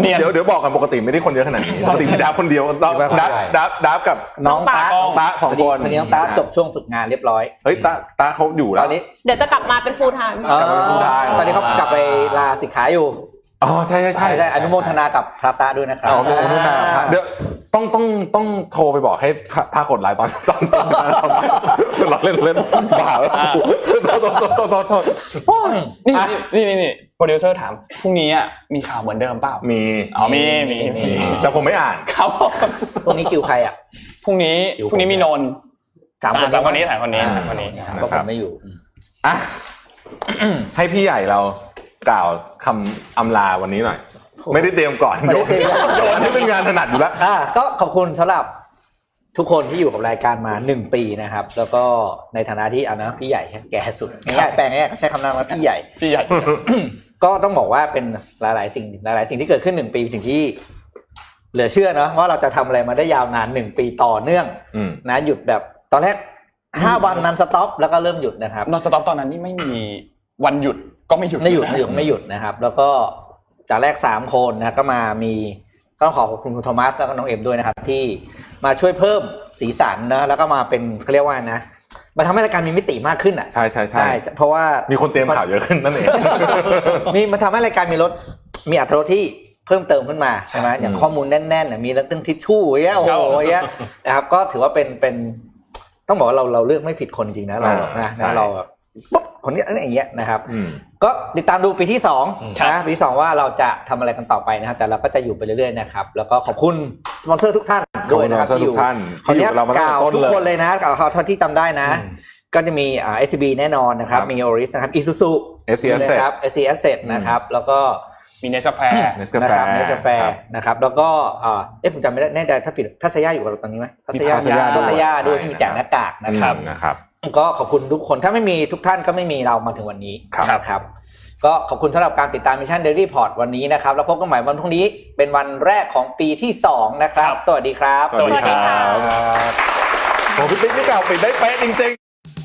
B: เนียน
E: เดี๋ยวเดี๋ยวบอกกันปกติไม่ได้คนเยอะขนาดนี้ปกติมีดับคนเดียวดับดับดับดับกับ
D: น้องตา
E: น้องตาสองคน
D: วันนี้น้องตาจบช่วงฝึกงานเรียบร้อย
E: เฮ้ยตาตาเขาอยู่
D: ต
E: แล้
D: อ
E: ว
D: นนี้
F: เดี๋ยวจะกลับมาเป็น full time
D: เอ่อก
E: ลับไปเป็นผู้ได้
D: ตอนนี้เขากลับไปลาสิกขาอยู่
E: อ๋อใช่ใช่ใช่
D: ใช่ใช่อนุโมทนากับพระตาด้วยนะครับ
E: อ๋อเป็นนู่นนะเดี๋ยวต้องต้องต้องโทรไปบอกให้พากดไลน์ตอนตอนเราเล่นเล่นบ่าแล้วโทษโทษโทษโทษ
B: นี่นี่นี่นี่โปรดิวเซอร์ถามพรุ่งนี้อ่ะมีข่าวเหมือนเดิมเปล่า
E: มี
B: อ๋อมีมีมี
E: แต่ผมไม่อ่าน
B: ครับ
D: พรุ่งนี้คิวใครอ่ะ
B: พรุ่งนี้พรุ่งนี้มีนนท์
D: สามคน
B: อ่ะสามคนนี้สามคนนี้
E: อ่า
B: สามคนนี้
D: ก็ผมไม่อยู่
E: อ่ะให้พี่ใหญ่เรากล่าวคำอำลาวันนี้หน่อย ไม่ได้เตรียมก่อน
D: ไม่
E: โย
D: ได้
E: น
D: เตรียม
E: โยนให้เป็นงานถนัดอยู่แล้ว
D: อ่าก็ขอบคุณสำหรับทุกคนที่อยู่กับรายการมาหนึ่งปีนะครับ แล้วก็ในฐานะที่เอานะพี่ใหญ่แก่สุดง่ายๆแปลงง่ายๆใช้คำนั้นว่าพี่ใหญ่
B: พี่ใหญ่
D: ก็ต้องบอกว่าเป็นหลาย ๆ สิ่งหลาย ๆ สิ่งที่เกิดขึ้นหนึ่งปีถึงที่ เหลือเชื่อเนอะว่าเราจะทำอะไรมาได้ยาวนานหนึ่งปีต่อเนื่อง
E: อืม
D: นะหยุดแบบตอนแรกห้าวันนันสต็อปแล้วก็เริ่มหยุดนะครับ
B: นอนสต็อปตอนนั้นนี่ไม่มีวันหยุดก็ไม่หยุด
D: ไม่หยุด
B: นะ
D: ไม่หยุดไม่หยุดนะครับ แล้วก็จากแรกสามคนนะก็มามีก็ต้องขอขอบคุณคุณโทมัสแล้วก็น้องเอ็มด้วยนะครับ ที่มาช่วยเพิ่มสีสันนะแล้วก็มาเป็นเขาเรียกว่านะมาทำให้รายการมีมิติมากขึ้นอ่ะ
E: ใช่ใช่ใช่
D: เพราะว่า
E: มีคนเตรียมข่าวเยอะขึ้นนั่นเอง
D: มีมาทำให้รายการมีรสมีอัตรสที่เพิ่มเติมขึ้นมาใช่ไหมอย่างข้อมูลแน่นๆน่ะมีเรื่องทิชชู่อย่างเงี้ยโอ้
B: ครับ
D: โหอย่างเงี้ยนะครับ ก็ถือว่าเป็นเป็นต้องบอกว่าเราเราเลือกไม่ผิดคนจริงนะเราแบบนะ
E: ใช่
D: เราแบบปุ๊บคนเนี้ยอย่างเงี้ยนะครับ
E: อืม
D: ก็ติดตามดูปีที่สอง
B: ครับ
D: นะปีที่สองว่าเราจะทำอะไรกันต่อไปนะครับแต่เราก็จะอยู่ไปเรื่อยๆนะครับแล้วก็ขอบคุณสปอนเซอร์ทุกท่าน
E: ขอบ
D: ด้วย
E: คุณ
D: นะครับ
E: สปอนเซอร์ทุกท่าน
D: ขออนุญาต
E: ที่อยู่กับเรามาตั้
D: ก
E: งแต่
D: ล่าว
E: ต้น
D: ทุก
E: เลย
D: คนเลยนะกล่าวเท่าที่จำได้นะ ก็จะมีอ่า SCB แน่นอนนะครับ
E: ครับ
D: มี Oris นะครับ Isuzu
E: SC Asset
D: นะครับ SC Asset นะครับแล้วก็
B: มีเนสแฟร์
E: เนส
D: นะ
E: กาแฟ
D: ครับเนสแฟ
E: ครับ
D: นะครับแล้วก็อ่าเอ๊ะผมจำไม่ได้แน่ใจถ้าผิดทัศยาอยู่กับเราตอนนี้ไหมทัศยา
E: มีทัศยา
D: ทัศยา
E: ด้วย
D: ด้วย
E: ใช่
D: ที่มีแจกหน้ากากนะครับ
E: อืมนะครับ
D: ก็ขอบคุณทุกคนถ้าไม่มีทุกท่านก็ไม่มีเรามาถึงวันนี้
E: ครับ
D: นะครับ ก็ขอบคุณสำหรับการติดตามมิชชั่นเดลี่พอร์ตวันนี้นะครับ แล้วพบกันใหม่วันพรุ่งนี้เป็นวันแรกของปีที่ 2 นะครับ
B: ครับ
D: สวัสดีครับ
E: สวัสดีครับผมพี่ปิ๊กพี่เก่าปิดได้เป๊ะจริงๆ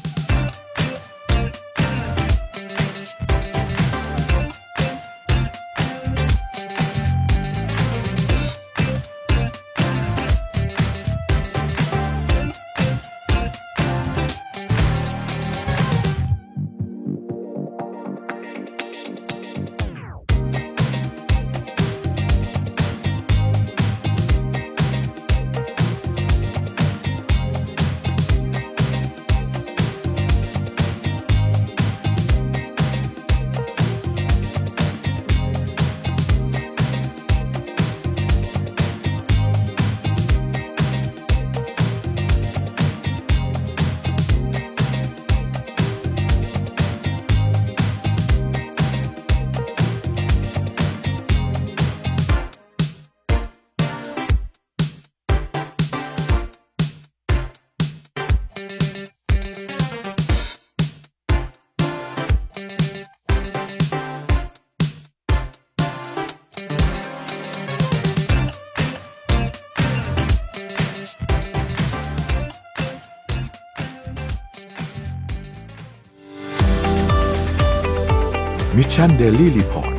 A: มิชชันเดลี่รีพอร์ต